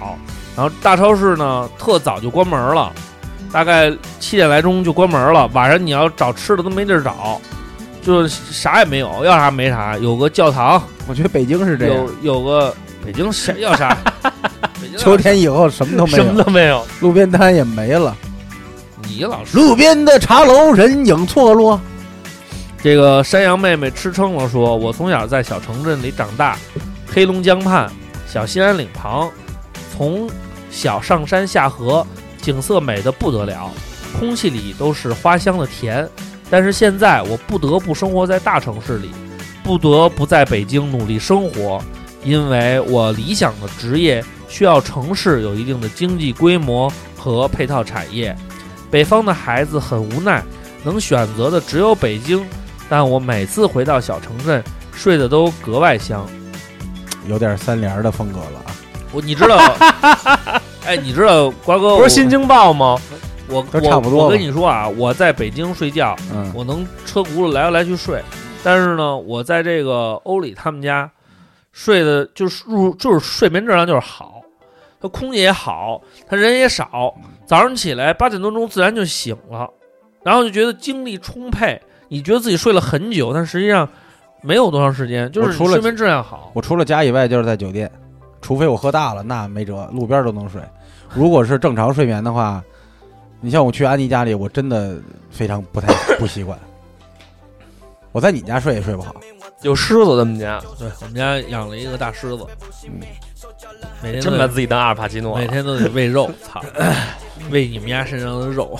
Speaker 5: 然后大超市呢特早就关门了，大概七点来钟就关门了。晚上你要找吃的都没地儿找，就是啥也没有，要啥没啥。有个教堂，
Speaker 6: 我觉得北京是这样
Speaker 5: 有，有个北京啥要
Speaker 6: (laughs)
Speaker 5: 啥，北京要啥
Speaker 6: 秋天以后什么都没
Speaker 4: 什
Speaker 6: 有，
Speaker 4: 么都没有，
Speaker 6: 路边摊也没了，
Speaker 5: 你老说
Speaker 6: 路边的茶楼人影错落。
Speaker 5: 这个山羊妹妹吃撑了说：“我从小在小城镇里长大，黑龙江畔、小兴安岭旁，从小上山下河，景色美得不得了，空气里都是花香的甜。但是现在我不得不生活在大城市里，不得不在北京努力生活，因为我理想的职业需要城市有一定的经济规模和配套产业。北方的孩子很无奈。”能选择的只有北京，但我每次回到小城镇，睡得都格外香。
Speaker 6: 有点三联儿的风格了啊，
Speaker 5: 我你
Speaker 4: (laughs)
Speaker 5: 知道，哎，你知道瓜哥，
Speaker 4: 不是新京报吗？
Speaker 5: 我
Speaker 6: 都
Speaker 5: 我
Speaker 6: 差不多吧
Speaker 5: 我跟你说啊，我在北京睡觉，
Speaker 6: 嗯，
Speaker 5: 我能车轱辘来来去睡，但是呢，我在这个欧里他们家睡的就是入就是睡眠质量就是好，他空气也好，他人也少，早上起来八点多钟自然就醒了，然后就觉得精力充沛，你觉得自己睡了很久，但实际上没有多长时间，就
Speaker 6: 我
Speaker 5: 是
Speaker 6: 除
Speaker 5: 你
Speaker 6: 了
Speaker 5: 睡眠质量好。
Speaker 6: 我除了家以外就是在酒店，除非我喝大了，那没辙，路边都能睡。如果是正常睡眠的话，你像我去安妮家里，我真的非常不太不习惯。我在你家睡也睡不好，
Speaker 3: 有狮子他们家，
Speaker 5: 对我们家养了一个大狮子，
Speaker 6: 嗯
Speaker 5: 每天都
Speaker 3: 真把自己当阿尔帕西诺
Speaker 5: 每
Speaker 3: 了。
Speaker 5: 天都得
Speaker 6: (laughs)
Speaker 5: 喂肉，操，喂你们家身上的肉。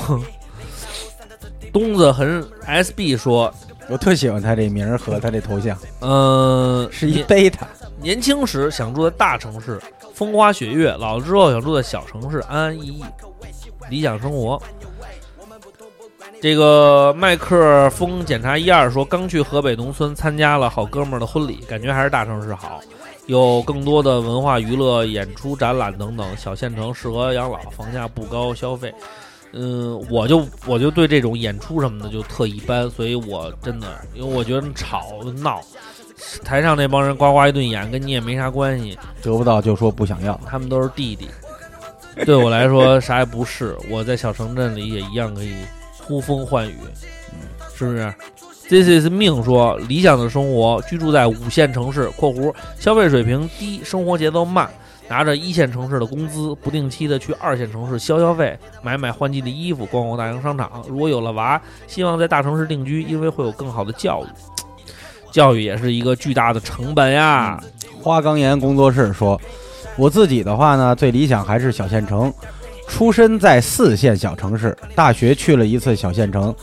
Speaker 5: 东子很 SB 说，
Speaker 6: 我特喜欢他这名儿和他这头像，
Speaker 5: 嗯、
Speaker 6: 是一贝塔。
Speaker 5: 年轻时想住在大城市，风花雪月；老了之后想住在小城市，安安逸逸，理想生活。这个麦克风检查一二说，刚去河北农村参加了好哥们儿的婚礼，感觉还是大城市好，有更多的文化娱乐、演出、展览等等。小县城适合养老，房价不高，消费。嗯，我就我就对这种演出什么的就特一般，所以我真的，因为我觉得吵闹，台上那帮人呱呱一顿演，跟你也没啥关系，
Speaker 6: 得不到就说不想要，
Speaker 5: 他们都是弟弟。对我来说啥也不是，我在小城镇里也一样可以呼风唤雨，是不是？This is 命说理想的生活，居住在五线城市（括弧消费水平低，生活节奏慢），拿着一线城市的工资，不定期的去二线城市消消费，买买换季的衣服，逛逛大型商场。如果有了娃，希望在大城市定居，因为会有更好的教育。教育也是一个巨大的成本呀。
Speaker 6: 花岗岩工作室说，我自己的话呢，最理想还是小县城，出身在四线小城市，大学去了一次小县城，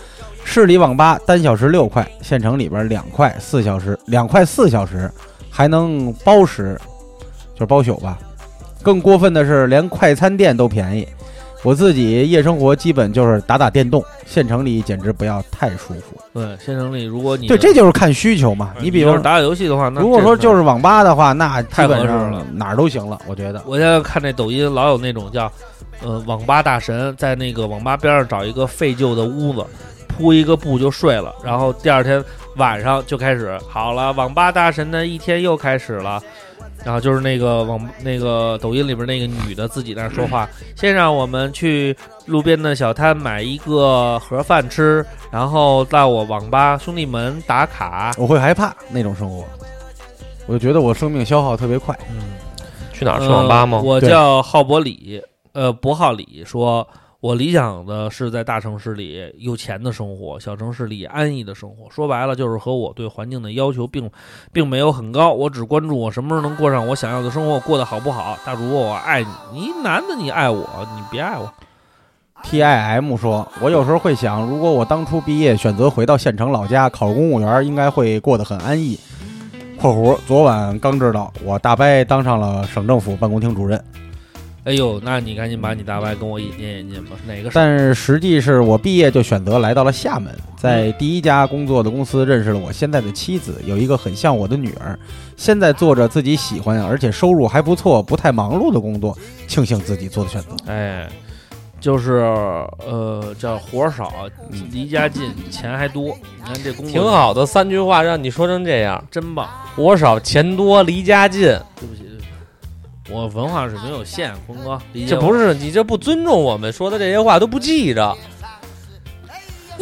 Speaker 6: 市里网吧单小时六块，县城里边两块四小时，两块四小时还能包食，就是包宿吧。更过分的是，连快餐店都便宜。我自己夜生活基本就是打打电动，县城里简直不要太舒服。
Speaker 5: 对，县城里如果你
Speaker 6: 对，
Speaker 5: 的
Speaker 6: 这就是看需求嘛。你比
Speaker 5: 要
Speaker 6: 方
Speaker 5: 是打打游戏的话，那
Speaker 6: 如果
Speaker 5: 这
Speaker 6: 说
Speaker 5: 个
Speaker 6: 就是网吧的话，那基本
Speaker 5: 太合适
Speaker 6: 上
Speaker 5: 了
Speaker 6: 哪儿都行了，我觉得。
Speaker 5: 我现在看那抖音，老有那种叫呃网吧大神，在那个网吧边上找一个废旧的屋子，铺一个布就睡了，然后第二天晚上就开始好了，网吧大神的一天又开始了。然后就是那个网那个抖音里边那个女的自己在那说
Speaker 6: (laughs)
Speaker 5: 话，先让我们去路边的小摊买一个盒饭吃，然后到我网吧兄弟们打卡。
Speaker 6: 我会害怕那种生活，我就觉得我生命消耗特别快。
Speaker 5: 嗯，
Speaker 3: 去哪儿？去啊网吧吗
Speaker 5: 呃？我
Speaker 6: 对
Speaker 5: 叫浩博里，呃，博浩里说，我理想的是在大城市里有钱的生活，小城市里安逸的生活。说白了，就是和我对环境的要求并并没有很高，我只关注我什么时候能过上我想要的生活，我过得好不好。大主播，我爱你，你男的你爱我，你别爱我。
Speaker 6: T I M 说，我有时候会想，如果我当初毕业选择回到县城老家考公务员，应该会过得很安逸。（括弧昨晚刚知道，我大伯当上了省政府办公厅主任，
Speaker 5: 哎呦，那你赶紧把你大伯跟我引荐引荐吧，哪
Speaker 3: 嗯
Speaker 5: 个省？
Speaker 6: 但实际是我毕业就选择来到了厦门，在第一家工作的公司认识了我现在的妻子，有一个很像我的女儿，现在做着自己喜欢而且收入还不错、不太忙碌的工作，庆幸自己做的选择。
Speaker 5: 哎，就是呃，叫活儿少，离家近，钱还多。你看这工作
Speaker 3: 挺好的，三句话让你说成这样：
Speaker 5: 真棒。
Speaker 3: 活少，钱多，离家近。
Speaker 5: 对不起，对不起，我文化水平有限，坤哥，理解
Speaker 3: 这
Speaker 5: 我
Speaker 3: 不是啊你这不尊重我们说的这些话都不记着。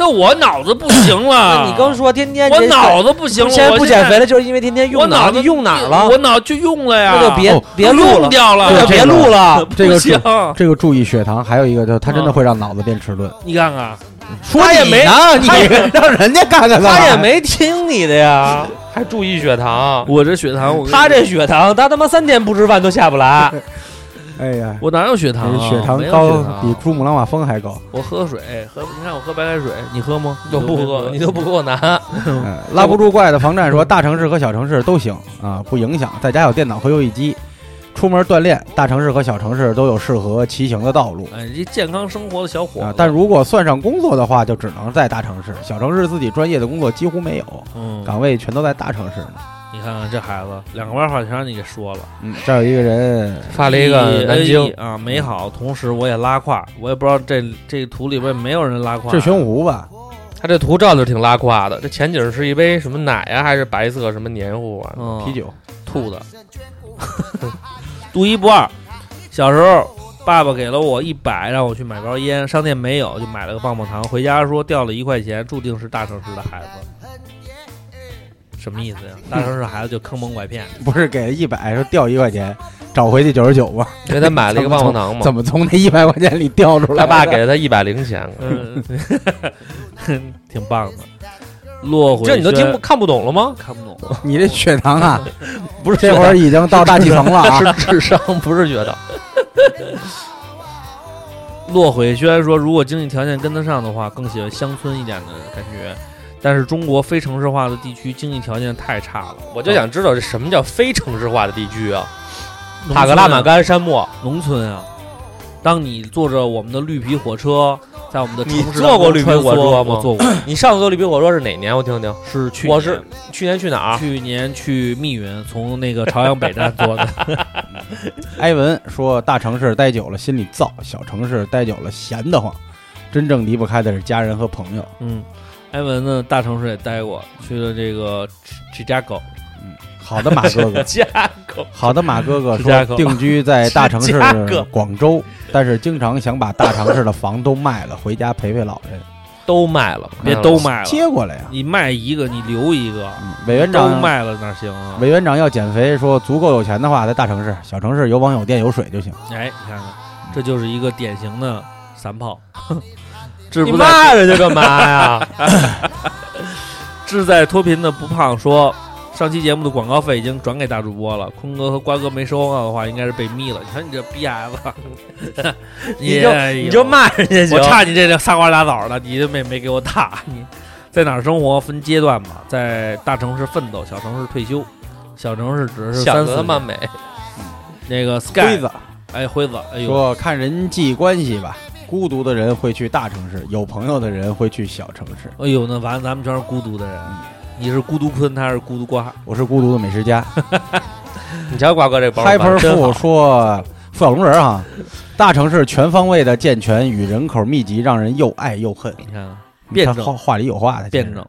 Speaker 5: 那我脑子不行
Speaker 3: 那
Speaker 5: 了。
Speaker 3: 你刚说天天
Speaker 5: 啊我
Speaker 3: 这
Speaker 5: 脑子不行了，
Speaker 3: 现在
Speaker 5: 我
Speaker 3: 不减肥了，就是因为天天
Speaker 5: 我
Speaker 3: 用脑
Speaker 5: 脑子
Speaker 3: 你用哪儿了
Speaker 5: 我？脑就用了呀，
Speaker 3: 那就别
Speaker 6: 哦
Speaker 3: 别录
Speaker 5: 用
Speaker 3: 了，
Speaker 5: 掉了，
Speaker 3: 那就别录了。
Speaker 5: (laughs) 不
Speaker 6: 这个
Speaker 5: 行。
Speaker 6: 这个注意血糖，还有一个就是它真的会让脑子变迟钝。
Speaker 5: 你看看，
Speaker 6: 说
Speaker 3: 他也
Speaker 6: 你
Speaker 3: 没
Speaker 6: 呢，你
Speaker 3: 他也
Speaker 6: 让人家看看干嘛
Speaker 3: 他也没听你的呀， (laughs) 还注意血糖。啊
Speaker 5: 我这血糖，我跟你
Speaker 3: 他这血糖，他他妈三天不吃饭都下不 (laughs) 来。
Speaker 6: 哎呀，
Speaker 5: 我哪有血糖啊？
Speaker 6: 血糖
Speaker 5: 没有
Speaker 6: 高
Speaker 5: 血糖
Speaker 6: 比珠穆朗玛峰还高。
Speaker 5: 我喝水，喝你看我喝白开水，你喝吗？
Speaker 3: 都不喝，你都不给我拿。
Speaker 6: 哎拉不住怪的防 (laughs) 战说，大城市和小城市都行啊，不影响。在家有电脑和游戏机，出门锻炼，大城市和小城市都有适合骑行的道路
Speaker 5: 哎，你这健康生活的小伙
Speaker 6: 啊
Speaker 5: 子。。
Speaker 6: 但如果算上工作的话，就只能在大城市，小城市自己专业的工作几乎没有，
Speaker 5: 嗯，
Speaker 6: 岗位全都在大城市呢。
Speaker 5: 你看看这孩子，两个外话全让你给说了。
Speaker 6: 嗯，这儿有一个人，啊
Speaker 3: 发了一个南
Speaker 5: EAE
Speaker 3: 京，
Speaker 5: 啊，美好，同时我也拉胯，我也不知道这这图里边没有人拉胯，啊
Speaker 6: 这玄武吧？
Speaker 3: 他这图照的挺拉胯的。这前景是一杯什么奶呀、还是白色什么黏糊啊？
Speaker 5: 嗯
Speaker 6: 啤，酒，
Speaker 5: 兔 (laughs) 子，独一不二。小时候，爸爸给了我一百，让我去买包烟，商店没有，就买了个棒棒糖。回家说掉了一块钱，注定是大城市的孩子。什么意
Speaker 4: (laughs)
Speaker 5: 思呀？大城市孩子就坑蒙拐骗，
Speaker 6: 不是给一百，说掉一块钱，找回去九十九吗？
Speaker 4: 给他买了一个棒
Speaker 6: (laughs)
Speaker 4: 棒糖嘛
Speaker 6: 怎，么从那一百块钱里掉出
Speaker 4: 他
Speaker 6: 来的？
Speaker 4: 爸给了他一百零钱， (laughs)
Speaker 5: 嗯， (laughs) 挺棒的。落回
Speaker 4: 这你都听不
Speaker 5: 轩
Speaker 4: 看不懂了吗？
Speaker 5: 看不懂，
Speaker 6: 你这血糖 (laughs) 啊，
Speaker 4: 不是
Speaker 6: 这会儿已经到大气层了啊！
Speaker 4: 是智商，不是觉得。
Speaker 5: 骆悔轩说，如果经济条件跟得上的话，更喜欢乡村一点的感觉。但是中国非城市化的地区经济条件太差了，啊
Speaker 4: 我就想知道这什么叫非城市化的地区啊？
Speaker 5: 农村啊
Speaker 4: 塔克拉玛干沙漠，
Speaker 5: 农村啊。当你坐着我们的绿皮火车，在我们的城市
Speaker 4: 你坐过绿皮
Speaker 5: 当中穿梭
Speaker 4: 火车吗
Speaker 5: 我坐过，
Speaker 4: 你上次坐绿皮火车是哪年？我听听。
Speaker 5: 是去年
Speaker 4: 我是去年去
Speaker 3: 啊
Speaker 4: 哪儿？
Speaker 5: 去年去密云，从那个朝阳北站坐的。
Speaker 6: 埃文说，大城市待久了心里燥，小城市待久了闲得慌。真正离不开的是家人和朋友。
Speaker 5: 嗯，埃文呢，大城市也待过，去了这个芝加哥，，
Speaker 6: 好的，马哥哥
Speaker 5: (laughs) 芝加哥
Speaker 6: 好的，马哥哥
Speaker 5: 芝加
Speaker 6: 说
Speaker 5: 哥
Speaker 6: 定居在大城市
Speaker 5: 芝加哥
Speaker 6: 广州，但是经常想把大城市的房都卖了，回家陪陪老人。
Speaker 4: 都卖了，
Speaker 5: 别都卖了，嗯
Speaker 6: 接过来呀、
Speaker 5: 你卖一个你留一个，
Speaker 6: 嗯委员
Speaker 5: 都
Speaker 6: 长
Speaker 5: 卖了哪行啊？
Speaker 6: 委员长要减肥，说足够有钱的话，在大城市、小城市有网有电有水就行。
Speaker 5: 哎，你看看，
Speaker 4: 嗯
Speaker 5: 这就是一个典型的散
Speaker 4: (laughs)
Speaker 5: 炮，志
Speaker 4: 你
Speaker 5: 不在
Speaker 4: 骂
Speaker 5: (laughs)
Speaker 4: 人家干嘛呀？
Speaker 5: 志在脱贫的不胖说，上期节目的广告费已经转给大主播了，坤哥和瓜哥没收到的话，应该是被密了。你看你这逼孩子， (laughs)
Speaker 4: 你就
Speaker 5: 哎呦
Speaker 4: 你就骂人家行
Speaker 5: 我。差你这仨瓜俩枣的，你就没没给我打。你在哪儿生活分阶段吧，在大城市奋斗，小城市退休。小城市只是
Speaker 4: 想
Speaker 5: 三
Speaker 4: 的
Speaker 5: 四
Speaker 4: 他妈美，
Speaker 5: 那个 Sky，
Speaker 6: 龟子
Speaker 5: 哎辉子，哎呦，
Speaker 6: 说看人际关系吧，孤独的人会去大城市，有朋友的人会去小城市。
Speaker 5: 哎呦，那完咱们全是孤独的人。你是孤独坤，他是孤独瓜，
Speaker 6: 我是孤独的美食家。
Speaker 4: 你瞧瓜哥这包
Speaker 6: Hyper
Speaker 4: 真
Speaker 6: 富
Speaker 4: 好。
Speaker 6: 说，付小龙人啊，大城市全方位的健全与人口密集，让人又爱又恨。
Speaker 5: 你
Speaker 4: 哎
Speaker 5: 看看辩
Speaker 6: 他
Speaker 5: 证
Speaker 6: 话话里有话的，
Speaker 5: 辩证。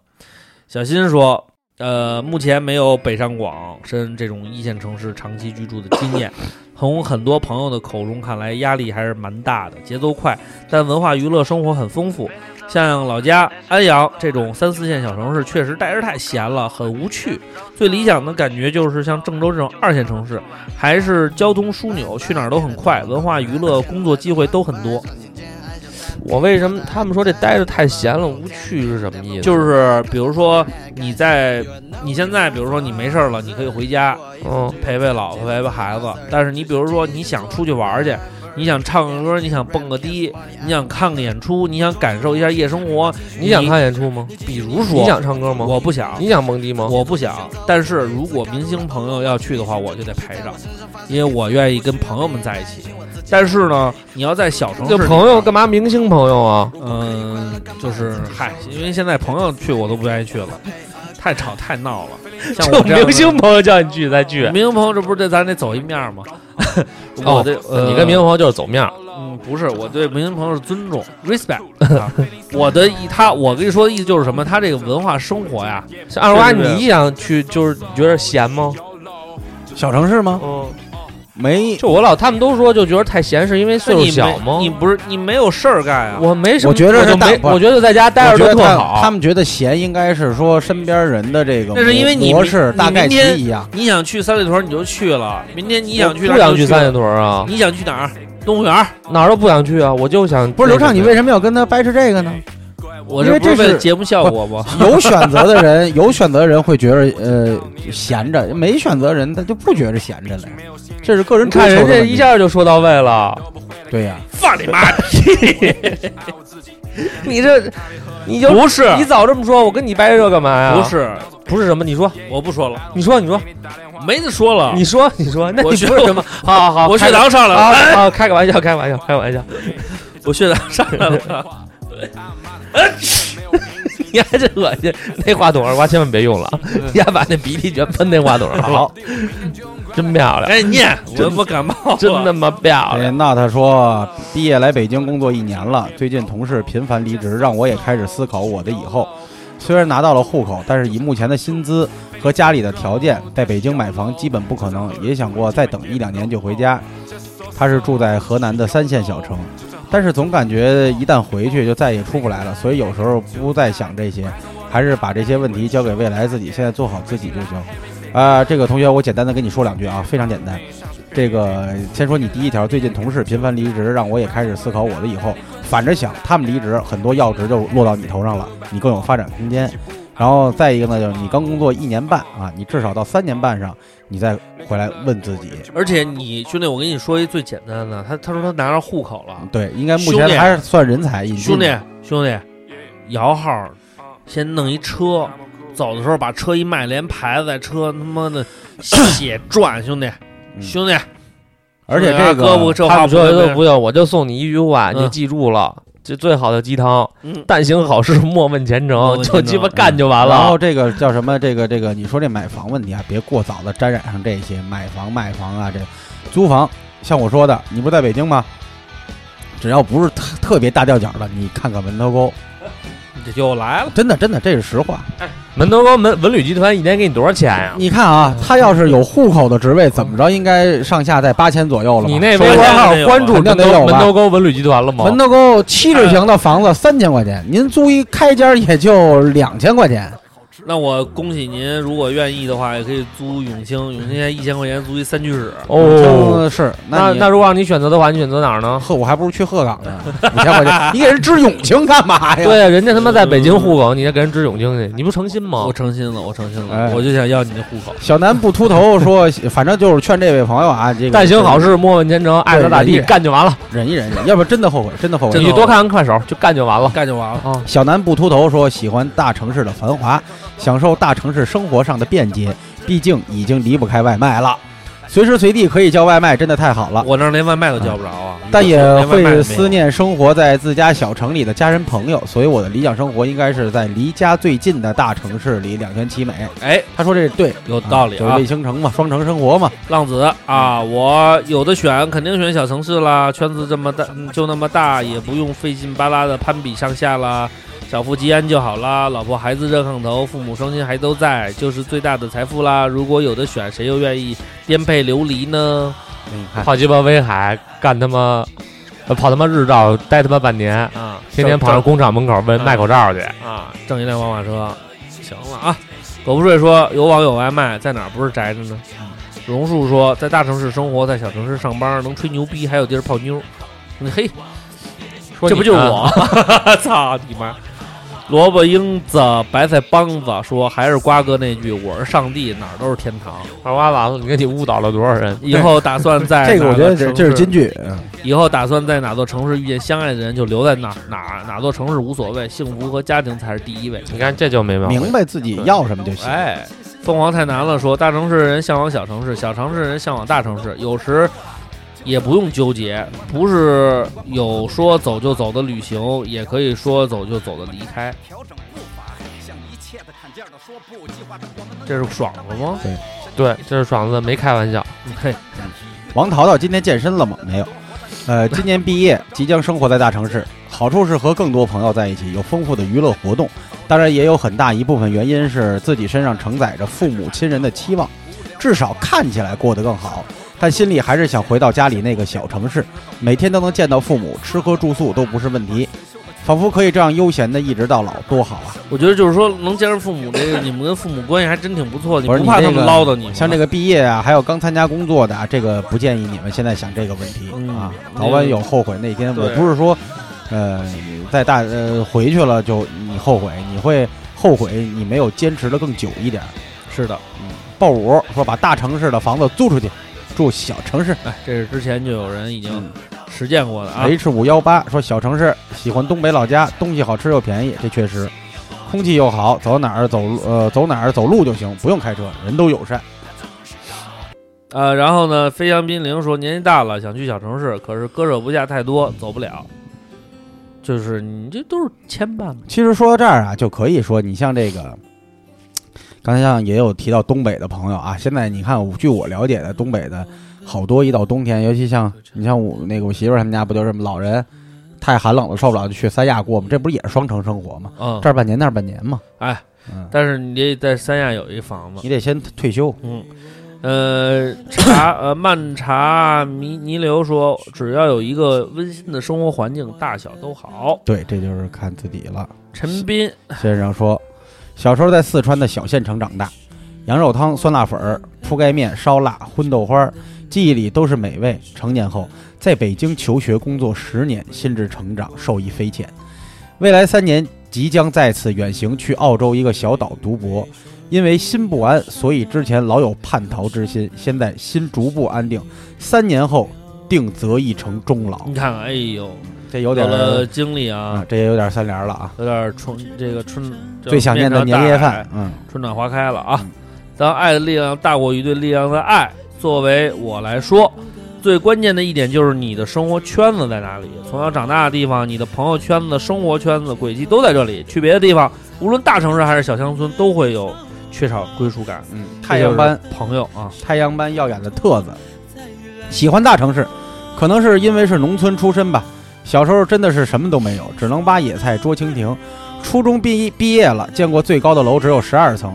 Speaker 5: 小新说，呃，目前没有北上广深这种一线城市长期居住的经验，从很多朋友的口中看来，压力还是蛮大的，节奏快，但文化娱乐生活很丰富。像老家安阳这种三四线小城市，确实待着太闲了，很无趣。最理想的感觉就是像郑州这种二线城市，还是交通枢纽，去哪儿都很快，文化娱乐、工作机会都很多。
Speaker 4: 我为什么他们说这待着太闲了无趣是什么意思？
Speaker 5: 就是比如说你在你现在，比如说你没事儿了，你可以回家
Speaker 4: 嗯，
Speaker 5: 陪陪老婆、陪陪孩子。但是你比如说你想出去玩儿去，你想唱个歌，你想蹦个迪，你想看个演出，你想感受一下夜生活，
Speaker 4: 你想看演出吗？
Speaker 5: 比如说
Speaker 4: 你想唱歌吗？
Speaker 5: 我不想
Speaker 4: 你。想蹦迪吗？
Speaker 5: 我不想，但是如果明星朋友要去的话，我就得陪着，因为我愿意跟朋友们在一起。但是呢，你要在小城市
Speaker 4: 这
Speaker 5: 里边，
Speaker 4: 朋友干嘛明星朋友啊？
Speaker 5: 嗯，就是嗨，因为现在朋友去我都不愿意去了，太吵太闹了。像我
Speaker 4: 就
Speaker 5: 这样的
Speaker 4: 明星朋友叫你去再去。
Speaker 5: 明星朋友，这不是得咱得走一面
Speaker 4: (laughs)
Speaker 5: 儿吗？我对、呃
Speaker 4: 你跟明星朋友就是走面儿，
Speaker 5: 嗯不是，我对明星朋友是尊重 respect 啊、我的意他，我跟你说的意思就是什么？他这个文化生活呀，
Speaker 4: 像二瓜，
Speaker 5: 是是
Speaker 4: 你想去就是你觉得闲吗？
Speaker 6: 小城市吗？
Speaker 4: 嗯，
Speaker 6: 没，
Speaker 4: 就我老他们都说就觉得太闲，是因为岁数
Speaker 5: 你
Speaker 4: 小
Speaker 5: 没
Speaker 4: 吗？
Speaker 5: 你不是你没有事儿干啊？
Speaker 4: 哎我没什么，
Speaker 6: 我觉得是
Speaker 4: 就
Speaker 6: 大
Speaker 4: 没，
Speaker 6: 不是
Speaker 4: 我觉得在家待
Speaker 6: 我
Speaker 4: 着
Speaker 6: 觉
Speaker 4: 都
Speaker 6: 得
Speaker 4: 特
Speaker 6: 他
Speaker 4: 好。
Speaker 6: 他们觉得闲应该是说身边人的这个
Speaker 5: 那是因为你
Speaker 6: 模
Speaker 5: 明
Speaker 6: 式
Speaker 5: 你
Speaker 6: 大概
Speaker 5: 明
Speaker 6: 其
Speaker 5: 天
Speaker 6: 一样。
Speaker 5: 你想去三里屯你就去了，明天你想去
Speaker 4: 不
Speaker 5: 哪儿
Speaker 4: 想去
Speaker 5: 你就去了
Speaker 4: 三里屯啊？
Speaker 5: 你想去哪儿？动物园儿？
Speaker 4: 哪儿都不想去啊！我就想
Speaker 6: 不是刘畅，你为什么要跟他掰扯这个呢？
Speaker 5: 我
Speaker 6: 因为
Speaker 5: 不是
Speaker 6: 这
Speaker 5: 为了
Speaker 6: 是
Speaker 5: 节目效果吗？
Speaker 6: 有选择的人，有选择的人会觉得呃闲着；没选择的人他就不觉得闲着了呀。这是个人
Speaker 4: 你
Speaker 6: 追
Speaker 4: 看
Speaker 6: 求
Speaker 4: 人
Speaker 6: 的问
Speaker 4: 家一
Speaker 6: 题。
Speaker 4: 下就说到位了，
Speaker 6: 对呀、
Speaker 5: 放你妈！
Speaker 4: 你这你就
Speaker 5: 不是，
Speaker 4: 你早这么说，我跟你掰扯干嘛呀？
Speaker 5: 不是，
Speaker 4: 不是什么？你说
Speaker 5: 我不说了，
Speaker 4: 你说你说
Speaker 5: 没得说了。
Speaker 4: 你说你说，那你
Speaker 5: 我
Speaker 4: 不
Speaker 5: 去
Speaker 4: 是什么？好好好，
Speaker 5: 我血
Speaker 4: 开个
Speaker 5: 糖上来
Speaker 4: 啊
Speaker 5: 了，
Speaker 4: 啊！开个玩笑，开个玩笑，开个玩笑。
Speaker 5: 我血糖上来了。
Speaker 4: (laughs) 你还真恶心，那话筒二瓜千万别用了，你还把那鼻涕全喷那话筒上，好，真漂亮，
Speaker 5: 赶紧念，我我感冒了，
Speaker 4: 真 (laughs) 他妈漂
Speaker 6: 哎
Speaker 4: 亮。
Speaker 6: 那他说毕业来北京工作一年了，最近同事频繁离职，让我也开始思考我的以后。虽然拿到了户口，但是以目前的薪资，和家里的条件，在北京买房基本不可能，也想过再等一两年就回家。他是住在河南的三线小城，但是总感觉一旦回去就再也出不来了，所以有时候不再想这些，还是把这些问题交给未来自己，现在做好自己就行。啊、这个同学，我简单的跟你说两句啊，非常简单。这个先说你第一条，最近同事频繁离职，让我也开始思考我的以后。反着想，他们离职，很多要职就落到你头上了，你更有发展空间。然后再一个呢，就是你刚工作一年半啊，你至少到三年半上，你再回来问自己，
Speaker 4: 而且你兄弟，我跟你说一最简单的，他他说他拿着户口了，
Speaker 6: 对，应该目
Speaker 4: 兄弟
Speaker 6: 前还是算人才引进
Speaker 5: 兄
Speaker 6: 的
Speaker 5: 弟兄弟，摇号，先弄一车，走的时候把车一卖，连牌子带车他
Speaker 4: (coughs)
Speaker 5: 妈的血赚，兄弟
Speaker 6: 嗯
Speaker 5: 兄弟，
Speaker 6: 而且这
Speaker 5: 大哥
Speaker 6: 个
Speaker 5: 不这
Speaker 4: 他
Speaker 5: 话
Speaker 4: 们说
Speaker 5: 不
Speaker 4: 都不用，我就送你一句话，你
Speaker 5: 嗯
Speaker 4: 记住了，这最好的鸡汤
Speaker 5: 嗯，
Speaker 4: 但行好事，莫问前
Speaker 5: 莫
Speaker 4: 程，
Speaker 5: 问前
Speaker 4: 就
Speaker 5: 程
Speaker 4: 鸡巴干就完
Speaker 6: 嗯然
Speaker 4: 了
Speaker 6: 后。这个叫什么？这个这个，你说这买房问题啊，别过早的沾染上这些买房卖房啊，这租房。像我说的，你不是在北京吗？只要不是特特别大掉脚的，你看看门头沟，
Speaker 5: 这又来了，
Speaker 6: 真的真的，这是实话。
Speaker 4: 门头沟门文旅集团一年给你多少钱呀？
Speaker 6: 你看啊，
Speaker 4: 嗯
Speaker 6: 他要是有户口的职位，怎么着应该上下在八千左右了吧。
Speaker 4: 你那
Speaker 5: 说
Speaker 4: 微博
Speaker 5: 现在
Speaker 4: 号
Speaker 5: 得有
Speaker 4: 关注
Speaker 6: 肯
Speaker 4: 门
Speaker 6: 定得
Speaker 4: 头
Speaker 6: 有吧
Speaker 4: 门头沟文旅集团了吗？
Speaker 6: 门头沟七十平的房子三千块钱，您租一开间也就两千块钱。
Speaker 5: 那我恭喜您，如果愿意的话，也可以租永清，永清现在一千块钱租一三居室，
Speaker 4: 哦，
Speaker 6: 嗯是
Speaker 4: 那
Speaker 6: 你
Speaker 4: 那如果让你选择的话，你选择哪儿呢？
Speaker 6: 呵，我还不如去鹤岗呢，五千块钱，你给人支永清干嘛哎呀？
Speaker 4: 对，啊人家他妈在北京户口，你再给人支永清去，你不诚心吗
Speaker 5: 我？诚心了，我诚心
Speaker 6: 哎
Speaker 5: 了，我就想要你的户口。
Speaker 6: 小南不秃头说， (laughs) 反正就是劝这位朋友啊，这个
Speaker 4: 但行好事，莫问前程，爱咋咋地，
Speaker 6: 对
Speaker 4: 干就完了。
Speaker 6: 忍一忍，要不然真的后悔，真的后
Speaker 4: 你
Speaker 6: 悔。
Speaker 4: 去多看看快手，就干就完了。
Speaker 5: 干就完了。
Speaker 4: 啊，
Speaker 6: 小南不秃头说，喜欢大城市的繁华，享受大城市生活上的便捷，毕竟已经离不开外卖了，随时随地可以叫外卖，真的太好了。
Speaker 5: 我那儿连外卖都叫不着啊，
Speaker 6: 嗯但也
Speaker 5: 连外卖都没
Speaker 6: 会
Speaker 5: 有
Speaker 6: 思。念生活在自家小城里的家人朋友，所以我的理想生活应该是在离家最近的大城市里两全其美。
Speaker 5: 哎，
Speaker 6: 他说这对，
Speaker 5: 有道理
Speaker 6: 就是
Speaker 5: 啊
Speaker 6: 卫，星城嘛，双城生活嘛。
Speaker 5: 浪子啊，我有的选，肯定选小城市啦，圈子这么大，嗯就那么大，也不用费劲巴拉的攀比上下啦，小富即安就好啦，老婆孩子热炕头，父母双亲还都在，就是最大的财富啦。如果有的选，谁又愿意颠沛流离呢？
Speaker 6: 你看，
Speaker 4: 跑鸡巴威海，干他妈，呃跑他妈日照，待他妈半年，
Speaker 5: 啊，
Speaker 4: 天天跑上工厂门口问
Speaker 5: 啊
Speaker 4: 卖口罩去。
Speaker 5: 啊，挣一辆宝马车，行了啊。狗不睡说有网有外卖，在哪儿不是宅着呢？榕树说在大城市生活，在小城市上班，能吹牛逼，还有地儿泡妞。你嘿，
Speaker 4: 说
Speaker 5: 这不就是
Speaker 4: 你呢
Speaker 5: 我？操你妈！萝卜缨子、白菜帮子说还是瓜哥那句，我是上帝，哪儿都是天堂。
Speaker 4: 二瓜完了，你看你误导了多少人？
Speaker 5: 以后打算
Speaker 6: (laughs)
Speaker 5: 在
Speaker 6: 这个我觉得
Speaker 5: 哪
Speaker 6: 这
Speaker 5: 个
Speaker 6: 这是
Speaker 5: 城市
Speaker 6: 金句。嗯
Speaker 5: 以后打算在哪座城市遇见相爱的人，就留在哪哪哪座城市无所谓，幸福和家庭才是第一位。
Speaker 4: 你看这就没毛病。
Speaker 6: 明白自己要什么就行。
Speaker 5: 哎，凤凰太难了说，大城市人向往小城市，小城市人向往大城市，有时也不用纠结，不是有说走就走的旅行，也可以说走就走的离开。这是爽了吗？
Speaker 4: 对，这是爽子没开玩笑。
Speaker 5: 嘿，
Speaker 6: 王淘淘今天健身了吗？没有。呃，今年毕业，即将生活在大城市，好处是和更多朋友在一起，有丰富的娱乐活动。当然，也有很大一部分原因是自己身上承载着父母亲人的期望，至少看起来过得更好。但心里还是想回到家里那个小城市，每天都能见到父母，吃喝住宿都不是问题，仿佛可以这样悠闲的一直到老，多好啊！
Speaker 5: 我觉得就是说能见着父母这个，你们跟父母关系还真挺不错，你
Speaker 6: 不是
Speaker 5: 怕
Speaker 6: 你
Speaker 5: 他
Speaker 6: 这
Speaker 5: 们
Speaker 6: 个
Speaker 5: 唠叨你吗。
Speaker 6: 像这个毕业啊，还有刚参加工作的啊，这个不建议你们现在想这个问题、
Speaker 5: 嗯
Speaker 6: 啊，早晚有后悔那天。
Speaker 5: 对
Speaker 6: 我不是说，呃，在大呃回去了就你后悔，你会后悔你没有坚持的更久一点。嗯
Speaker 5: 是的，
Speaker 6: 鲍五说把大城市的房子租出去，住小城市。
Speaker 5: 哎，这是之前就有人已经
Speaker 6: 嗯
Speaker 5: 实践过的啊。
Speaker 6: H 五幺八说小城市喜欢东北老家，东西好吃又便宜，这确实，空气又好，走哪儿走路呃走哪儿走路就行，不用开车，人都友善。
Speaker 5: 呃，然后呢，飞扬濒临说年纪大了想去小城市，可是割舍不下太多，走不了。就是你这都是牵绊嘛。
Speaker 6: 其实说到这儿啊，就可以说你像这个，刚才像也有提到东北的朋友啊，现在你看，据我了解的，东北的好多一到冬天，尤其像你像我那个我媳妇儿他们家不就是老人太寒冷了受不了就去三亚过嘛，这不是也是双城生活嘛，
Speaker 5: 嗯，
Speaker 6: 这儿半年那儿半年嘛，
Speaker 5: 哎，
Speaker 6: 嗯，
Speaker 5: 但是你得在三亚有一房子
Speaker 6: 你，得先退休。
Speaker 5: 嗯，呃，茶呃，漫茶迷泥流说，只要有一个温馨的生活环境，大小都好。
Speaker 6: 对，这就是看自己了。
Speaker 5: 陈斌，
Speaker 6: 先生说，小时候在四川的小县城长大，羊肉汤、酸辣粉儿、铺盖面、烧腊、荤豆花儿，记忆里都是美味。成年后，在北京求学工作十年，心智成长受益匪浅。未来三年即将再次远行去澳洲一个小岛读博，因为心不安，所以之前老有叛逃之心，现在心逐步安定，三年后定择一城终老
Speaker 5: 你。看看，哎呦，
Speaker 6: 这有
Speaker 5: 有
Speaker 6: 点
Speaker 5: 了经历
Speaker 6: 啊
Speaker 5: 啊，，
Speaker 6: 这也有点三联了啊。
Speaker 5: 有点春这个春这
Speaker 6: 最想念的
Speaker 5: 面朝
Speaker 6: 年夜
Speaker 5: 大海
Speaker 6: 饭，嗯，
Speaker 5: 春暖花开了啊
Speaker 6: 嗯！
Speaker 5: 当爱的力量大过于对力量的爱，作为我来说，最关键的一点就是你的生活圈子在哪里。从小长大的地方，你的朋友圈子、生活圈子、轨迹都在这里。去别的地方，无论大城市还是小乡村，都会有缺少归属感。
Speaker 6: 嗯，太阳班
Speaker 5: 这就是朋友啊，
Speaker 6: 太阳般耀眼的特子，喜欢大城市，可能是因为是农村出身吧。小时候真的是什么都没有，只能挖野菜、捉蜻蜓。初中毕毕业了，见过最高的楼只有十二层。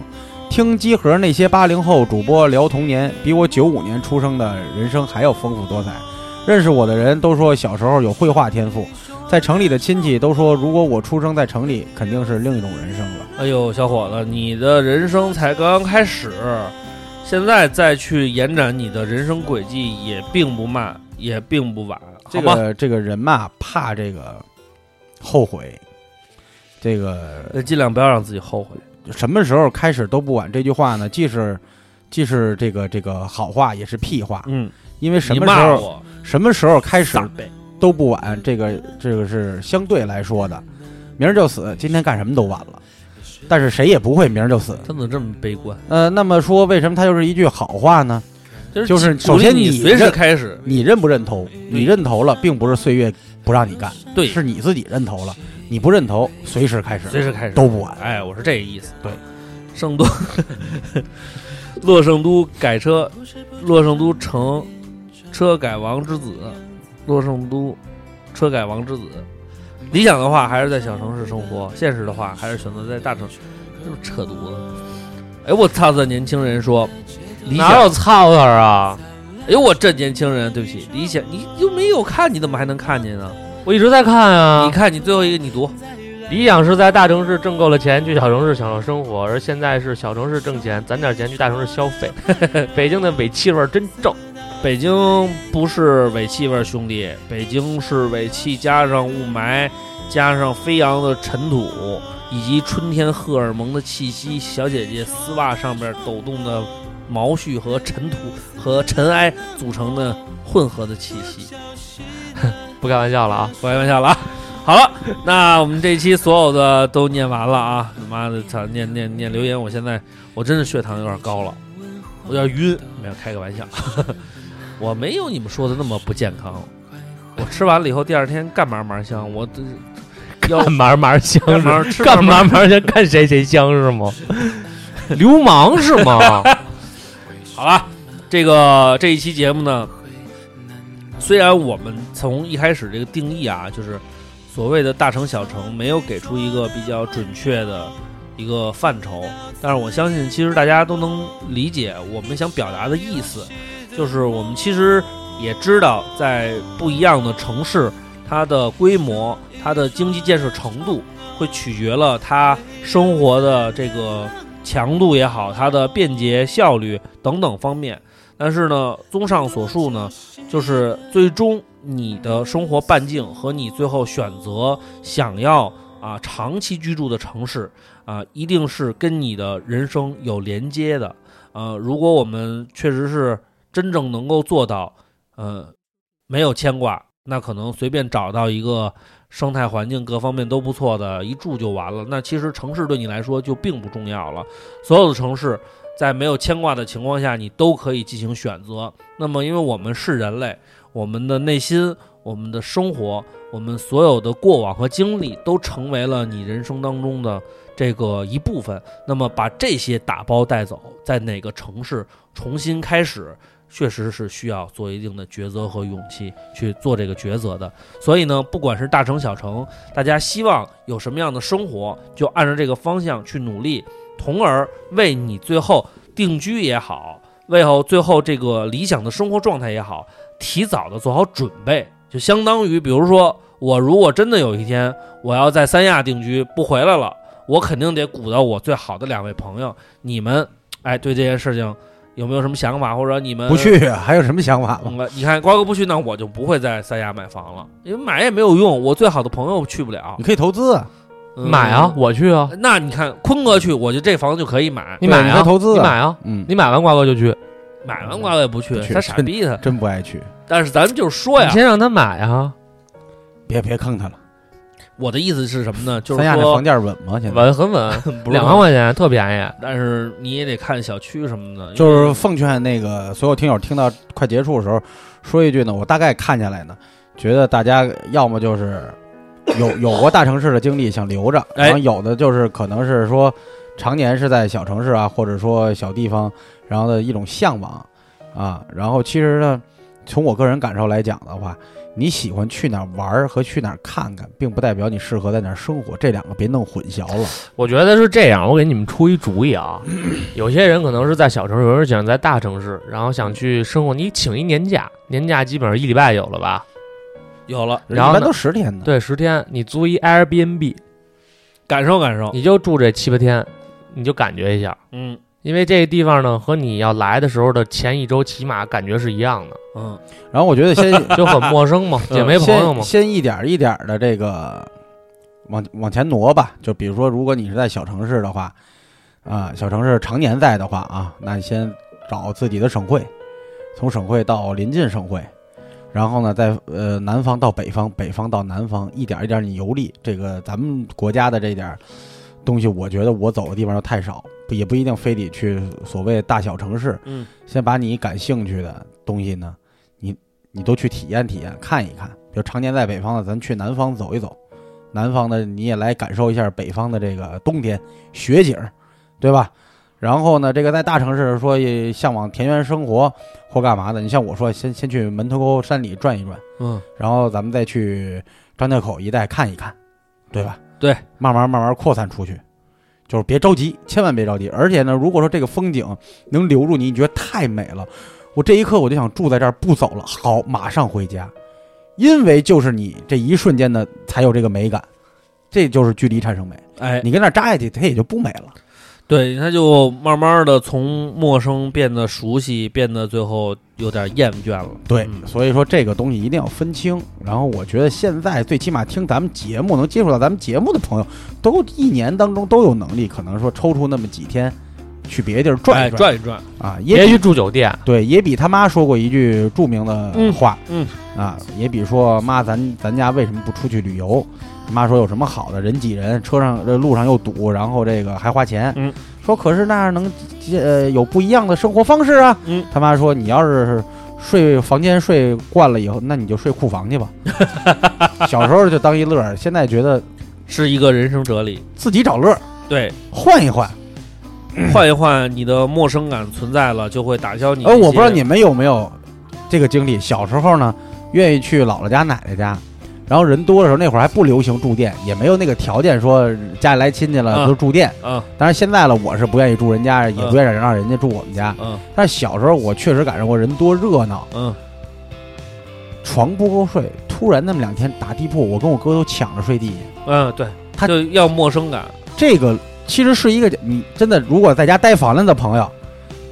Speaker 6: 听机核那些八零后主播聊童年，比我九五年出生的人生还要丰富多彩。认识我的人都说小时候有绘画天赋，在城里的亲戚都说，如果我出生在城里，肯定是另一种人生了。
Speaker 5: 哎呦，小伙子，你的人生才刚刚开始，现在再去延展你的人生轨迹，也并不慢，也并不晚，
Speaker 6: 这
Speaker 5: 好吧？
Speaker 6: 个这个人嘛，怕这个后悔，这个
Speaker 5: 呃尽量不要让自己后悔。
Speaker 6: 什么时候开始都不晚。这句话呢，既是既是这个这个好话，也是屁话，
Speaker 5: 嗯。
Speaker 6: 因为什
Speaker 5: 你
Speaker 6: 么时
Speaker 5: 骂
Speaker 6: 候
Speaker 5: 我
Speaker 6: 什么时候开始
Speaker 5: 傻呗？
Speaker 6: 都不晚，这个这个是相对来说的。明儿就死，今天干什么都晚了，但是谁也不会明儿就死。
Speaker 5: 他怎么这么悲观？
Speaker 6: 呃，那么说，为什么它又是一句好话呢？
Speaker 5: 就
Speaker 6: 就是
Speaker 5: 鼓
Speaker 6: 首
Speaker 5: 励
Speaker 6: 先
Speaker 5: 你
Speaker 6: 你
Speaker 5: 随时
Speaker 6: 认
Speaker 5: 开始，
Speaker 6: 你认不认头？你认头了，并不是岁月不让你干，
Speaker 5: 对，
Speaker 6: 是你自己认头了。你不认头，随时开始，
Speaker 5: 随时开始
Speaker 6: 都不晚。
Speaker 5: 哎，我是这个意思。
Speaker 6: 对，
Speaker 5: (laughs) 圣都，洛圣都改车，洛圣都城车改王之子，洛圣都车改王之子。理想的话还是在小城市生活，现实的话还是选择在大城市。这不扯犊子！哎，我操！这年轻人说，理想
Speaker 4: 哪有操他啊？
Speaker 5: 哎呦，我这年轻人，对不起，理想你又没有看，你怎么还能看见呢？
Speaker 4: 我一直在看啊。
Speaker 5: 你看，你最后一个你读，
Speaker 4: 理想是在大城市挣够了钱去小城市享受生活，而现在是小城市挣钱，攒点钱去大城市消费。 (laughs) 北京的尾气味儿真正，
Speaker 5: 北京不是尾气味儿，兄弟，北京是尾气加上雾霾，加上飞扬的尘土，以及春天荷尔蒙的气息，小姐姐丝袜上边抖动的毛絮和尘土和尘埃组成的混合的气息。
Speaker 4: 不开玩笑了啊！
Speaker 5: 不开玩笑了啊！好了，那我们这期所有的都念完了啊！他妈的，操，念念念留言，我现在我真是血糖有点高了，我有点晕。没有开个玩笑， (laughs) 我没有你们说的那么不健康。我吃完了以后，第二天干嘛嘛香，我这要
Speaker 4: 干嘛嘛香
Speaker 5: 干
Speaker 4: 是吗
Speaker 5: 嘛吃
Speaker 4: 干
Speaker 5: 嘛
Speaker 4: 嘛嘛香，看谁谁香是吗？ (laughs) 流氓是吗？
Speaker 5: 好了，这个这一期节目呢，虽然我们从一开始这个定义啊，就是所谓的大城小城，没有给出一个比较准确的一个范畴，但是我相信其实大家都能理解我们想表达的意思，就是我们其实也知道，在不一样的城市，它的规模、它的经济建设程度，会取决了它生活的这个强度也好，它的便捷效率等等方面。但是呢，综上所述呢，就是最终你的生活半径和你最后选择想要啊长期居住的城市啊，一定是跟你的人生有连接的。呃，如果我们确实是真正能够做到，呃，没有牵挂，那可能随便找到一个生态环境各方面都不错的，一住就完了。那其实城市对你来说就并不重要了。所有的城市在没有牵挂的情况下，你都可以进行选择。那么，因为我们是人类，我们的内心、我们的生活、我们所有的过往和经历，都成为了你人生当中的这个一部分。那么，把这些打包带走，在哪个城市重新开始，确实是需要做一定的抉择和勇气去做这个抉择的。所以呢，不管是大城小城，大家希望有什么样的生活，就按照这个方向去努力。从而为你最后定居也好，为后最后这个理想的生活状态也好，提早的做好准备。就相当于，比如说，我如果真的有一天我要在三亚定居不回来了，我肯定得鼓捣我最好的两位朋友。你们，哎，对这件事情有没有什么想法，或者你们
Speaker 6: 不去啊还有什么想法吗？
Speaker 5: 呃嗯你看瓜哥不去，那我就不会在三亚买房了，因为买也没有用，我最好的朋友去不了
Speaker 6: 你。可以投资啊，
Speaker 5: 嗯
Speaker 4: 买啊，我去啊，
Speaker 5: 那你看坤哥去，我就这房就可以买，
Speaker 4: 你
Speaker 6: 对
Speaker 4: 买
Speaker 6: 你
Speaker 4: 啊，
Speaker 6: 可以投资啊
Speaker 4: 你买啊，
Speaker 6: 嗯，
Speaker 4: 你买完瓜哥就去，
Speaker 5: 买完瓜哥也不去
Speaker 6: 不，去
Speaker 5: 他傻逼他。
Speaker 6: 真不爱去，
Speaker 5: 但是咱们就是说
Speaker 4: 你
Speaker 5: 呀，
Speaker 4: 先让他买啊，
Speaker 6: 别别坑他了。
Speaker 5: 我的意思是什么呢？就是
Speaker 6: 三亚那
Speaker 5: 说
Speaker 6: 房，价稳吗？现在
Speaker 4: 稳很稳，
Speaker 5: 不是
Speaker 4: 两万块钱特便宜。啊
Speaker 5: 但是你也得看小区什么的，
Speaker 4: 嗯
Speaker 5: 因为
Speaker 6: 就是奉劝那个所有听友，听到快结束的时候，说一句呢，我大概看下来呢，觉得大家要么就是
Speaker 4: (coughs)
Speaker 6: 有有过大城市的经历想留着，
Speaker 5: 哎
Speaker 6: 然后有的就是可能是说常年是在小城市啊，或者说小地方，然后的一种向往啊。然后其实呢，从我个人感受来讲的话，你喜欢去哪儿玩儿和去哪儿看看，并不代表你适合在哪儿生活，这两个别弄混淆了。
Speaker 4: 我觉得是这样，我给你们出一主意啊， (clears throat) 有些人可能是在小城市，有人想在大城市，然后想去生活，你请一年假，年假基本上一礼拜有了吧？
Speaker 5: 有了
Speaker 4: 啊然后
Speaker 6: 一般
Speaker 4: 呢
Speaker 6: 都十天呢，
Speaker 4: 对，十天，你租一 Airbnb，
Speaker 5: 感受感受，
Speaker 4: 你就住这七八天，你就感觉一下，
Speaker 5: 嗯
Speaker 4: 因为这个地方呢和你要来的时候的前一周起码感觉是一样的，
Speaker 5: 嗯，
Speaker 6: 然后我觉得先。
Speaker 4: 就很陌生 (laughs) 嘛，也没朋友嘛。
Speaker 6: 嗯先先一点儿一点儿的这个往往前挪吧。就比如说，如果你是在小城市的话，啊、小城市常年在的话啊，那你先找自己的省会，从省会到临近省会，然后呢，再呃南方到北方，北方到南方，一点儿一点儿你游历。这个咱们国家的这点儿东西，我觉得我走的地方都太少，不也不一定非得去所谓大小城市。
Speaker 5: 嗯，
Speaker 6: 先把你感兴趣的东西呢，你你都去体验体验，看一看。比如常年在北方的，咱去南方走一走，南方的你也来感受一下北方的这个冬天雪景儿，对吧？然后呢，这个在大城市说也向往田园生活或干嘛的，你像我说，先先去门头沟山里转一转，
Speaker 5: 嗯，
Speaker 6: 然后咱们再去张家口一带看一看，对吧？
Speaker 5: 对，
Speaker 6: 慢慢慢慢扩散出去，就是别着急，千万别着急。而且呢，如果说这个风景能留住你，你觉得太美了，我这一刻我就想住在这儿不走了，好，马上回家，因为就是你这一瞬间的才有这个美感，这就是距离产生美。
Speaker 5: 哎，
Speaker 6: 你跟那儿扎下去，它也就不美了。
Speaker 5: 对，他就慢慢的从陌生变得熟悉，变得最后有点厌倦了。
Speaker 6: 对，
Speaker 5: 嗯
Speaker 6: 所以说这个东西一定要分清。然后我觉得现在最起码听咱们节目能接触到咱们节目的朋友，都一年当中都有能力，可能说抽出那么几天去别地儿转
Speaker 5: 哎
Speaker 6: 一转,、
Speaker 5: 一转，
Speaker 6: 啊，也
Speaker 4: 别去
Speaker 6: 比
Speaker 4: 住酒店，
Speaker 6: 对，也比他妈说过一句著名的
Speaker 5: 嗯
Speaker 6: 话，
Speaker 5: 嗯
Speaker 6: 啊，也比说妈咱咱家为什么不出去旅游？妈说有什么好的？人挤人，车上这路上又堵，然后这个还花钱。
Speaker 5: 嗯，
Speaker 6: 说可是那样能呃有不一样的生活方式啊。
Speaker 5: 嗯，
Speaker 6: 他妈说你要是睡房间睡惯了以后，那你就睡库
Speaker 4: (laughs)
Speaker 6: 房去吧。小时候就当一乐儿，现在觉得
Speaker 5: 是一个人生哲理。
Speaker 6: 自己找乐儿，
Speaker 5: 对，
Speaker 6: 换一换。
Speaker 5: 换一换，你的陌生感存在了，就会打消你。
Speaker 6: 呃，我不知道你，们有没有这个经历。小时候呢，愿意去姥姥家、奶奶家，然后人多的时候，那会儿还不流行住店，也没有那个条件说家里来亲戚了
Speaker 5: 嗯
Speaker 6: 就住店。
Speaker 5: 嗯
Speaker 6: 当然现在了，我是不愿意住人家，也
Speaker 5: 嗯
Speaker 6: 不愿意让人家住我们家。
Speaker 5: 嗯
Speaker 6: 但是小时候我确实感受过人多热闹，
Speaker 5: 嗯，
Speaker 6: 床不够睡。突然那么两天打地铺，我跟我哥都抢着睡地下。
Speaker 5: 嗯，对，
Speaker 6: 他
Speaker 5: 就要陌生感，
Speaker 6: 这个其实是一个你真的，如果在家待烦了的朋友，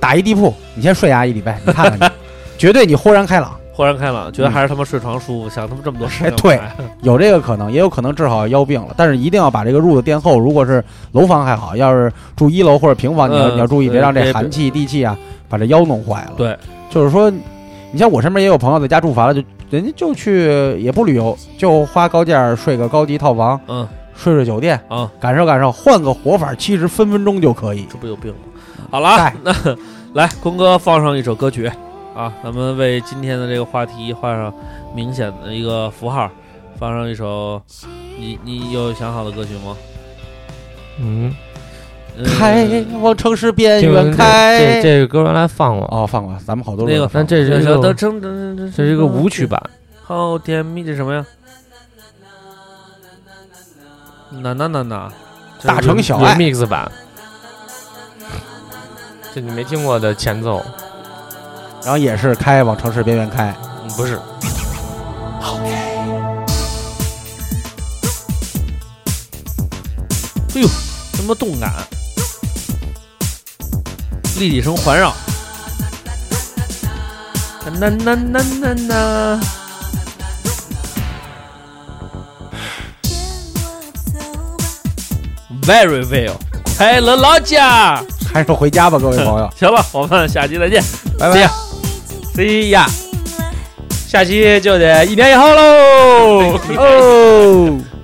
Speaker 6: 打一地铺，你先睡下一礼拜，你看看
Speaker 5: (laughs)
Speaker 6: 你，绝对你豁然开朗。
Speaker 5: 豁然开朗，觉得还是他妈睡床舒服，想他妈这么多事
Speaker 6: 哎
Speaker 5: 情。
Speaker 6: 对，有这个可能，也有可能治好腰病了，但是一定要把这个褥子垫厚。如果是楼房还好，要是住一楼或者平房，你要、
Speaker 5: 嗯
Speaker 6: 你要注意，别
Speaker 5: 对
Speaker 6: 让这
Speaker 5: 别
Speaker 6: 寒气、地气啊，把这腰弄坏了。
Speaker 5: 对，
Speaker 6: 就是说，你像我身边也有朋友在家住烦了，就人家就去也不旅游，就花高价睡个高级套房，
Speaker 5: 嗯
Speaker 6: 睡睡酒店，
Speaker 5: 啊，
Speaker 6: 感受感受，换个活法，其实分分钟就可以。
Speaker 5: 这不有病吗？好了啊
Speaker 6: 在，
Speaker 5: 那来，坤哥放上一首歌曲啊，咱们为今天的这个话题画上明显的一个符号，放上一首，你你有想好的歌曲吗？
Speaker 4: 嗯，
Speaker 5: 嗯
Speaker 6: 开往城市边
Speaker 4: 这个
Speaker 6: 缘开。
Speaker 4: 这这个歌原来放过，
Speaker 6: 哦，放过，咱们好多
Speaker 5: 那个
Speaker 6: 人
Speaker 4: 但这是一
Speaker 5: 这
Speaker 4: 个
Speaker 5: 这这
Speaker 4: 这是一个舞曲，版，
Speaker 5: 好甜蜜，这什么呀？那那那那，
Speaker 6: 大城小爱
Speaker 4: 哎 remix 版，这你没听过的前奏，
Speaker 6: 然后也是开往城市边缘开，
Speaker 4: 嗯不是
Speaker 5: 这么动感，立体声环绕。呐呐呐呐呐！Very well，快乐老家。
Speaker 6: 还是回家吧，各位
Speaker 4: (laughs)
Speaker 6: 朋友，
Speaker 5: 行了，我们下期再见。
Speaker 6: 拜拜。
Speaker 5: See ya See ya，下期就得一年以后喽。
Speaker 6: (laughs) 哦。